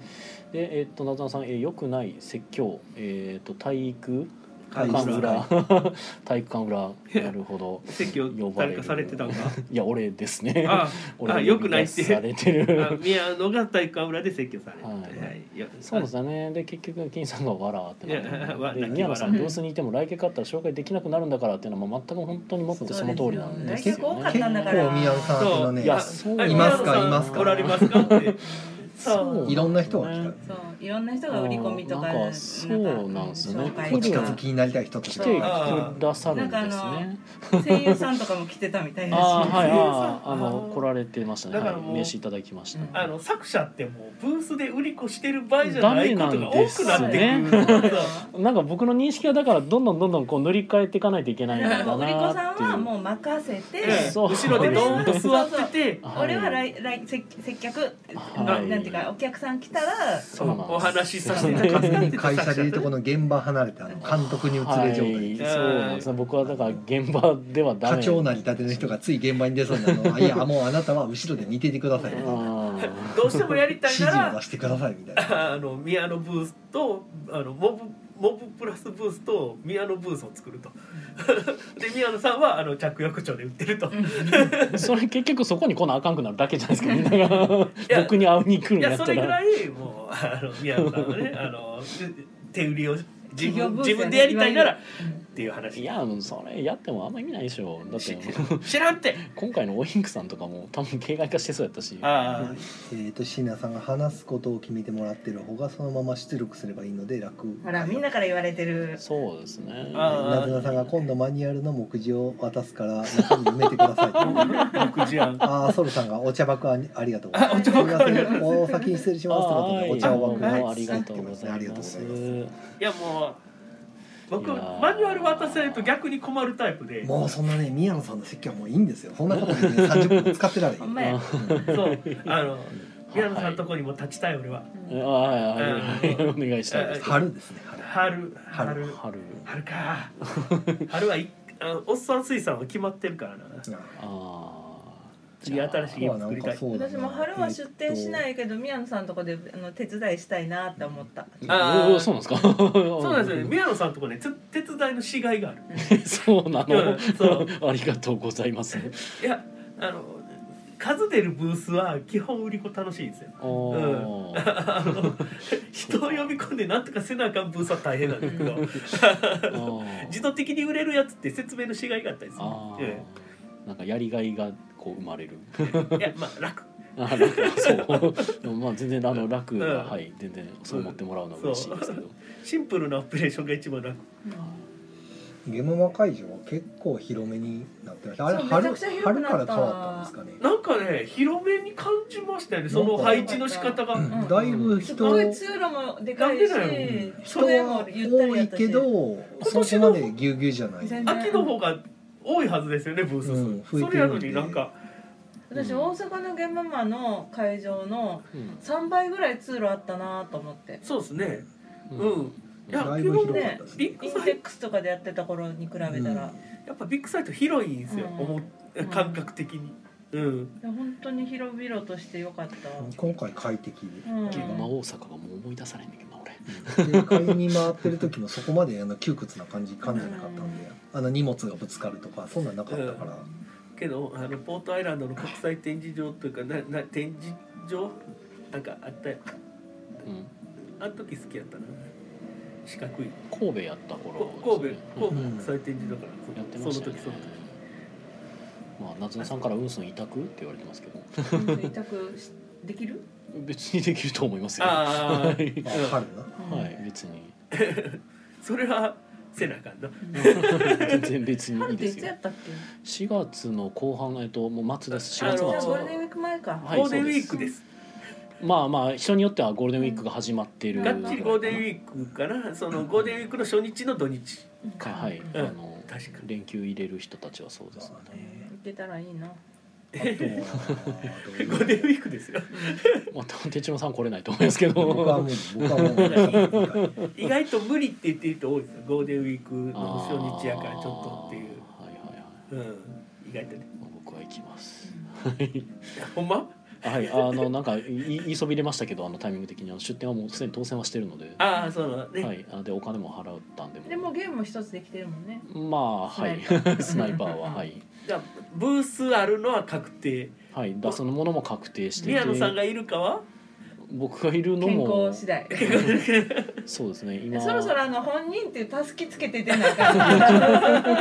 B: でえっ、となずなさん、えー、よくない説教えっ、と体育
C: 体
B: 館
C: 育
B: 裏
C: 裏
B: 体育館裏なるほど
A: 席を誰かされてたんか。
B: いや俺ですね
A: あ
B: 俺
A: あ、
B: が
A: よくないっ
B: 呼び出さ
A: て。
B: れて
A: あ
B: る
A: 宮野が体育館裏で説教されて。
B: はい
A: はいよく
B: そうですよねで結局金さんが「わら」ってなって
A: いやわ
B: で
A: 泣き
B: 宮野さん
E: 笑い
B: ブースにいても来客あったら紹介できなくなるんだからっていうのはもう全く本当にもってその通りなんですよ
E: 結構多かっ
C: 結
E: たんだから
C: 構宮野さん宛ての
A: そう
C: ね
B: いやそう
A: あ
C: いますか
A: 宮野さん
C: いますか
A: おられますかって。 そう。
C: いろんな人が来た、
B: ね
E: そういろんな人が売り込みとか
B: なんかそうなんですよね
E: 紹介
C: お
E: と
C: 近
E: か
C: づきになりたい人た
B: 来
C: ち
B: て
C: が
B: くださるんですね。
E: 声優さんとかも来てたみたい
B: あ
E: だし
B: あ
A: あ
B: はいあああ
A: あ
B: の
A: の
B: 来られてましたね。
A: だから
B: はい
A: もう
B: 名刺いただきまし
E: うん
B: た。
A: あの作者ってもうブースで売り子してる場合じゃないことが多くなってくる。
E: そうだよ
B: なんか僕の認識はだからどんどんどんどんこう塗り替えていかないといけないんだ
E: だから
B: な
E: 売り子さ
B: っ
E: ん
B: てい
E: は
B: う。
E: もう任せて、
A: ええ
B: そう
A: 後ろでドーンと 座ってて。
B: はい
E: 俺は来来接接客、
B: はい
E: なんていうかお客さん来たら
B: そうなんです
A: お話しさせていた
C: 完
A: だき
C: 全
A: たい
C: に会社でいうとこの現場離れてあの監督に移
B: は
C: れ
B: い、そう
C: 状態
B: なんですね。僕はだから現場で はダメ。
C: 課長なりたての人がつい現場に出そうなのは「いやもうあなたは後ろで見ててください」
B: うん
A: どうしてもやりた
C: 指
A: いな
C: 示を
A: ら
C: 出してくださいみたいな
A: あの宮野ブースとあのモブモブプラスブースと宮野ブースを作ると で宮野さんはあの着薬帳で売ってると
B: それ結局そこに来なあかんくなるだけじゃないですかみんなが
A: や
B: 僕に会いに来るん
A: い
B: や
A: や
B: っ
A: そ
B: た
A: れぐ
B: ら
A: らい もうあの宮野さんはねあの手売りを自
E: 企業
A: 分
E: ブース
A: 自分でやりたいならっ
E: うん
A: ていう話
B: いやもうそれやってもあんま意味ないでしょだって
A: し知らんって
B: 今回のオインクさんとかも多分形骸化してそうやったし
A: あ
C: えー、と椎名さんが話すことを決めてもらってる方がそのまま出力すればいいので楽
E: ほらみんなから言われてる
B: そうですね
A: あ
C: なずなさんが今度マニュアルの目次を渡すから中身埋めてください
A: あ 6時半
C: ああソルさんがお茶爆あありがとうございます
E: あお茶爆
C: すいませんお先に失礼しますとかって
B: はい
C: お茶を
A: はい
C: 爆
B: ありがとうござ
C: あ
B: い
C: りが
B: ま
C: とうご
B: す
C: ざいます
A: いやもう僕
B: いやー
A: マニュアル渡せると逆に困るタイプで
C: もうそんなね宮野さんの席はもういいんですよそんなことで、 ね、30分使ってられへん
E: ほんまや
A: そうあの宮野さんのとこにも立ちたい俺は
B: あはいはいはいお願いしたいです
C: 春ですね春
A: 春春
C: 春
B: 春
A: 春か春はいあのおっさん水産は決まってるからな
B: あー
A: 次新しいゲーム作りたい
C: そうだ
E: 私
C: な、
E: も春は出店しないいけど宮野さんのとこであの手伝いしたいなって思った
A: あー
B: おーそうなんですかそ
A: そうなんですよね宮野さんのとこねつ手伝いのしがいがある
B: そうなの
A: うんそ
B: ありがとうございます
A: いやあの数出るブースは基本売り子楽しいんですよ
B: おー
A: あの人を呼び込んでなんとかせなあかんブースは大変なんですけど 自動的に売れるやつって説明のしがいがあったりする
B: あー
A: え
B: なんかやりがいがこう生まれる
A: えいやまあ楽
B: あ楽そうでもまあ全然あの楽が、
A: うん
B: はい全然そう思ってもらうのは嬉しいですけど
A: シンプルなオペレーションが一番楽
C: ゲームマ会場は結構広めになってましたあれ
E: そう
C: 春
E: めちゃくちゃ広く
C: 春
E: な
C: か
E: った
C: ら変わったんですかね
A: なんかね広めに感じましたよねその配置の仕方が、
E: ん
C: だいぶ
E: す
C: 人
E: ごい通路もでかいし
A: なんで
C: 人
E: 人
C: は
E: もゆったり
C: 多
E: や
C: い
E: った
C: け
E: し
C: どそ
A: 年
C: こ
A: の
C: までぎゅうぎゅうじゃない、
E: 全然
A: 秋の方が多いはずですよねブース数、
C: うん増えてるんで
A: それやのになんか
E: 私大阪の現場マの会場の
B: うん
E: 3倍ぐらい通路あったなと思って
A: そうですねうん、いや
C: だい
A: 基
C: ぶ
A: 本
C: 広
A: ね
C: かったです
A: ビ
C: ね
A: ッグ
E: イン
A: サ
E: テ
A: イ
E: ックスとかでやってた頃に比べたら、
C: うん
E: いや
A: トやっぱビッグサイト広いんですよ、
E: うん
A: 思っ
E: うん
A: 感覚的にうん
E: 本当に広々としてよかったわ
C: 今回快適で
E: うん
B: 現場大阪がもう思い出されんねんけどな俺
C: で買いに回ってる時もそこまであの窮屈な感じ感じなかったんであの荷物がぶつかるとかそんなんなかったから、
A: けどあのポートアイランドの国際展示場というかなな展示場なんかあったよ
B: うん
A: あの時好きやったな四角い
B: 神戸やった頃
A: こ
B: ですね
A: 神戸
B: うん
A: 神戸国際展示場から、
B: やって
A: そ
B: ま
A: の
B: したよ
A: 時
B: ね
A: その時
B: まあ夏菜さんから運送委託って言われてますけど
E: 委託しできる、
B: 別にできると思いますよは
A: ああ
B: い
C: ま
A: うん
C: あ、春な
E: うん
B: はい別に
A: それはせなあかんな
B: 全然別にい
E: 春
B: い
E: って
B: で
E: い
B: す
E: つや
B: よ
E: ったっけ
B: 4月の後半えっともう末です4
E: あ
B: 月
E: じ
A: の
E: ゃあ
B: 末
E: ゴールデンウィーク前か、
B: はい
A: ゴールデンウィークです
B: まあまあ人によってはゴールデンウィークが始まってる
A: がっちりゴールデンウィークかなそのゴールデンウィークの初日の土日
B: かはい、
E: うん
B: あ
E: 行
B: の
A: 確か
B: 連休入れる人たちはそうですね、
E: けたらいいな
C: あと
A: にゴールデンウ
C: は
A: ィークですよ
B: まあ、手島さん来れないと思いますけど
C: 僕はもう僕はもう
A: 意外と無理って言ってる人多いですよゴールデンウィークの初日やからちょっとっていう
B: あーはいはいはい、
A: うん意外とね
B: まあ、僕は行きます
A: ほんま
B: はいあのなんかい言いそびれましたけどあのタイミング的にあの出店はもうすでに当選はしてるので
A: ああそうなのね、
B: はい、あでお金も払ったんでも
E: でもゲームも一つできてるもんね
B: まあはい
E: スナイパー
B: スナイパーははい、
A: じゃあブースあるのは確定
B: はい、出すものも確定していて
A: 宮野さんがいるかは
B: 僕がいるの
E: 健
B: も
E: 康次第
B: そうですね今
E: そろそろあの本人っていうたすきつけて出な あ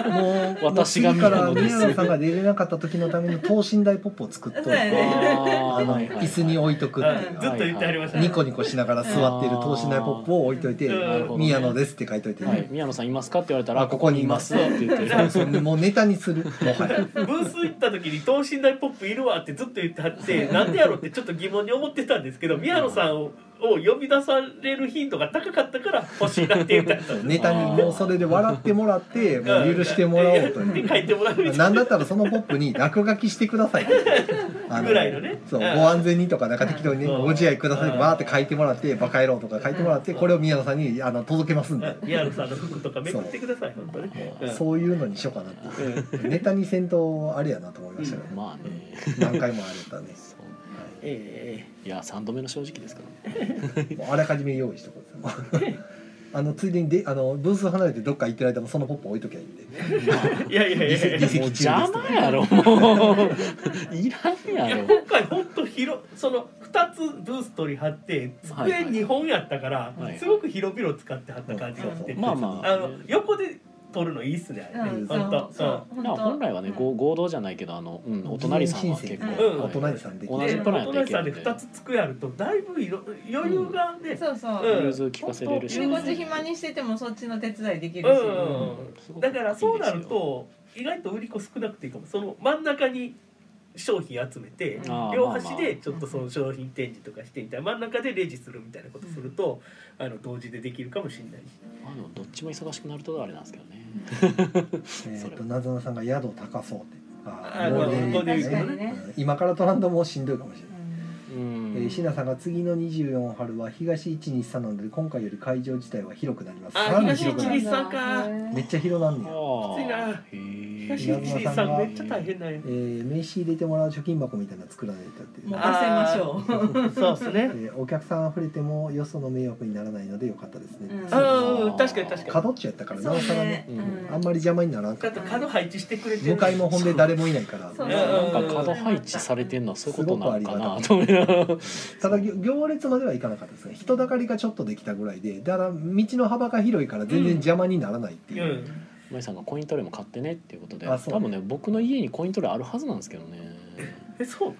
E: かん
C: もう
B: 私が見た
C: から
B: のです
C: 宮野さんが出れなかった時のために等身大ポップを作っとい
E: そうや
B: あ
C: て
E: ね
B: ー
C: あの
B: はいはいはい
C: 椅子に置いとくっ
A: う
C: て
A: ん
C: いう
A: ずっと言ってありましたね
C: ニコニコしながら座ってる等身大ポップを置いといて
A: う
C: 「
A: ん
C: 宮野です」って書いといて、
B: はい、宮野さんいますかって言われたら、
C: あここにいます
B: ここにいますって言って。
C: そうもうネタにするもはや
A: ブース行った時に等身大ポップいるわってずっと言ってはってなんでやろうってちょっと疑問に思ってたんですけど宮野さんをを呼び出される頻度が高かったから欲しいなって言ったん です
C: ネタにもうそれで笑ってもらってもう許してもらおうとい
A: で
C: う
A: 書いてもらうみたいな
C: なんだったらそのポップに落書きしてくださいっ てあ
A: ぐらいのね
C: そう
A: う
C: ご
A: ん
C: 安全にとかなんか適当にね
A: うん
C: ご自愛くださいってバーって書いてもらってバカ野郎とか書いてもらってこれを宮野さんにあの届けますんで
A: 宮野さんの服とかめくってください本当ねうん
C: そういうのにしようかなっていうネタに戦闘あれやなと思いましたね
B: まあね。
C: 何回もあれだね
B: そう
A: え
B: いや3度目の正直です からね
C: もうあらかじめ用意しておこう ですあのついでにであのブース離れてどっか行ってる間もそのポップ置いときゃいいんで
A: えいやいやいやい
B: も
A: や
B: う邪魔やろもういらん
A: い
B: や
A: や
B: ろ
A: 今回本当広その2つブース取り張って
B: はいは
A: 机
B: い
A: 2本やったから、
B: はい
A: すごく広々使ってはった感じがして、
C: うん
B: まあまあ
A: あの横で取るのいいっすねあれね、
C: うん
A: 本当
E: そうそう
B: なんか本来はね、
E: うん
B: ご合同じゃないけどあの、うん、お隣さんは結構、
A: うん
B: はい
C: お隣さんできて
B: 同じプランやったら
A: 同
B: い
A: じ
B: け
A: さん
B: る
A: で
B: んで
A: 2つ机あるとだいぶいろ余裕がね、
E: そうそうう。
A: ん
B: 融通聞かせれるし、
E: 仕事暇にしててもそっちの手伝いできるし。
A: うん
B: すごく
A: だからそうなる
B: いい
A: と意外と売り子少なくていいかもその真ん中に商品集めて
B: ですよ
A: 両端でちょっとその商品展示とかしてみたいな真ん中でレジするみたいなことすると、あの同時でできるかもしれないし
B: まあまあまあでもどっちも忙しくなるとあれなんですけどね、
C: えっとなずなさんが宿高そうって
A: あ
C: ゴールデンウィークね
A: ゴールデンウィーク
E: ね
C: うん今からトランドもしんどいかもしれない
B: うん
C: えー、シナさんが次の24春は東123なので今回より会場自体は広くなります
A: あ
C: さらに
A: 東
C: 広くな
A: 123
C: る
A: か
C: めっちゃ広なんねや、
B: あ
A: きつい
B: ー
A: な東
C: 東
B: へ
A: 一
C: 一
A: さ
C: さ
A: ん
C: ん
A: め
C: め
A: っ
C: っ
A: ち
B: ち
A: ゃ
B: ゃ
A: 大
B: 大
A: 変
B: 変
A: だよ
C: えー名刺入れてもらう貯金箱みたいなの作らないとって、
E: もう任せましょう。
A: そうですね
C: えーお客さん溢れてもよその迷惑にならないのでよかったですね、
E: うん
A: あーうん確かに確か
C: 角っちやったから
E: そ
C: な
E: う
C: おさらね
E: ね。
B: うん
C: あんまり邪魔にならん
A: に
C: か
A: だっ
C: ってた
A: 角配置してくれて
C: 向かいもほんで誰もいないから
A: そ
E: そう
A: う
B: なんか角配置されてんのはそういうことなのかな
C: す
B: と思いながら
C: ただ行行列まではいかなかったですね人だかりがちょっとできたぐらいでだから道の幅が広いから全然邪魔にならないって
A: う
C: いう、
A: ん
B: まいさんがコイントレーも買ってねっていうことで
C: あそう
B: 多分ね僕の家にコイントレーあるはずなんですけどね
A: えそう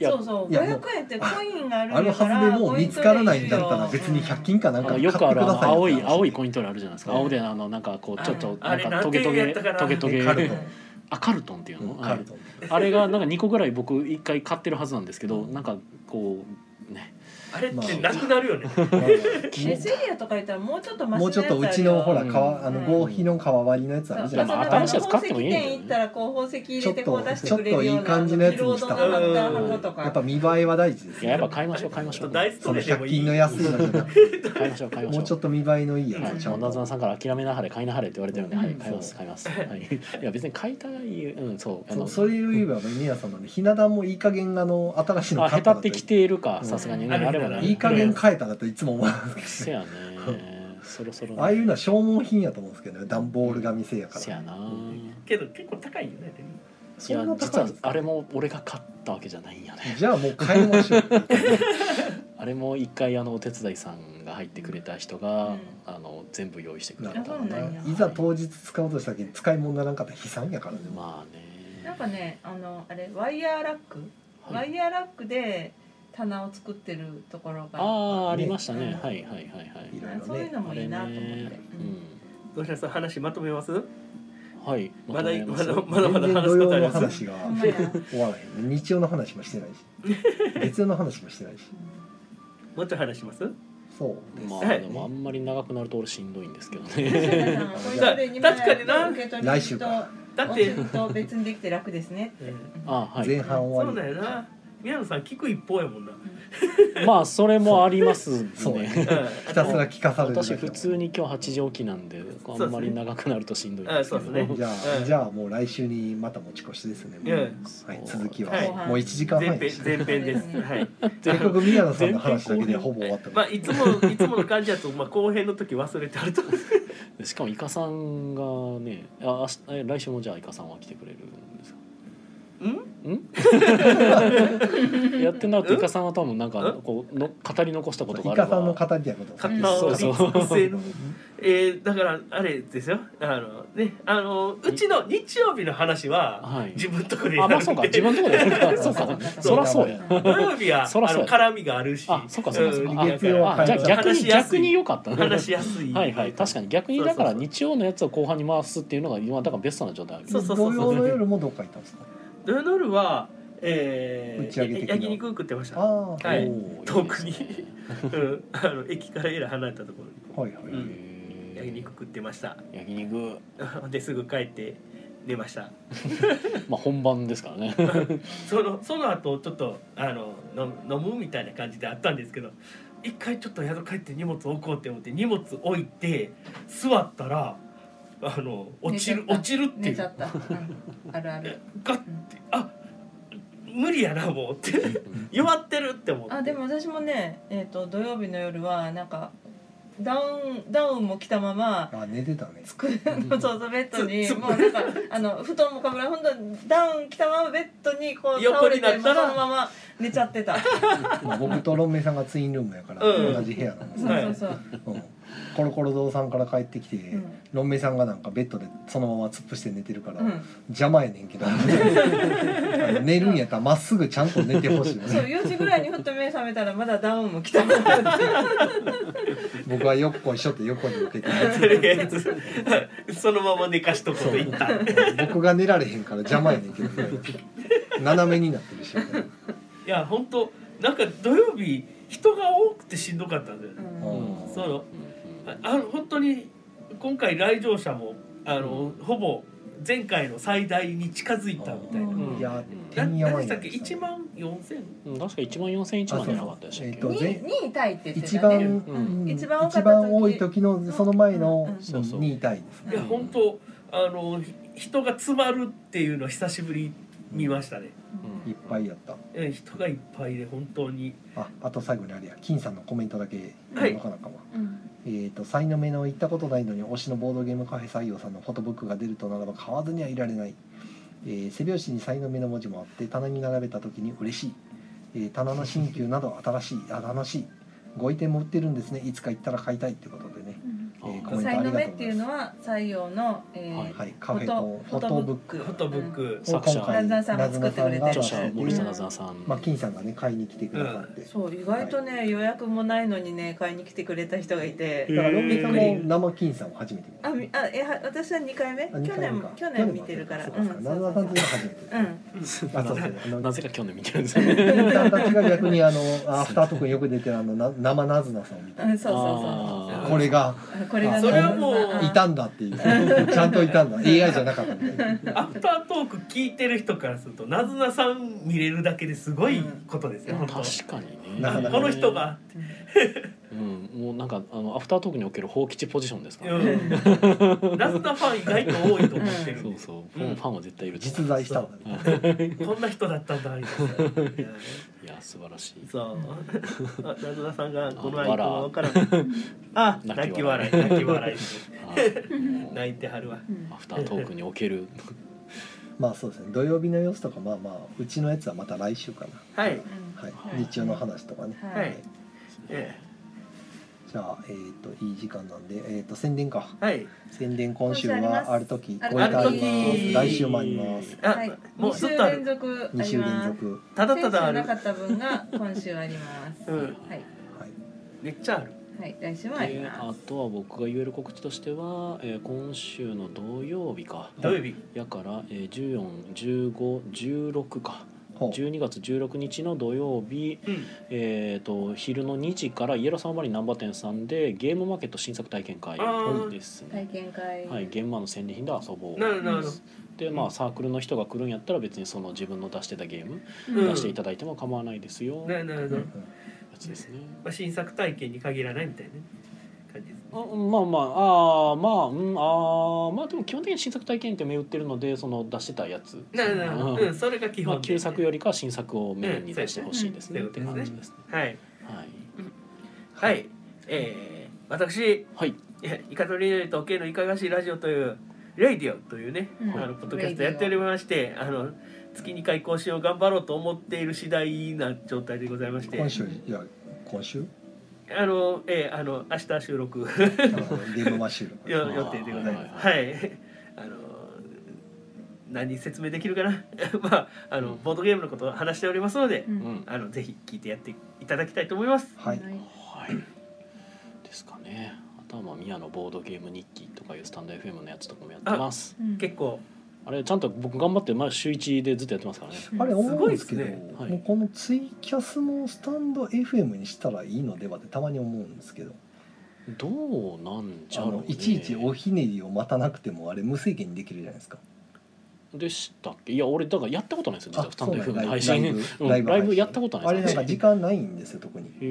B: いや
E: そうそう。
C: い
E: 五
C: やもう
E: 百円ってコインがある
C: あるはずでもう見つからないんだったら別に100均かな
B: あ
C: んか
B: の
C: 買っ
B: よ
C: てく
B: くあるあ
C: だ
B: の
C: さい
B: 青
C: よ
B: い青いコイントレーあるじゃないですか
C: うん
B: 青であのなんかこうちょっと
A: あ
B: な
A: れ
B: んかトゲト
A: あ
B: ゲ
A: れなんていうやつだかな
B: トゲトゲ
C: カルトン
B: あカルトンっていう
C: う
B: の、
C: ん
B: は
C: カ
B: い
C: ルトン
B: あれがなんか2個ぐらい僕1回買ってるはずなんですけどなんかこうね
A: あれってなくなるよね、
E: エスエリアとか言ったらもうちょっとマシ
C: もうちょっとうちのほら
B: う
C: 川
B: ん
C: あの合皮の川割りのやつあるじゃん
B: まあ新
E: 新し
B: し
E: い
B: いや
E: やつ
B: つ買
E: 買っ
B: ってて
E: も
B: も
E: い
B: い
E: い
B: い
E: ん
B: ん
E: だ
B: だ
E: よ
B: よね
E: ね。宝石店行ったらこう宝石入れてこう出して
C: ちょっ
E: くれる
C: と
E: ような。
C: いい感じのやつに
E: 色
C: し
E: 々
C: た
E: な
C: 方が
E: なんか箱とか。
C: やっぱ見栄えは大事です
B: いややっ
C: ね
B: ぱ買いましょう買いましょう
A: ダイス
C: そ
A: ト
C: の
A: レでも
C: 100
A: いい
C: 均の安いのじゃなく
B: 買いましょう買い
C: て
B: まし
C: もうち
B: ょ
C: ょっと見栄えのいいや
B: う
C: つちゃ
B: 小
C: ん
B: 田沢
C: と
B: さんから諦めなはれ買いなはれって言われてるんで、はい
C: うん
B: 買います買います、はい、いや別に買いたいうんそうあ
C: そ
B: の
C: うそれ言えばね皆さんのねひな壇もいい加減あの新しいの
B: あ
C: 買っ
B: 下
C: た
B: 手
C: の
B: ってきているかさすがにね
A: うん
B: あればね
C: いい加減変えたらといつも思うんですけ
B: せやねそろそろね
C: どああいうのは消耗品やと思うんですけどね段ボール紙製やか
B: せ
C: ら
B: やな
A: けど結構高いよね
B: い
C: そ
B: や
C: んな
B: 実
C: 高い
B: は
C: んですか
B: あれも俺が買ったわけじゃないんやね
C: じゃあもう買いましょう
B: あれも一回あのお手伝いさんが入ってくれた人が、
E: うん
B: あの全部用意してくれ
C: な
B: た
C: る
B: ん
C: ほど
E: あそうなん
C: ね
E: や
C: いざ当日使おうとした時に使い物にならんかったら悲惨やからね
B: まあね
E: なんかねあのあれワイヤーラック、
B: はい
E: ワイヤーラックで棚を作ってるところ
B: あ
E: が
B: あありましたね、
E: うん
B: はいはいはいはい
C: いろいろね
E: そういうのも
B: あ
E: い
B: れ
E: いなと思って、
B: ね
A: どうします話まとめます
B: うんはい
A: まだ
B: とめ
A: ま
B: す
A: だまだまだ
C: 全然
A: 話
C: 土
A: すこと
C: 曜
A: あ
C: の
A: ります
C: 話が
E: うんほんまや
C: 終わらへん日曜の話もしてないし月曜の話もしてないし
A: もうちょい話します
C: そうです、
B: ま
A: は
B: あ
A: い
B: でもあんまり長くなると俺しんどいんですけど ね
A: 確かにな
C: 来週か
A: だ って、
E: と別にできて楽ですね。
B: あは
C: 前
B: い
C: 半終
A: そう
C: わ
A: だよな宮野さん聞く一方やもんな、
B: まあそれもあります
C: そうそう
B: ね
C: り ひたすら聞かされるだけ
B: 私普通に今日八時起きなんであんまり長くなるとしんどいんですけど
A: そうですね
C: じゃあ、
A: うん
C: じゃあもう来週にまた持ち越しですね、
A: うん
C: はい、続きは、
A: はい
C: もう1時間半
A: 前
C: で
A: 編
C: した
A: 前編です はい
C: 結局宮野さんの話だけでほぼ終わった
A: まあいつもいつもの感じだと、まあ、後編の時忘れてあると
B: しかもイカさんがねあ明日え来週もじゃあイカさんは来てくれるんですか
A: うん
B: ん やってなるとイカさんは多分なんかこうの語り残したことがあ
C: イ
B: れば
C: カさんの語りやこと
A: 買
E: り
A: った
B: そうそう
A: 育成のえーだからあれですよあのねあのうちの日曜日の話は
B: はい
A: 自分とこでや
B: あま
A: る
B: あそうんか
A: で
B: 自分のところでやるかそうかそらそうや
A: 土曜日は あ
B: そらそう
A: の
B: や
A: 絡みがあるし
B: あそうかそうかそうか
A: ん
B: あ
C: 月曜
B: あじゃあ逆に逆に良かったな
A: 話しやす い
B: はいはい確かに逆にだから日曜のやつを後半に回すっていうのが今だからベストな状態ある
A: そうそうそうそ
C: 土
A: う
C: 曜の夜もどっか行ったんですか
A: 土曜の夜は、えー、
C: 打ち上げ的な
A: 焼肉食ってまし
C: あ
A: た、
C: あー、
A: はい
C: お
B: おー
A: 遠くに
B: いいですね
A: うん、あの駅からえらい離れたところに
C: ーはいはい、
A: うん
B: へー
A: 焼肉食ってました
B: 焼肉
A: ですぐ帰って寝ました
B: まあ本番ですからね
A: そのその後ちょっとあのの飲むみたいな感じであったんですけど一回ちょっと宿帰って荷物置こうって思って荷物置いて座ったらあの落ちる
E: 寝ちゃった
A: 落ちるってい
E: 寝ちゃ
A: う
E: った。うんあるある。
A: ガッてあ無理やなもうって弱ってるって思って
E: あでも私もね、えー、と土曜日の夜はなんかダウンダウンも着たまま
C: あ寝てたね
E: 机の そうそうベッドに
A: つつ
E: もうなんかあの布団もかぶら本当ダウン着たままベッドにこう
A: 横
E: 倒れ
A: に
E: て
A: なったら
E: もうそのまま寝ちゃって たそ
C: まあ僕とロンメイさんがツインルームやから
A: うん
C: 同じ部屋なんで
E: う
C: す、
E: そうそう、
C: うん、コロコロ堂さんから帰ってきて、
E: ん
C: ロンメイさんがなんかベッドでそのまま突っ伏して寝てるから、
E: うん、
C: 邪魔やねんけどあの寝るんやったらまっすぐちゃんと寝てほしいよ
E: そう
C: ね
E: 4時ぐらいにふっと目覚めたらまだダウンも着たまま
C: 僕はよっこいしょって横に向けて
A: とりあえず そのまま寝かしとこうと言ったい
C: 僕が寝られへんから邪魔やねんけど斜めになってるし、
A: や本当なんか土曜日人が多くてしんどかったんだよ
E: う
A: ね、
E: ん
C: うん
A: そのああの本当に今回来場者もあの、ほぼ前回の最大に近づいたみたいな、、
E: うんん
C: いや
A: な
C: てんや
A: 何
C: わ
A: で
C: ん
A: し
C: や
A: たっけ1万4000
B: うん確か1万4000円1万じゃなかったでしたっけ、
C: えっと
E: 2位タイって言って
C: 一
E: たね
C: 番、
B: ん
E: 一番多かった時
C: 一番多い時のその前の
E: うん
B: そうそう
C: 2位タイです
A: いや
E: うん
A: 本当あのひ人が詰まるっていうの久しぶりに見ましたね、
B: うん
C: いっぱいやった
A: え人がいっぱいで本当に
C: ああと最後にあれや金さんのコメントだけ
A: はい
C: なかなかは
E: うん
C: えー、とサイの目の行ったことないのに推しのボードゲームカフェ採用さんのフォトブックが出るとならば買わずにはいられない、えー背表紙にサイの目の文字もあって棚に並べた時に嬉しい、えー棚の新旧など新しいあ楽しいご移転も売ってるんですねいつか行ったら買いたいってことでね、えー
B: あ
C: コメントあ
E: 才
C: りがとう
E: 能
C: ござ
E: 目
C: い
E: っ
C: ま
E: ていう
C: す
E: のは採用の、えー
B: はい
C: はい、カフェとフォトブック
A: フォトブック、
C: を今回
E: ランザンさんが作ってくれて
C: ラズ
B: 著
C: ナさ
B: 者
C: んが
B: 森下奈々さん、
C: まあ、金さんがね買いに来てくださって、
E: そう意外とね、予約もないのにね買いに来てくれた人がいて、
C: だからロンゲさん
A: へ
C: も
A: ー
C: 生金さんを初めて見た
E: あみあえは私は二回目
C: あ二
E: 去
C: 回目
E: 年
C: か
E: 去年見てるから
C: そうそうそう
E: うん
C: ラズナさんっていうのは初めてです
E: う
C: ね
E: ん
C: あそうそうあの
B: なぜか去年見てるんですよね
C: 店員さんたちが逆にあのアフタートークによく出てるあのな生ナズナさんを見た
E: う
C: い
E: んそうそ
A: あ
B: あ
A: ー
B: ー
C: これが
E: うそうこれが
C: それは
A: もう
E: うん
C: いたんだっていうちゃんといたんだ AI じゃなかったみたいな
A: アフタートーク聞いてる人からするとなずなさん見れるだけですごいことですよ、
E: うん
A: 本当
B: 確かにね
C: なかなかね
A: この人が、
B: うんもうなんかあのアフタートークにおける放棄地ポジションですからね、
A: うん、なずなファン意外と多いと思ってるん
B: そ
A: で
B: うそうファン,、
A: うん
B: ファンは絶対いると
C: 実在したわ
B: うん
A: こんな人だったんだみたいな。うん
B: いや素晴らしい
A: そう。あなずなさんがこの
B: あ
A: 間
B: ら
A: わからん。あ、泣
B: 泣
A: き
B: き
A: 笑
B: 笑
A: い
B: い
A: 泣き笑い。
B: はいもう
A: 泣いてはるわ。
E: うん
B: アフタートークにおける
C: まあそうですね土曜日の様子とかまあまあうちのやつはまた来週かな、
A: はい。
E: う
C: はい
E: い、
C: 日曜の話とかね
E: ん
A: は
E: はいい。
A: え
C: じゃあえっ、といい時間なんでえっ、と宣伝か
A: えはい。
C: 宣伝今週
E: 今週あります
C: はある時
E: ある
C: ご意見あり
A: ある
C: ます
A: 時
C: 来週もあります
A: あ
E: はい、
A: もう
E: 二
A: ず
E: 週
A: っとある
E: 連。続あ
C: 2
E: り
C: 週連
E: ます
C: 続
A: ただただあ
E: 先週
A: る
E: な。かった分が今週あります
A: うん。
E: はい
C: はい
A: めっちゃある。
E: はい来週もあり
B: で
E: ま
B: あ
E: す
B: とは僕が言える告知としては、えー今週の土曜日か
A: 土曜日。
B: やから、えー、141516か
C: ほう
B: 12月16日の土曜日、
A: うん。
B: えー、と昼の2時からイエローサンバリン難波店さんでゲームマーケット新作体験会
A: あー
B: です
E: 体
B: ね。
E: 験会
B: はい、ゲームマーの戦利品で遊ぼう
A: なるなる。
B: で、まあ、サークルの人が来るんやったら別にその自分の出してたゲーム
A: うん
B: 出していただいても構わないですよ、
A: なるなるなる。
B: やつですね。
A: まあ新作体験に限らないみたいな感じです。
B: あまあまああーまあうんあーまあでも基本的に新作体験って銘打ってるのでその出してたやつ
A: なるな
B: う
A: る
B: ん。
A: うん。それが基
B: まあ
A: 本。
B: 旧作よ。りかは新作をメインに出してほしいですね、
A: うん
B: って感じですね。
A: はい。
B: はい、
A: はい。えー私。
B: はい、
A: えイカとリネルと K のいかがしいラジオというレイディオというね、
E: うん
A: あのポッドキャストやっておりましてあの月2回更新を頑張ろうと思っている次第な状態でございまして
C: 今週いや今週
A: あの、えーあの明日収録
C: あ のゲームマシュー
A: 予予定でございます。はい、あの何説明できるかな まああのボードゲームのことを話しておりますので、
E: う
B: うんん、
A: あのぜひ聞いてやっていただきたいと思います。
C: はい
B: はい、ですかねあとはまあ宮のボードゲーム日記とかいうスタンド FM のやつとかもやってます
E: うん
A: 結構
B: あれちゃんと僕頑張ってまあ週一でずっとやってますからね
C: あれ思うんですけど
A: すごいです
B: ねはい
C: もうこのツイキャスもスタンド FM にしたらいいのではってたまに思うんですけど
B: どうなんじ
C: あ
B: ゃろう、
C: の
B: ね、
C: いちいちおひねりを待たなくてもあれ無制限にできるじゃないですか
B: でしたっけいや俺だからやったことないんですよ実
C: あ
B: はスタ
C: そ
B: ンド
C: うな
B: FM
C: んや
B: で
C: ライ
B: 配
C: ブライ
B: 信
C: ブ
B: うん
C: ラ
B: ラ
C: イ
B: イ
C: ブ
B: ブ
C: 配信
B: やったことない
C: あれなんか時
B: へ
C: 間ないんですよ特に
B: え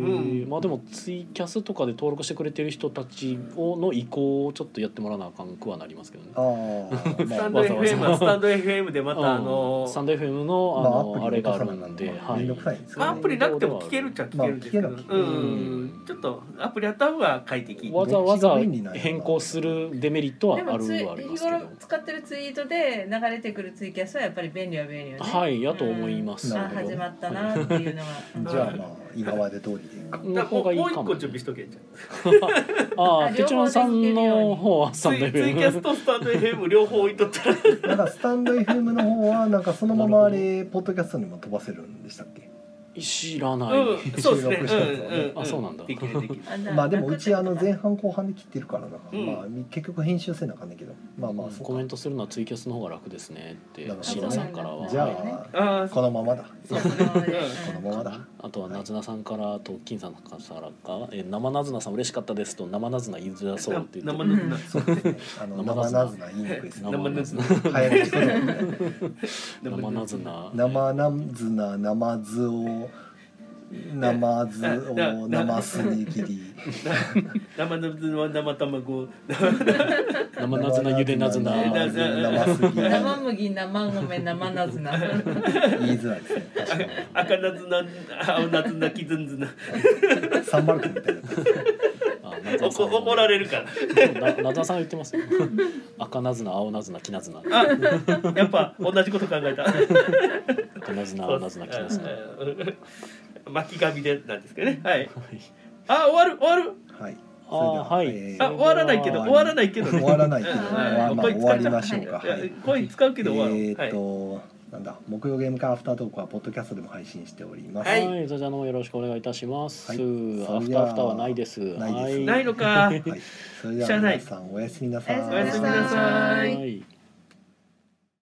A: うん
B: まあでもツイキャスとかで登録してくれてる人たちをの意向をちょっとやってもらわなあかんくはなりますけどね
C: ああ
A: スタン
C: ま
A: ド
B: わざわざ
A: FM はスタンド FM でま
B: うん
A: たあの
B: サンデー FM の
C: あ、
B: あ
C: ま
B: の、
C: あ、
B: あ
C: アプ
B: れ
C: リ
B: があ
C: があ
B: る
C: るん
B: んで、
C: で、
B: は、
C: はいい、めんどくさいんです
A: まあ
C: よ
A: ア
C: ね
A: プリなくても聞けるっちゃ聞けるんですけど、
C: まあ聞け
A: う
C: なくても
A: んちょっとアプリあった方が快適
B: わざわざ
C: どっちが便利なんやろうな
B: 変更するデメリットは
E: で
B: あ
E: も
B: る
E: つい
B: はありま
E: 日
B: すけ
E: 頃
B: ど。
E: 使ってるツイートで流れてくるツイキャスはやっぱり便利は便利よね。
B: はい、やと思います
E: あ
B: けど。
C: なるほど
E: 始まったなっていうのは。うん
C: じゃあまあ今まで通りでいいか
A: だからも
B: 方が
A: う
B: いい
A: もう一
B: か
A: 個
B: も
A: 準備しとけんじゃん
B: ああ、
E: あ
B: てちろんさんの方はサ
A: ツ
B: ン
A: イ
B: デ
A: ツ
B: ー
A: イ
B: FM
A: キャスとスタンド FM 両方置いとったら
C: なんかスタンド FM の方はなんかそのままあれポッドキャストにも飛ばせるんでしたっけ
B: 知らない。
A: うんそうです
C: 収
A: ね
C: 録したやつはね
A: うんうん
B: あそうなんだ
A: できるできる
E: あじゃあ
C: まあでもうちあの前
E: 楽
C: 半後半で切ってるからな、
A: うん
C: まあ結局編集せなあかんねんけどまあまあそうか
B: コメントするのはツイキャスの方が楽ですねって
C: なるほどね
B: 椎名さんからは
C: じゃ
B: はい
C: あ
A: ああ
C: このままだ
E: 天そうそうそう
C: このままだ
B: あとはなずなさんからと金さんからか「え生なずなさん嬉しかったです」と「生なずな言いづらそう」って言っ
A: 生
B: て
A: ぬずな
C: そうですねあの
B: 生ナ
C: 生ナ
B: ズ
C: ズナ言いにくいですね
A: 生ぬずな
C: 早口言葉
B: 生なずな
C: 生ナズナ生ズを生ズを生すにぎり
A: 生ぬずな生卵
B: 生なずなゆでなずな
A: 生ナ
C: 生
A: ズ
C: す
A: ナ
C: ぎり
E: 生麦生米生ナズナ
C: 言いづらいですね確かに
A: 赤なずな青なずなきずんずな
C: サンバルクみたいな
B: あなずなさ
A: 怒
B: ん
A: 怒られるから
B: ななずなさんは言ってますよ赤なずな青なずなきなずな
A: あやっぱ同じこと考えた
B: 赤なずな青なずなきなずなは
A: うん巻き髪でなんですけどねはい
B: い
A: あ終わる終わる
C: はい
B: あーはい
C: え
A: あ
C: ー
A: 終わらないけど終わらないけどね
C: 終わらないけど、
E: うん
C: まあ、まあ終わりましょうか、はい
A: いや声使うけど終わろう、
C: えーっと、なんだ木曜ゲーム会アフタートークはポッドキャストでも配信しております、
A: はい
B: はい、そちらの方よろしくお願いいたします。
C: はい
B: アフターアフターはないです。
C: ないです
A: はい、ないのか
C: はいそれでは皆さんおやすみなさ
E: おや
A: おやすみ
E: さ
A: なさい
E: い
B: はい